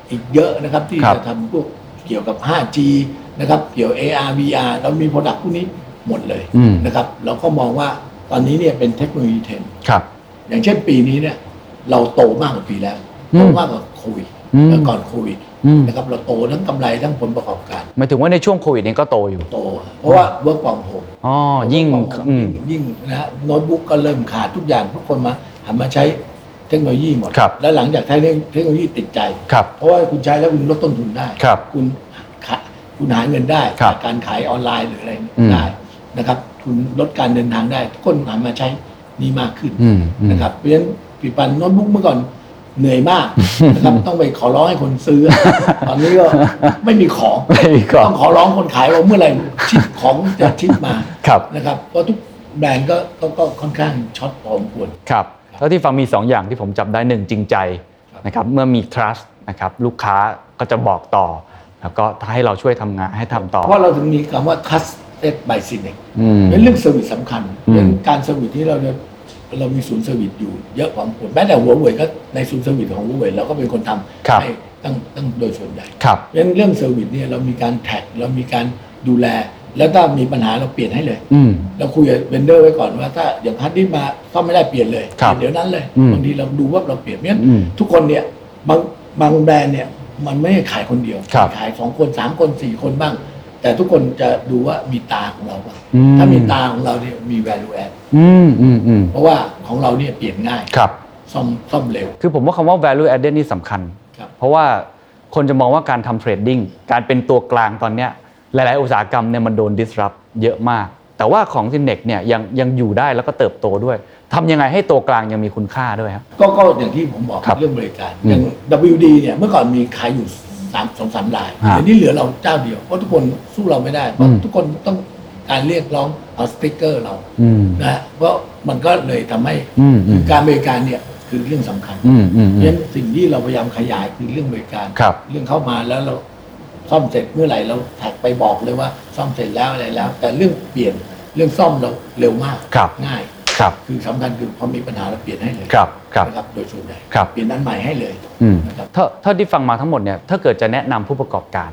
Speaker 3: อีกเยอะนะครับ ที่
Speaker 2: ครับ
Speaker 3: จะทำพวกเกี่ยวกับ 5G นะครับเกี่ยว AR VR เรามีโปรดักต์พวกนี้หมดเลย
Speaker 2: อืม
Speaker 3: นะครับเราก็มองว่าตอนนี้เนี่ยเป็นเทคโนโลยีเทรนด์
Speaker 2: ครับ
Speaker 3: อย่างเช่นปีนี้เนี่ยเราโตมากกว่าปีแล้ว
Speaker 2: อืม
Speaker 3: โตมากกว่าโควิด
Speaker 2: อืม
Speaker 3: เอ่อก่อนโควิด
Speaker 2: อืม
Speaker 3: นะครับเราโตทั้งกำไรทั้งผลประกอบการ
Speaker 2: หมายถึงว่าในช่วงโควิดเองก็โตอยู่
Speaker 3: โต เพราะว่า work from home
Speaker 2: อ๋อยิ่งอืม
Speaker 3: ยิ่งนะฮะโน้ตบุ๊กก็เริ่มขาดทุกอย่างทุกคนมาหันมาใช้เทคโนโลยีหมด
Speaker 2: ครับ
Speaker 3: แล้วหลังจากใช้เทคโนโลยีติดใจ
Speaker 2: ครับ
Speaker 3: เพราะว่าคุณใช้แล้วคุณลดต้นทุนได้
Speaker 2: ครับ
Speaker 3: คุณขาคุณหาเงินได้
Speaker 2: ครับ
Speaker 3: จากการขายออนไลน์หรืออะไร
Speaker 2: อืม
Speaker 3: ได้นะครับคุณลดการเดินทางได้ ทุกคนหันมาใช้นี่มากขึ้น
Speaker 2: อืมอืม
Speaker 3: นะครับเพราะฉะนั้นปีปันโน้ตบุ๊กเมื่อก่อนเหนื่อยมากนะครับ ต้องไปขอร้องให้คนซื้อ ตอนนี้ก็ไม่มีของ
Speaker 2: ไม่มีของ
Speaker 3: ต้องขอร้องคนขายว่าเมื่อไหร่ชิ้นของจะชิ้นมา
Speaker 2: ครับ
Speaker 3: นะครับเพราะทุกแบรนด์ก็ก็ก็ค่อนข้างช็อตพอสมควร
Speaker 2: ครับเท่าที่ฟังมี 2 อย่างที่ผมจับได้หนึ่งจริงใจ
Speaker 3: ครับ
Speaker 2: นะครับเมื่อมี trust นะครับลูกค้าก็จะบอกต่อ แล้วก็ถ้าให้เราช่วยทำงานให้ทำต่อ
Speaker 3: เพราะเราถึงมีคำว่า trust by c i n e c
Speaker 2: อืม
Speaker 3: เป็นเรื่องเซอร์วิสสำคัญ
Speaker 2: อืม
Speaker 3: เป็นการเซอร์วิสที่เราเนี่ยเรามีศูนย์เซอร์วิสอยู่เยอะพอสมควรแม้แต่หัวเว่ยก็ในศูนย์เซอร์วิสของหัวเว่ยเราก็เป็นคนท
Speaker 2: ครับ
Speaker 3: ำให้ตั้งตั้งโดยส่วนใหญ่
Speaker 2: ครับ
Speaker 3: เพราะฉะนั้นเรื่องเซอร์วิสเนี่ยเรามีการแท็กเรามีการดูแล แล้วถ้ามีปัญหาเราเปลี่ยนให้เลย
Speaker 2: อืม
Speaker 3: เราคุยกับเวนเดอร์ไว้ก่อนว่าถ้าอย่างฮาร์ดดิสก์มาก็ไม่ได้เปลี่ยนเลย
Speaker 2: ครับ
Speaker 3: เปลี่ยนเดี๋ยวนั้นเลย
Speaker 2: อืม
Speaker 3: บางทีเราดูว่าเราเปลี่ยนเพราะฉะนั้น
Speaker 2: อืม
Speaker 3: ทุกคนเนี่ยบางบางแบรนด์เนี่ยมันไม่ได้ขายคนเดียว
Speaker 2: ครับ
Speaker 3: ขายสองคนสามคนสี่คนบ้าง แต่ทุกคนจะดูว่ามีตาของเราบ้าง
Speaker 2: อืม
Speaker 3: ถ้ามีตาของเราเนี่ยมี value add
Speaker 2: อืมอืมอืม
Speaker 3: เพราะว่าของเราเนี่ยเปลี่ยนง่าย
Speaker 2: ครับ
Speaker 3: ซ่อมซ่อมเร็ว
Speaker 2: คือผมว่าคำว่า value added นี่สำคัญ
Speaker 3: ครับ
Speaker 2: เพราะว่าคนจะมองว่าการทำเทรดดิ้งการเป็นตัวกลางตอนเนี้ยหลาย ๆ อุตสาหกรรมเนี่ยมันโดน disrupt เยอะมาก แต่ว่าของซินเนกเนี่ยยังยังอยู่ได้แล้วก็เติบโตด้วยทำยังไงให้ตัวกลางยังมีคุณค่าด้วยครับ
Speaker 3: ก็ก็อย่างที่ผมบอก
Speaker 2: ครับ
Speaker 3: เรื่องบริการ
Speaker 2: อืม
Speaker 3: อย่าง WD เนี่ยเมื่อก่อนมีขายอยู่สามสองสามราย
Speaker 2: ฮะ
Speaker 3: เดี๋ยวนี้เหลือเราเจ้าเดียวเพราะทุกคนสู้เราไม่ได้เพราะ
Speaker 2: อืม
Speaker 3: ทุกคนต้องการเรียกร้องเอาสติ๊กเกอร์เรา
Speaker 2: อืม
Speaker 3: นะฮะเพราะมันก็เลยทำให้
Speaker 2: อืมอืม
Speaker 3: การบริการเนี่ยคือเรื่องสำคัญ
Speaker 2: อืมอืม
Speaker 3: เพราะ
Speaker 2: อื
Speaker 3: ฉะ
Speaker 2: ม
Speaker 3: นั้นสิ่งที่เราพยายามขยายคือเรื่องบริการ
Speaker 2: ครับ
Speaker 3: เรื่องเข้ามาแล้วเราซ่อมเสร็จเมื่อไหร่เราแท็กไปบอกเลยว่าซ่อมเสร็จแล้วอะไรแล้ว แต่เรื่องเปลี่ยนเรื่องซ่อมเราเร็วมาก
Speaker 2: ครับ
Speaker 3: ง่าย
Speaker 2: ครับ
Speaker 3: คือสำคัญคือพอมีปัญหาเราเปลี่ยนให้เลย
Speaker 2: ครับครับ
Speaker 3: นะครับโดยส่วนใหญ่
Speaker 2: ครับ
Speaker 3: เปลี่ยนนั้นใหม่ให้เลย
Speaker 2: อืม
Speaker 3: นะครับ
Speaker 2: เท่าเท่าที่ฟังมาทั้งหมดเนี่ยถ้าเกิดจะแนะนำผู้ประกอบการ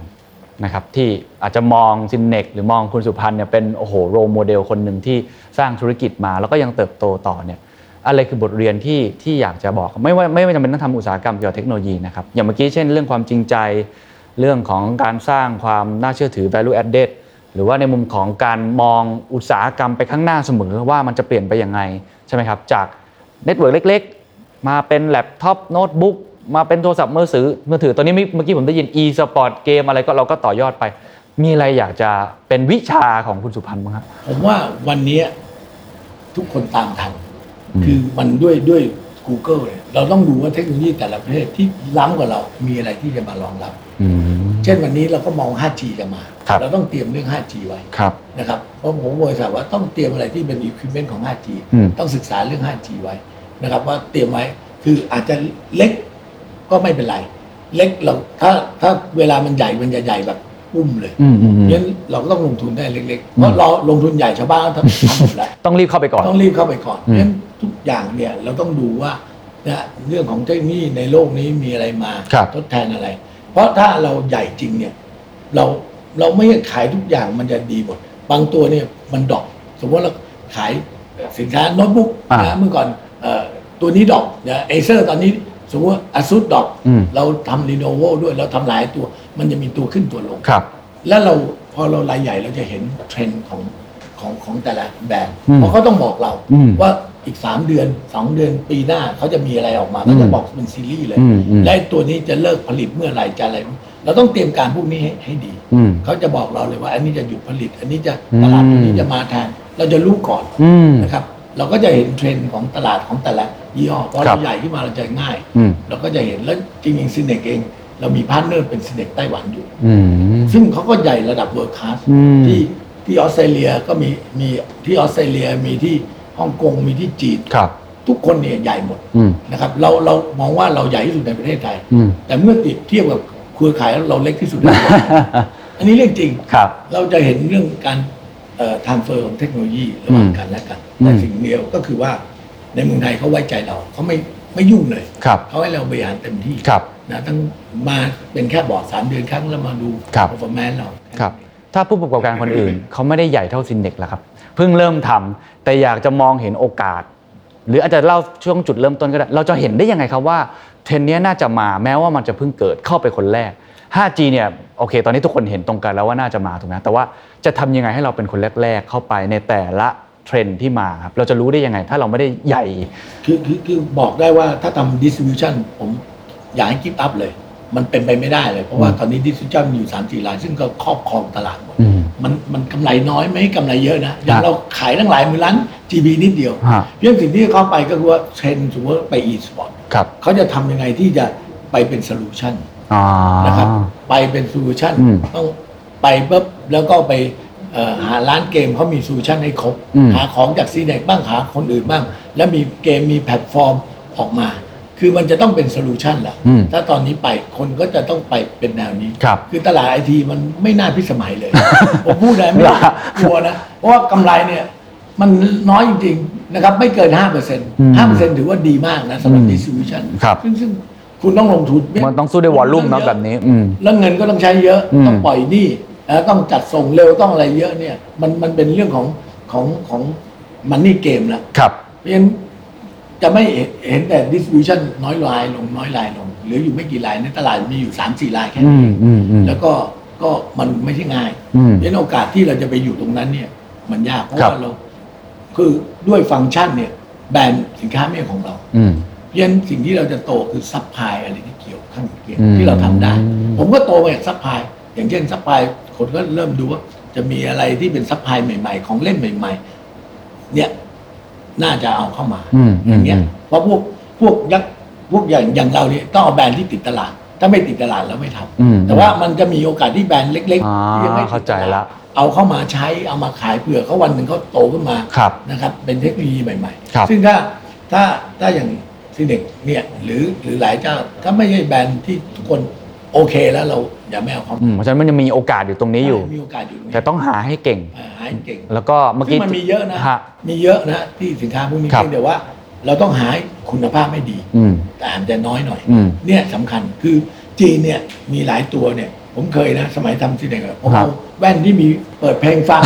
Speaker 2: นะครับที่อาจจะมองซินเนกหรือมองคุณสุพันธ์เนี่ยเป็นโอ้โหโรโมเดลคนหนึ่งที่สร้างธุรกิจมาแล้วก็ยังเติบโตต่อเนี่ย อะไรคือบทเรียนที่ที่อยากจะบอก ไม่ว่าไม่ว่าจะเป็นต้องทำอุตสาหกรรมเกี่ยวกับเทคโนโลยีนะครับอย่างเมื่อกี้เช่นเรื่องความจริงใจ เรื่องของการสร้างความน่าเชื่อถือ value added หรือว่าในมุมของการมองอุตสาหกรรมไปข้างหน้าเสมอว่ามันจะเปลี่ยนไปยังไงใช่ไหมครับจากเน็ตเวิร์กเล็ก ๆ มาเป็นแล็ปท็อปโน้ตบุ๊กมาเป็นโทรศัพท์มือถือมือถือตอนนี้มิเมื่อกี้ผมได้ยิน e sport เกมอะไรก็เราก็ต่อยอดไป มีอะไรอยากจะเป็นวิชาของคุณสุพันธ์บ้างครับ
Speaker 3: ผมว่าวันนี้ทุกคนตามทัน
Speaker 2: อืม
Speaker 3: คือมันด้วยด้วย Google เนี่ยเราต้องดูว่าเทคโนโลยีแต่ละประเทศที่ล้ำกว่าเรา มีอะไรที่จะมารองรับ
Speaker 2: อืม
Speaker 3: เช่นวันนี้เราก็มอง 5G จะมา
Speaker 2: ครับ
Speaker 3: เราต้องเตรียมเรื่อง 5G ไว้
Speaker 2: ครับ
Speaker 3: นะครับ เพราะผมบริษัทว่าต้องเตรียมอะไรที่เป็นอุปกรณ์ของ 5G
Speaker 2: อืม
Speaker 3: ต้องศึกษาเรื่อง 5G ไว้นะครับ ว่าเตรียมไว้ คืออาจจะเล็กก็ไม่เป็นไร เล็กเราถ้าถ้าเวลามันใหญ่มันจะใหญ่แบบอุ้มเลย
Speaker 2: อืมอืมอืม
Speaker 3: เพราะฉะนั้นเราก็ต้องลงทุนได้เล็กๆ เพราะเราลงทุนใหญ่ชาวบ้านก็ทำทำหมดแล้ว
Speaker 2: ต้องรีบเข้าไปก่อน
Speaker 3: ต้องรีบเข้าไปก่อนเพ
Speaker 2: อืม
Speaker 3: ราะฉะนั้นทุกอย่างเนี่ยเราต้องดูว่านะเรื่องของเทคโนโลยีในโลกนี้มีอะไรมา
Speaker 2: ครับ
Speaker 3: ทดแทนอะไร เพราะถ้าเราใหญ่จริงเนี่ยเราเราไม่ขายทุกอย่างมันจะดีหมด บางตัวเนี่ยมันดรอกสมมติเราขายสินค้าโน้ตบุ๊กนะเมื่อก่อนเอ่อตัวนี้ดรอกนะเอเซอร์ตอนนี้สมมติอาซูดรอก
Speaker 2: อืม
Speaker 3: เราทำรีโนเวด้วยเราทำหลายตัวมันจะมีตัวขึ้นตัวลง
Speaker 2: ครับ
Speaker 3: แล้วเราพอเรารายใหญ่เราจะเห็นเทรนด์ของของของแต่ละแบรนด์
Speaker 2: อืม
Speaker 3: เพราะเขาต้องบอกเรา
Speaker 2: อืม
Speaker 3: ว่าอีก 3 เดือน 2 เดือนปีหน้าเขาจะมีอะไรออกมา
Speaker 2: อืม
Speaker 3: เขาจะบอกเป็นซีรีส์เลย
Speaker 2: อืมอืม
Speaker 3: และไอ้ตัวนี้จะเลิกผลิตเมื่อไหร่จะอะไรเราต้องเตรียมการพวกนี้ให้ให้ดี
Speaker 2: อืม
Speaker 3: เขาจะบอกเราเลยว่า อันนี้จะหยุดผลิต อันนี้จะ
Speaker 2: อืม
Speaker 3: ตลาดตัวนี้จะมาแทนเราจะรู้ก่อน
Speaker 2: อืม
Speaker 3: นะครับ เราก็จะเห็นเทรนด์ของตลาดของแต่ละยี่ห้อเพ
Speaker 2: ค
Speaker 3: ราะ
Speaker 2: รั
Speaker 3: เรา
Speaker 2: บ
Speaker 3: ใหญ่ขึ้นมาเราจะง่าย
Speaker 2: อืม
Speaker 3: เราก็จะเห็นแล้วจริงๆซินเนกเองเรามีพาร์ทเนอร์เป็นซินเนกไต้หวันอยู่
Speaker 2: อืม
Speaker 3: ซึ่งเขาก็ใหญ่ระดับเวิร์คคลาส
Speaker 2: อืม
Speaker 3: ที่ที่ออสเตรเลียก็มีมีที่ออสเตรเลียมีที่ฮ่องกงมีที่จีน
Speaker 2: ครับ
Speaker 3: ทุกคนเนี่ยใหญ่หมด
Speaker 2: อืม
Speaker 3: นะครับเราเรามองว่าเราใหญ่ที่สุดในประเทศไทย
Speaker 2: อืม
Speaker 3: แต่เมื่อติดเทียบกับเครือข่ายแล้วเราเล็กที่สุดในโลก อันนี้เรื่องจริง
Speaker 2: ครับ
Speaker 3: เราจะเห็นเรื่องการทางเฟอร์ของเทคโนโลยีระหว่าง
Speaker 2: อืม
Speaker 3: กันและกัน
Speaker 2: อืม
Speaker 3: แต่สิ่งเดียวก็คือว่าในเมืองไทยเขาไว้ใจเราเขาไม่ไม่ยุ่งเลย
Speaker 2: ครับ
Speaker 3: เขาให้เราบริหารเต็มที่
Speaker 2: ครับ
Speaker 3: นะตั้งมาเป็นแค่บอร์ดสามเดือนครั้งแล้วมาดู
Speaker 2: ครับ
Speaker 3: performance เรา
Speaker 2: ครับ ถ้าผู้ประกอบการคนอื่น เขาไม่ได้ใหญ่เท่าซินเด็กแล้วครับ เพิ่งเริ่มทำแต่อยากจะมองเห็นโอกาส หรืออาจจะเล่าช่วงจุดเริ่มต้นก็ได้ เราจะเห็นได้ยังไงครับว่าเทรนด์เนี้ยน่าจะมาแม้ว่ามันจะเพิ่งเกิดเข้าไปคนแรก 5G เนี่ยโอเค ตอนนี้ทุกคนเห็นตรงกันแล้วว่าน่าจะมาถูกไหมแต่ว่าจะทำยังไงให้เราเป็นคนแรก ๆ เข้าไปในแต่ละเทรนด์ที่มาครับเราจะรู้ได้ยังไง ถ้าเราไม่ได้ใหญ่
Speaker 3: คือคือคือบอกได้ว่าถ้าทำ distribution ผมอยากให้กิฟต์อัพเลย มันเป็นไปไม่ได้เลย เพราะว่าตอนนี้ distribution มีอยู่3ามสี่ราย ซึ่งก็ครอบครองตลาดหมด
Speaker 2: อืม
Speaker 3: มันมันกำไรน้อยไม่ให้กำไรเยอะนะ อย่าง
Speaker 2: ฮะ
Speaker 3: เราขายตั้งหลายหมื่นล้าน GB นิดเดียว
Speaker 2: ฮะ
Speaker 3: เรื่องสิ่งที่เข้าไปก็คือว่าเทรนด์สมมติว่าไป e-sport
Speaker 2: ครับ
Speaker 3: เขาจะทำยังไงที่จะไปเป็น solution
Speaker 2: อ๋อ
Speaker 3: นะครับไปเป็นโซลูชัน
Speaker 2: อืม
Speaker 3: ต้องไปปุ๊บแล้วก็ไปเอ่อหาร้านเกมเขามีโซลูชันให้ครบ
Speaker 2: อืม
Speaker 3: หาของจากซีเน็กบ้างหาคนอื่นบ้าง แล้วมีเกมมีแพลตฟอร์มออกมา คือมันจะต้องเป็นโซลูชันแหละ
Speaker 2: อืม
Speaker 3: ถ้าตอนนี้ไปคนก็จะต้องไปเป็นแนวนี้
Speaker 2: ครับ
Speaker 3: อตลาดไอทีมันไม่น่าพิสมัย เลย ผมพูดนะไม่
Speaker 2: เหรอ
Speaker 3: ได้
Speaker 2: ก
Speaker 3: ลัวนะ เพราะว่ากำไรเนี่ยมันน้อยจริงๆนะครับไม่เกิน 5% 5%ถือว่าดีมากนะสำหรับ
Speaker 2: อืม
Speaker 3: ดิสติบิชัน
Speaker 2: ครับ
Speaker 3: ซึ่งซึ่งคุณต้องลงทุน
Speaker 2: มันต้องสู้ด้วยวอลลุ่มเนอะแบบนี้อืม
Speaker 3: แล้วเงินก็ต้องใช้เยอะ
Speaker 2: อืม
Speaker 3: ต้องปล่อยหนี้นะต้องจัดส่งเร็วต้องอะไรเยอะเนี่ย มันมันเป็นเรื่องของของของมันนี่เกมละ
Speaker 2: ครับ
Speaker 3: เพราะฉะนั้นจะไม่เห็นเห็นแต่ distribution น้อยรายลงน้อยรายลงเหลืออยู่ไม่กี่รายในตลาดมีอยู่3ามสี่รายแค่
Speaker 2: อื
Speaker 3: นี้
Speaker 2: มอืมอืม
Speaker 3: แล้วก็ก็มันไม่ใช่ง่าย
Speaker 2: อืม
Speaker 3: เพราะฉะนั้นโอกาสที่เราจะไปอยู่ตรงนั้นเนี่ย มันยากเพราะ
Speaker 2: ครับ
Speaker 3: ว่าเรา คือด้วยฟังก์ชันเนี่ย แบรนด์สินค้าไม่ใช่ของเรา
Speaker 2: อืม
Speaker 3: เพราะฉะนั้นสิ่งที่เราจะโตคือซัพพลายอะไรที่เกี่ยวข้างเกี่ยว
Speaker 2: อืม
Speaker 3: ที่เราทำได้ ผมก็โตมาจากซัพพลายอย่างเช่นซัพพลายคนก็เริ่มดูว่าจะมีอะไรที่เป็นซัพพลายใหม่ ๆ ของเล่นใหม่ ๆ เนี่ยน่าจะเอาเข้ามา
Speaker 2: อืมอืม
Speaker 3: อย่างเงี้ย
Speaker 2: อืม
Speaker 3: เพราะพวกพวกยักษ์พวกอย่างอย่างเราเนี่ยต้องเอาแบรนด์ที่ติดตลาด ถ้าไม่ติดตลาดเราไม่ทำ
Speaker 2: อืม
Speaker 3: แต่ว่ามันจะมีโอกาสที่แบรนด์เล็ก
Speaker 2: อ่า
Speaker 3: ๆที่ยังไม่ติดตลด
Speaker 2: เข้าใจละ
Speaker 3: เอาเข้ามาใช้เอามาขายเผื่อเขาวันหนึ่งเขาโตขึ้นมา
Speaker 2: ครับ
Speaker 3: นะครับเป็นเทคโนโลยีใหม่
Speaker 2: ครับ
Speaker 3: ๆ ซึ่งถ้าถ้าถ้าอย่างซีเน็กเนี่ยหรือหรือหลายเจ้า ถ้าไม่ใช่แบรนด์ที่ทุกคนโอเคแล้วเราอย่าไม่เอาเขา
Speaker 2: อืมเพราะฉะนั้นมันยังมีโอกาสอยู่ตรงนี้อยู่
Speaker 3: มีโอกาสอยู่
Speaker 2: แต่ต้องหาให้เก่ง
Speaker 3: เอ่อหายเก่ง
Speaker 2: แล้วก็เมื่อ
Speaker 3: ซึ่
Speaker 2: กี้
Speaker 3: งมันมีเยอะนะ
Speaker 2: ฮะ
Speaker 3: มีเยอะนะที่สินค้าพวกนี้
Speaker 2: ครับ
Speaker 3: เพียงแต่ว่า เราต้องหาคุณภาพไม่ดี
Speaker 2: อืม
Speaker 3: แต่อาจจะน้อยหน่อย
Speaker 2: อืม
Speaker 3: เนี่ยสำคัญคือจีนเนี่ยมีหลายตัวเนี่ย ผมเคยนะ สมัยทำซีเน็กอะผม
Speaker 2: ครั
Speaker 3: เอา
Speaker 2: บ
Speaker 3: แว่นที่มีเปิดเพลงฟัง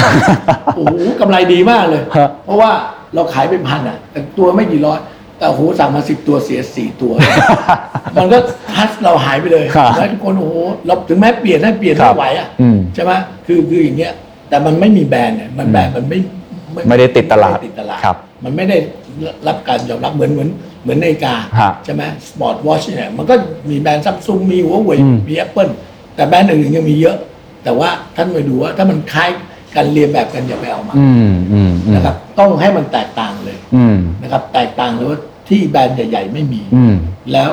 Speaker 3: โอ้โหกำไรดีมากเลย
Speaker 2: ฮะ
Speaker 3: เพราะว่า เราขายเป็นพันอ่ะ แต่ตัวไม่กี่ร้อยแต่โอ้โหสั่งมาสิบตัวเสียสี่ตัว มันก็ทัชเราหายไปเลย
Speaker 2: ครับ
Speaker 3: แล้วทุกคนโอ้โหเราถึงแม้เปลี่ยนให้เปลี่ยน
Speaker 2: ครั
Speaker 3: ไม่
Speaker 2: บ
Speaker 3: ไหวอ่ะ
Speaker 2: อืม
Speaker 3: ใช่ไหมคือคืออย่างเงี้ย แต่มันไม่มีแบรนด์เนี่ยมันแบรนด์มันไม่
Speaker 2: ไม่ได้ติดตลาด
Speaker 3: ไม่ไติดตลาด
Speaker 2: ครับ
Speaker 3: มันไม่ได้รับการยอมรับเหมือนเหมือนเหมือนนาฬิกา
Speaker 2: ฮะ
Speaker 3: ใช่ไหมสปอร์ตวอชเนี่ยมันก็มีแบรนด์ซัมซุงมีหัวเว่ย
Speaker 2: อืม
Speaker 3: มีแอปเปิลแต่แบรนด์อื่นๆยังมีเยอะ แต่ว่าท่านไปดูว่าถ้ามันคล้ายกันเรียนแบบกันอย่าไปเอามา
Speaker 2: อืมอืมอืม
Speaker 3: นะครับต้องให้มันแตกต่างเลย
Speaker 2: อืม
Speaker 3: นะครับ แตกต่างเลยว่าที่แบรนด์ใหญ่ ๆ ไม่มี
Speaker 2: อืม
Speaker 3: แล้ว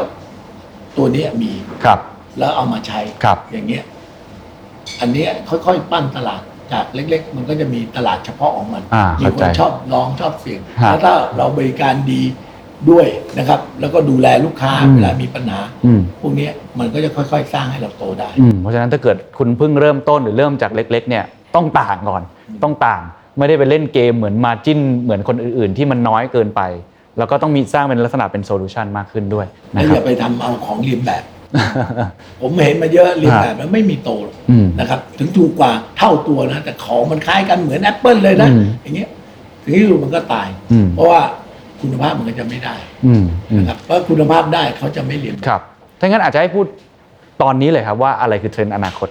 Speaker 3: ตัวเนี้ยมี
Speaker 2: ครับ
Speaker 3: แล้วเอามาใช้
Speaker 2: ครับ
Speaker 3: อย่างเงี้ยอันเนี้ยค่อยๆปั้นตลาดจากเล็ก ๆ มันก็จะมีตลาดเฉพาะของมัน
Speaker 2: อ่า
Speaker 3: มี
Speaker 2: เข้า
Speaker 3: ค
Speaker 2: ใจ
Speaker 3: นชอบลองชอบเสี่ยง
Speaker 2: ฮะ
Speaker 3: แล้วถ้าเราบริการดีด้วยนะครับ แล้วก็ดูแลลูกค้า
Speaker 2: อืม
Speaker 3: เวลามีปัญหา
Speaker 2: อืม
Speaker 3: พวกเนี้ยมันก็จะค่อย ๆ สร้างให้เราโตได้
Speaker 2: อืมเพราะฉะนั้นถ้าเกิดคุณเพิ่งเริ่มต้นหรือเริ่มจากเล็ก ๆ เนี่ยต้องต่างก่อน ต้องต่าง ไม่ได้ไปเล่นเกมเหมือนมาจิ้นเหมือนคนอื่น ๆ ที่มันน้อยเกินไป แล้วก็ต้องมีสร้างเป็นลักษณะเป็นโซลูชันมากขึ้นด้วย
Speaker 3: แล้
Speaker 2: นะค
Speaker 3: วอ
Speaker 2: รับ
Speaker 3: ย่าไปทำเอาของเรียนแบบ ผมเห็นมาเยอะเรียนแบบมันไม่มีโตหรอก
Speaker 2: อืม
Speaker 3: นะครับ ถึงถูกกว่าเท่าตัวนะ แต่ของมันคล้ายกันเหมือนแอปเปิลเลยนะ
Speaker 2: อืม
Speaker 3: อย่างเงี้ยถึงที่สุดมันก็ตาย
Speaker 2: อืม
Speaker 3: เพราะว่าคุณภาพมันก็จะไม่ได้
Speaker 2: อืมอืม
Speaker 3: นะครับเพราะคุณภาพได้เขาจะไม่เรียน
Speaker 2: ครับถ้างั้นอาจจะให้พูดตอนนี้เลยครับว่าอะไรคือเทรนด์อนาคต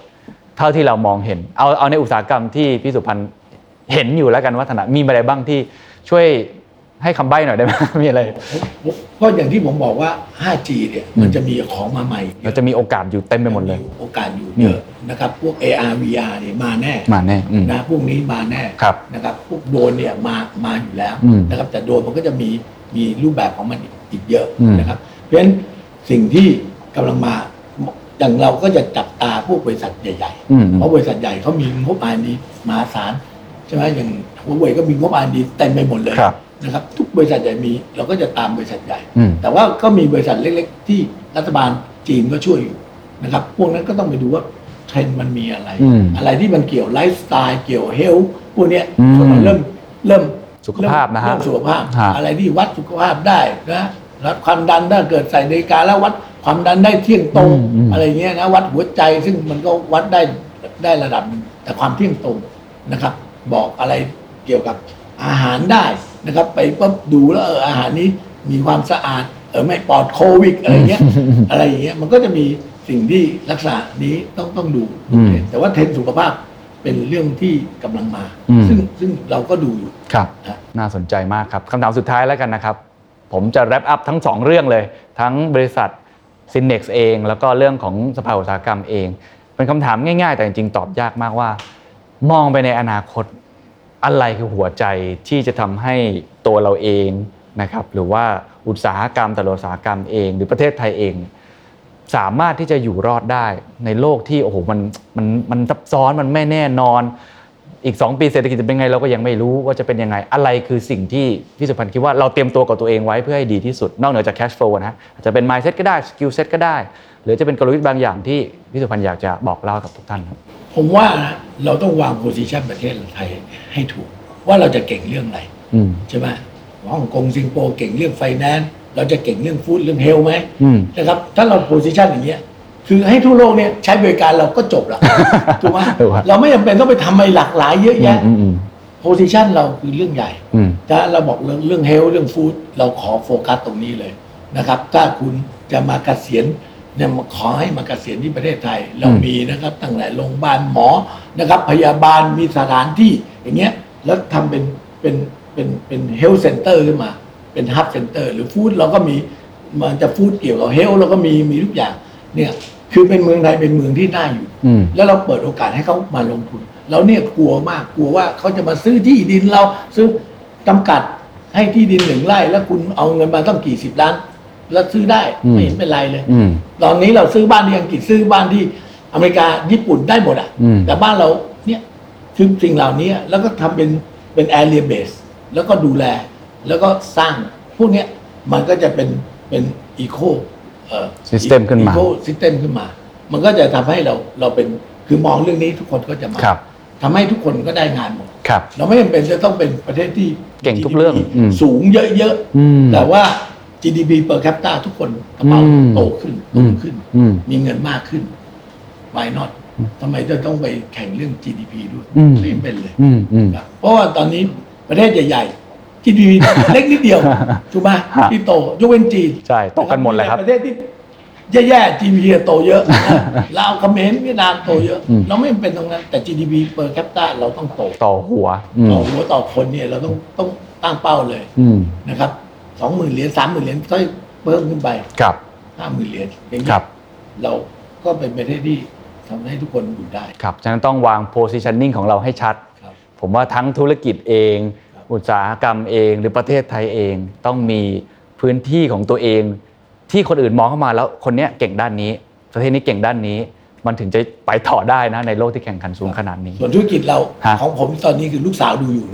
Speaker 2: เท่าที่เรามองเห็น เอาเอาในอุตสาหกรรมที่พี่สุพันธ์เห็นอยู่แล้วกันว่าถนัดมีอะไรบ้างที่ช่วยให้คำใบ้หน่อยได้ไหม มีอะไร
Speaker 3: ผมก็อย่างที่ผมบอกว่า 5G เนี่ยมันจะมีของมาใหม่
Speaker 2: เราจะมีโอกาสอยู่เต็มไปหมดเลย
Speaker 3: โอกาสอยู่เยอะนะครับ พวก AR VR เนี่ยมาแน่
Speaker 2: มาแน่อืม
Speaker 3: นะพวกนี้มาแน่
Speaker 2: ครับ
Speaker 3: นะครับพวกโดรนเนี่ยมามาอยู่แล้ว
Speaker 2: อืม
Speaker 3: นะครับแต่โดรนมันก็จะมีมีรูปแบบของมันอีกอีกเยอะ
Speaker 2: อืม
Speaker 3: นะครับเพราะฉะนั้นสิ่งที่กำลังมาอย่างเราก็จะจับตาพวกบริษัทใหญ่
Speaker 2: อืม
Speaker 3: เพราะบริษัทใหญ่เขามีงบอานีมหาศาลใช่ไหมอย่างหัวเว่ยก็มีงบอานีเต็มไปหมดเลย
Speaker 2: ครับ
Speaker 3: นะครับทุกบริษัทใหญ่มีเราก็จะตามบริษัทใหญ่
Speaker 2: อืม
Speaker 3: แต่ว่าก็มีบริษัทเล็ก ๆ ที่รัฐบาลจีนก็ช่วยอยู่นะครับ พวกนั้นก็ต้องไปดูว่าเทรนด์มันมีอะไร
Speaker 2: อืม
Speaker 3: อะไรที่มันเกี่ยวไลฟ์สไตล์เกี่ยวเฮลท์พวกเนี้ย
Speaker 2: อืม
Speaker 3: คนมันเริ่มเริ่ม
Speaker 2: สุขภาพนะฮะ
Speaker 3: เริ่มเริ่มสุขภาพ
Speaker 2: ฮะ
Speaker 3: อะไรที่วัดสุขภาพได้นะวัดความดันถ้าเกิดใส่นาฬิกาแล้ววัดความดันได้เที่ยงตรง
Speaker 2: อืมอืม
Speaker 3: อะไรเงี้ยนะวัดหัวใจซึ่งมันก็วัดได้ได้ระดับหนึ่งแต่ความเที่ยงตรงนะครับ บอกอะไรเกี่ยวกับอาหารได้นะครับ ไปปุ๊บดูแล้วเอออาหารนี้มีความสะอาดเออไม่ปลอดโควิดอะไรเงี้ย อะไรอย่างเงี้ยมันก็จะมีสิ่งที่ลักษณะนี้ต้องต้องดู
Speaker 2: อืม
Speaker 3: แต่ว่าเทรนด์สุขภาพเป็นเรื่องที่กำลังมา
Speaker 2: อืม
Speaker 3: ซึ่งซึ่งเราก็ดูอยู่
Speaker 2: ครับ
Speaker 3: ครับ
Speaker 2: น่าสนใจมากครับคำถามสุดท้ายแล้วกันนะครับ ผมจะแรปอัพทั้งสองเรื่องเลย ทั้งบริษัทซินเน็กซ์เอง แล้วก็เรื่องของสภาอุตสาหกรรมเอง เป็นคำถามง่าย ๆ แต่จริงๆ ตอบยากมากว่า มองไปในอนาคต อะไรคือหัวใจที่จะทำให้ตัวเราเองนะครับ หรือว่าอุตสาหกรรมแต่ละอุตสาหกรรมเอง หรือประเทศไทยเอง สามารถที่จะอยู่รอดได้ในโลกที่โอ้โหมันมันมันซับซ้อนมันไม่แน่นอน อีก 2 ปีเศรษฐกิจจะเป็นไงเราก็ยังไม่รู้ว่าจะเป็นยังไงอะไรคือสิ่งที่พี่สุพันธ์คิดว่าเราเตรียมตัวกับตัวเองไว้เพื่อให้ดีที่สุด นอกเหนือจาก cash flow นะอาจจะเป็น mindset ก็ได้ skill set ก็ได้ หรือจะเป็นกลยุทธ์บางอย่างที่พี่สุพันธ์อยากจะบอกเล่ากับทุกท่านครับ
Speaker 3: ผมว่านะเราต้องวางโพซิชันประเทศไทยให้ถูก ว่าเราจะเก่งเรื่องอะไร
Speaker 2: อืม
Speaker 3: ใช่ไหมฮ่องกงสิงคโปร์เก่งเรื่องไฟแนนซ์เราจะเก่งเรื่องฟู้ดเรื่องเฮลท์ไหม
Speaker 2: อืม
Speaker 3: นะครับถ้าเราโพซิชันอย่างเงี้ยคือให้ทั่วโลกเนี่ยใช้บริการเราก็จ บละ ถูกไหม
Speaker 2: ถูกครับ
Speaker 3: เราไม่จำเป็นต้องไปทำอะไรหลากหลายเยอะ
Speaker 2: อืม
Speaker 3: แยะ
Speaker 2: อืมอืม
Speaker 3: โพซิชันเราคือเรื่องใหญ่
Speaker 2: อืม
Speaker 3: ถ้าเราบอกเรื่องเรื่องเฮลเรื่องฟู้ดเราขอโฟกัสตรงนี้เลยนะครับ ถ้าคุณจะมาเกษียณเนี่ยขอให้มาเกษียณที่ประเทศไทย เรา
Speaker 2: อืม
Speaker 3: มีนะครับตั้งแต่โรงพยาบาลหมอนะครับ พยาบาลมีสถานที่อย่างเงี้ยแล้วทำเป็นเป็นเป็นเป็นเฮลท์เซ็นเตอร์ขึ้นมาเป็นฮับเซ็นเตอร์หรือฟู้ดเราก็มีมันจะฟู้ดเกี่ยวกับเฮลเราก็มีมีทุกอย่างเนี่ยคือเป็นเมืองไทยเป็นเมืองที่น่าอยู่
Speaker 2: อืม
Speaker 3: แล้วเราเปิดโอกาสให้เขามาลงทุน เราเนี่ยกลัวมากกลัวว่าเขาจะมาซื้อที่ดินเราซื้อจำกัดให้ที่ดินหนึ่งไร่ แล้วคุณเอาเงินมาต้องกี่สิบล้าน แล้วซื้อได้
Speaker 2: อืม
Speaker 3: ไม่เห็นเป็นไรเลย
Speaker 2: อืม
Speaker 3: ตอนนี้เราซื้อบ้านที่อังกฤษซื้อบ้านที่อเมริกาญี่ปุ่นได้หมดอ่ะ
Speaker 2: อืม
Speaker 3: แต่บ้านเราเนี่ยคือสิ่งเหล่านี้แล้วก็ทำเป็นเป็นแอเรียเบสแล้วก็ดูแลแล้วก็สร้างพวกเนี้ยมันก็จะเป็นเป็นอีโค
Speaker 2: System ขึ้นมา
Speaker 3: อีโคซิสเต็มขึ้นมา มันก็จะทำให้เราเราเป็นคือมองเรื่องนี้ทุกคนก็จะมา
Speaker 2: ครับ
Speaker 3: ทำให้ทุกคนก็ได้งานหมด
Speaker 2: ครับ
Speaker 3: เราไม่จำเป็นจะต้องเป็นประเทศที่
Speaker 2: เก่งทุกเรื่อง
Speaker 3: GDP
Speaker 2: อืม
Speaker 3: สูงเยอะ
Speaker 2: อืม
Speaker 3: ๆแต่ว่า GDP per capita ทุกคนกระเป๋า
Speaker 2: อืม
Speaker 3: โตขึ้นโต
Speaker 2: อืม
Speaker 3: ขึ้น
Speaker 2: อืม
Speaker 3: มีเงินมากขึ้น why not ทำไมจะต้องไปแข่งเรื่อง GDP ด้วย
Speaker 2: อืม
Speaker 3: ไม่เป็นเลย
Speaker 2: อืมอืม
Speaker 3: ครับเพราะว่าตอนนี้ประเทศใหญ่ ๆ GDP เล็กนิดเดียวถูกไหม
Speaker 2: ฮะ
Speaker 3: ที่โตยกเว้นจีน
Speaker 2: ใช่โตกันหมดเลยครับ
Speaker 3: ประเทศที่แย่ๆ GDP โตเย อะนะลาวเขมรเวียดนามโตเยอะ
Speaker 2: อืม
Speaker 3: เราไม่จำเป็นตรงนั้น แต่ GDP per capita เราต้องโต
Speaker 2: ต่อหัวอืม
Speaker 3: ต่อหัวต่อคนเนี่ยเราต้องต้องตั้งเป้าเลย
Speaker 2: อืม
Speaker 3: นะครับสองหมื่นเหรียญสามหมื่นเหรียญค่อยเพิ่มขึ้นไป
Speaker 2: ครับ
Speaker 3: ห้าหมื่นเหรียญอย่าง
Speaker 2: ค
Speaker 3: นี้
Speaker 2: รับ
Speaker 3: เราก็เป็นประเทศที่ทำให้ทุกคนอยู่ได้
Speaker 2: ครับ ฉะนั้นต้องวาง positioning ของเราให้ชัด
Speaker 3: ครับ
Speaker 2: ผมว่าทั้งธุรกิจเอง
Speaker 3: ครับ
Speaker 2: อุตสาหกรรมเอง หรือประเทศไทยเอง ต้องมีพื้นที่ของตัวเอง ที่คนอื่นมองเข้ามาแล้วคนเนี้ยเก่งด้านนี้ ประเทศนี้เก่งด้านนี้ มันถึงจะไปต่อได้นะในโลกที่แข่งขันสูงขนาดนี้
Speaker 3: ส่วนธุรกิจเรา
Speaker 2: ฮะ
Speaker 3: ของผมตอนนี้คือลูกสาวดู อยู่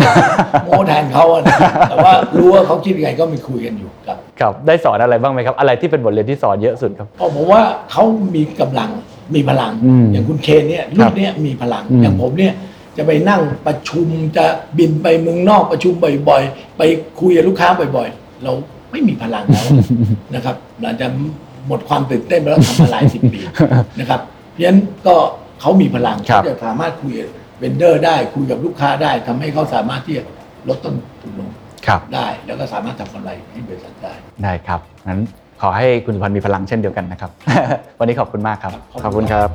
Speaker 3: โม้แทนเขาอะนะแต่ว่ารู้ว่าเขาคิดยังไงก็มีคุยกันอยู่ครับ
Speaker 2: ครับได้สอนอะไรบ้างไหมครับ อะไรที่เป็นบทเรียนที่สอนเยอะสุดครับ
Speaker 3: เพราะผมว่าเขามีกำลังมีพลัง
Speaker 2: อืม
Speaker 3: อย่างคุณเคนเนี่ยลูกเนี่ยมีพลัง
Speaker 2: อืม
Speaker 3: อย่างผมเนี่ยจะไปนั่งประชุมจะบินไปเมืองนอกประชุมบ่อยๆ ไปคุยกับลูกค้าบ่อยๆ เราไม่มีพลัง แล้ว นะครับหลังจากหมดความตื่นเต้นไปแล้วทำมาหลายสิ บปีนะครับเพราะฉะนั้นก็เขามีพลัง
Speaker 2: ครั
Speaker 3: เขา
Speaker 2: บ
Speaker 3: จะสามารถคุยกับเวนเดอร์ได้คุยกับลูกค้าได้ทำให้เขาสามารถที่จะลดต้นทุนลง
Speaker 2: ครับ
Speaker 3: ได้ แล้วก็สามารถทำกำไรให้บริษัทได้
Speaker 2: ได้ ครับ งั้นขอให้คุณสุพันธ์มีพลังเช่นเดียวกันนะครับ วันนี้ขอบคุณมากครับ ขอบคุณครับ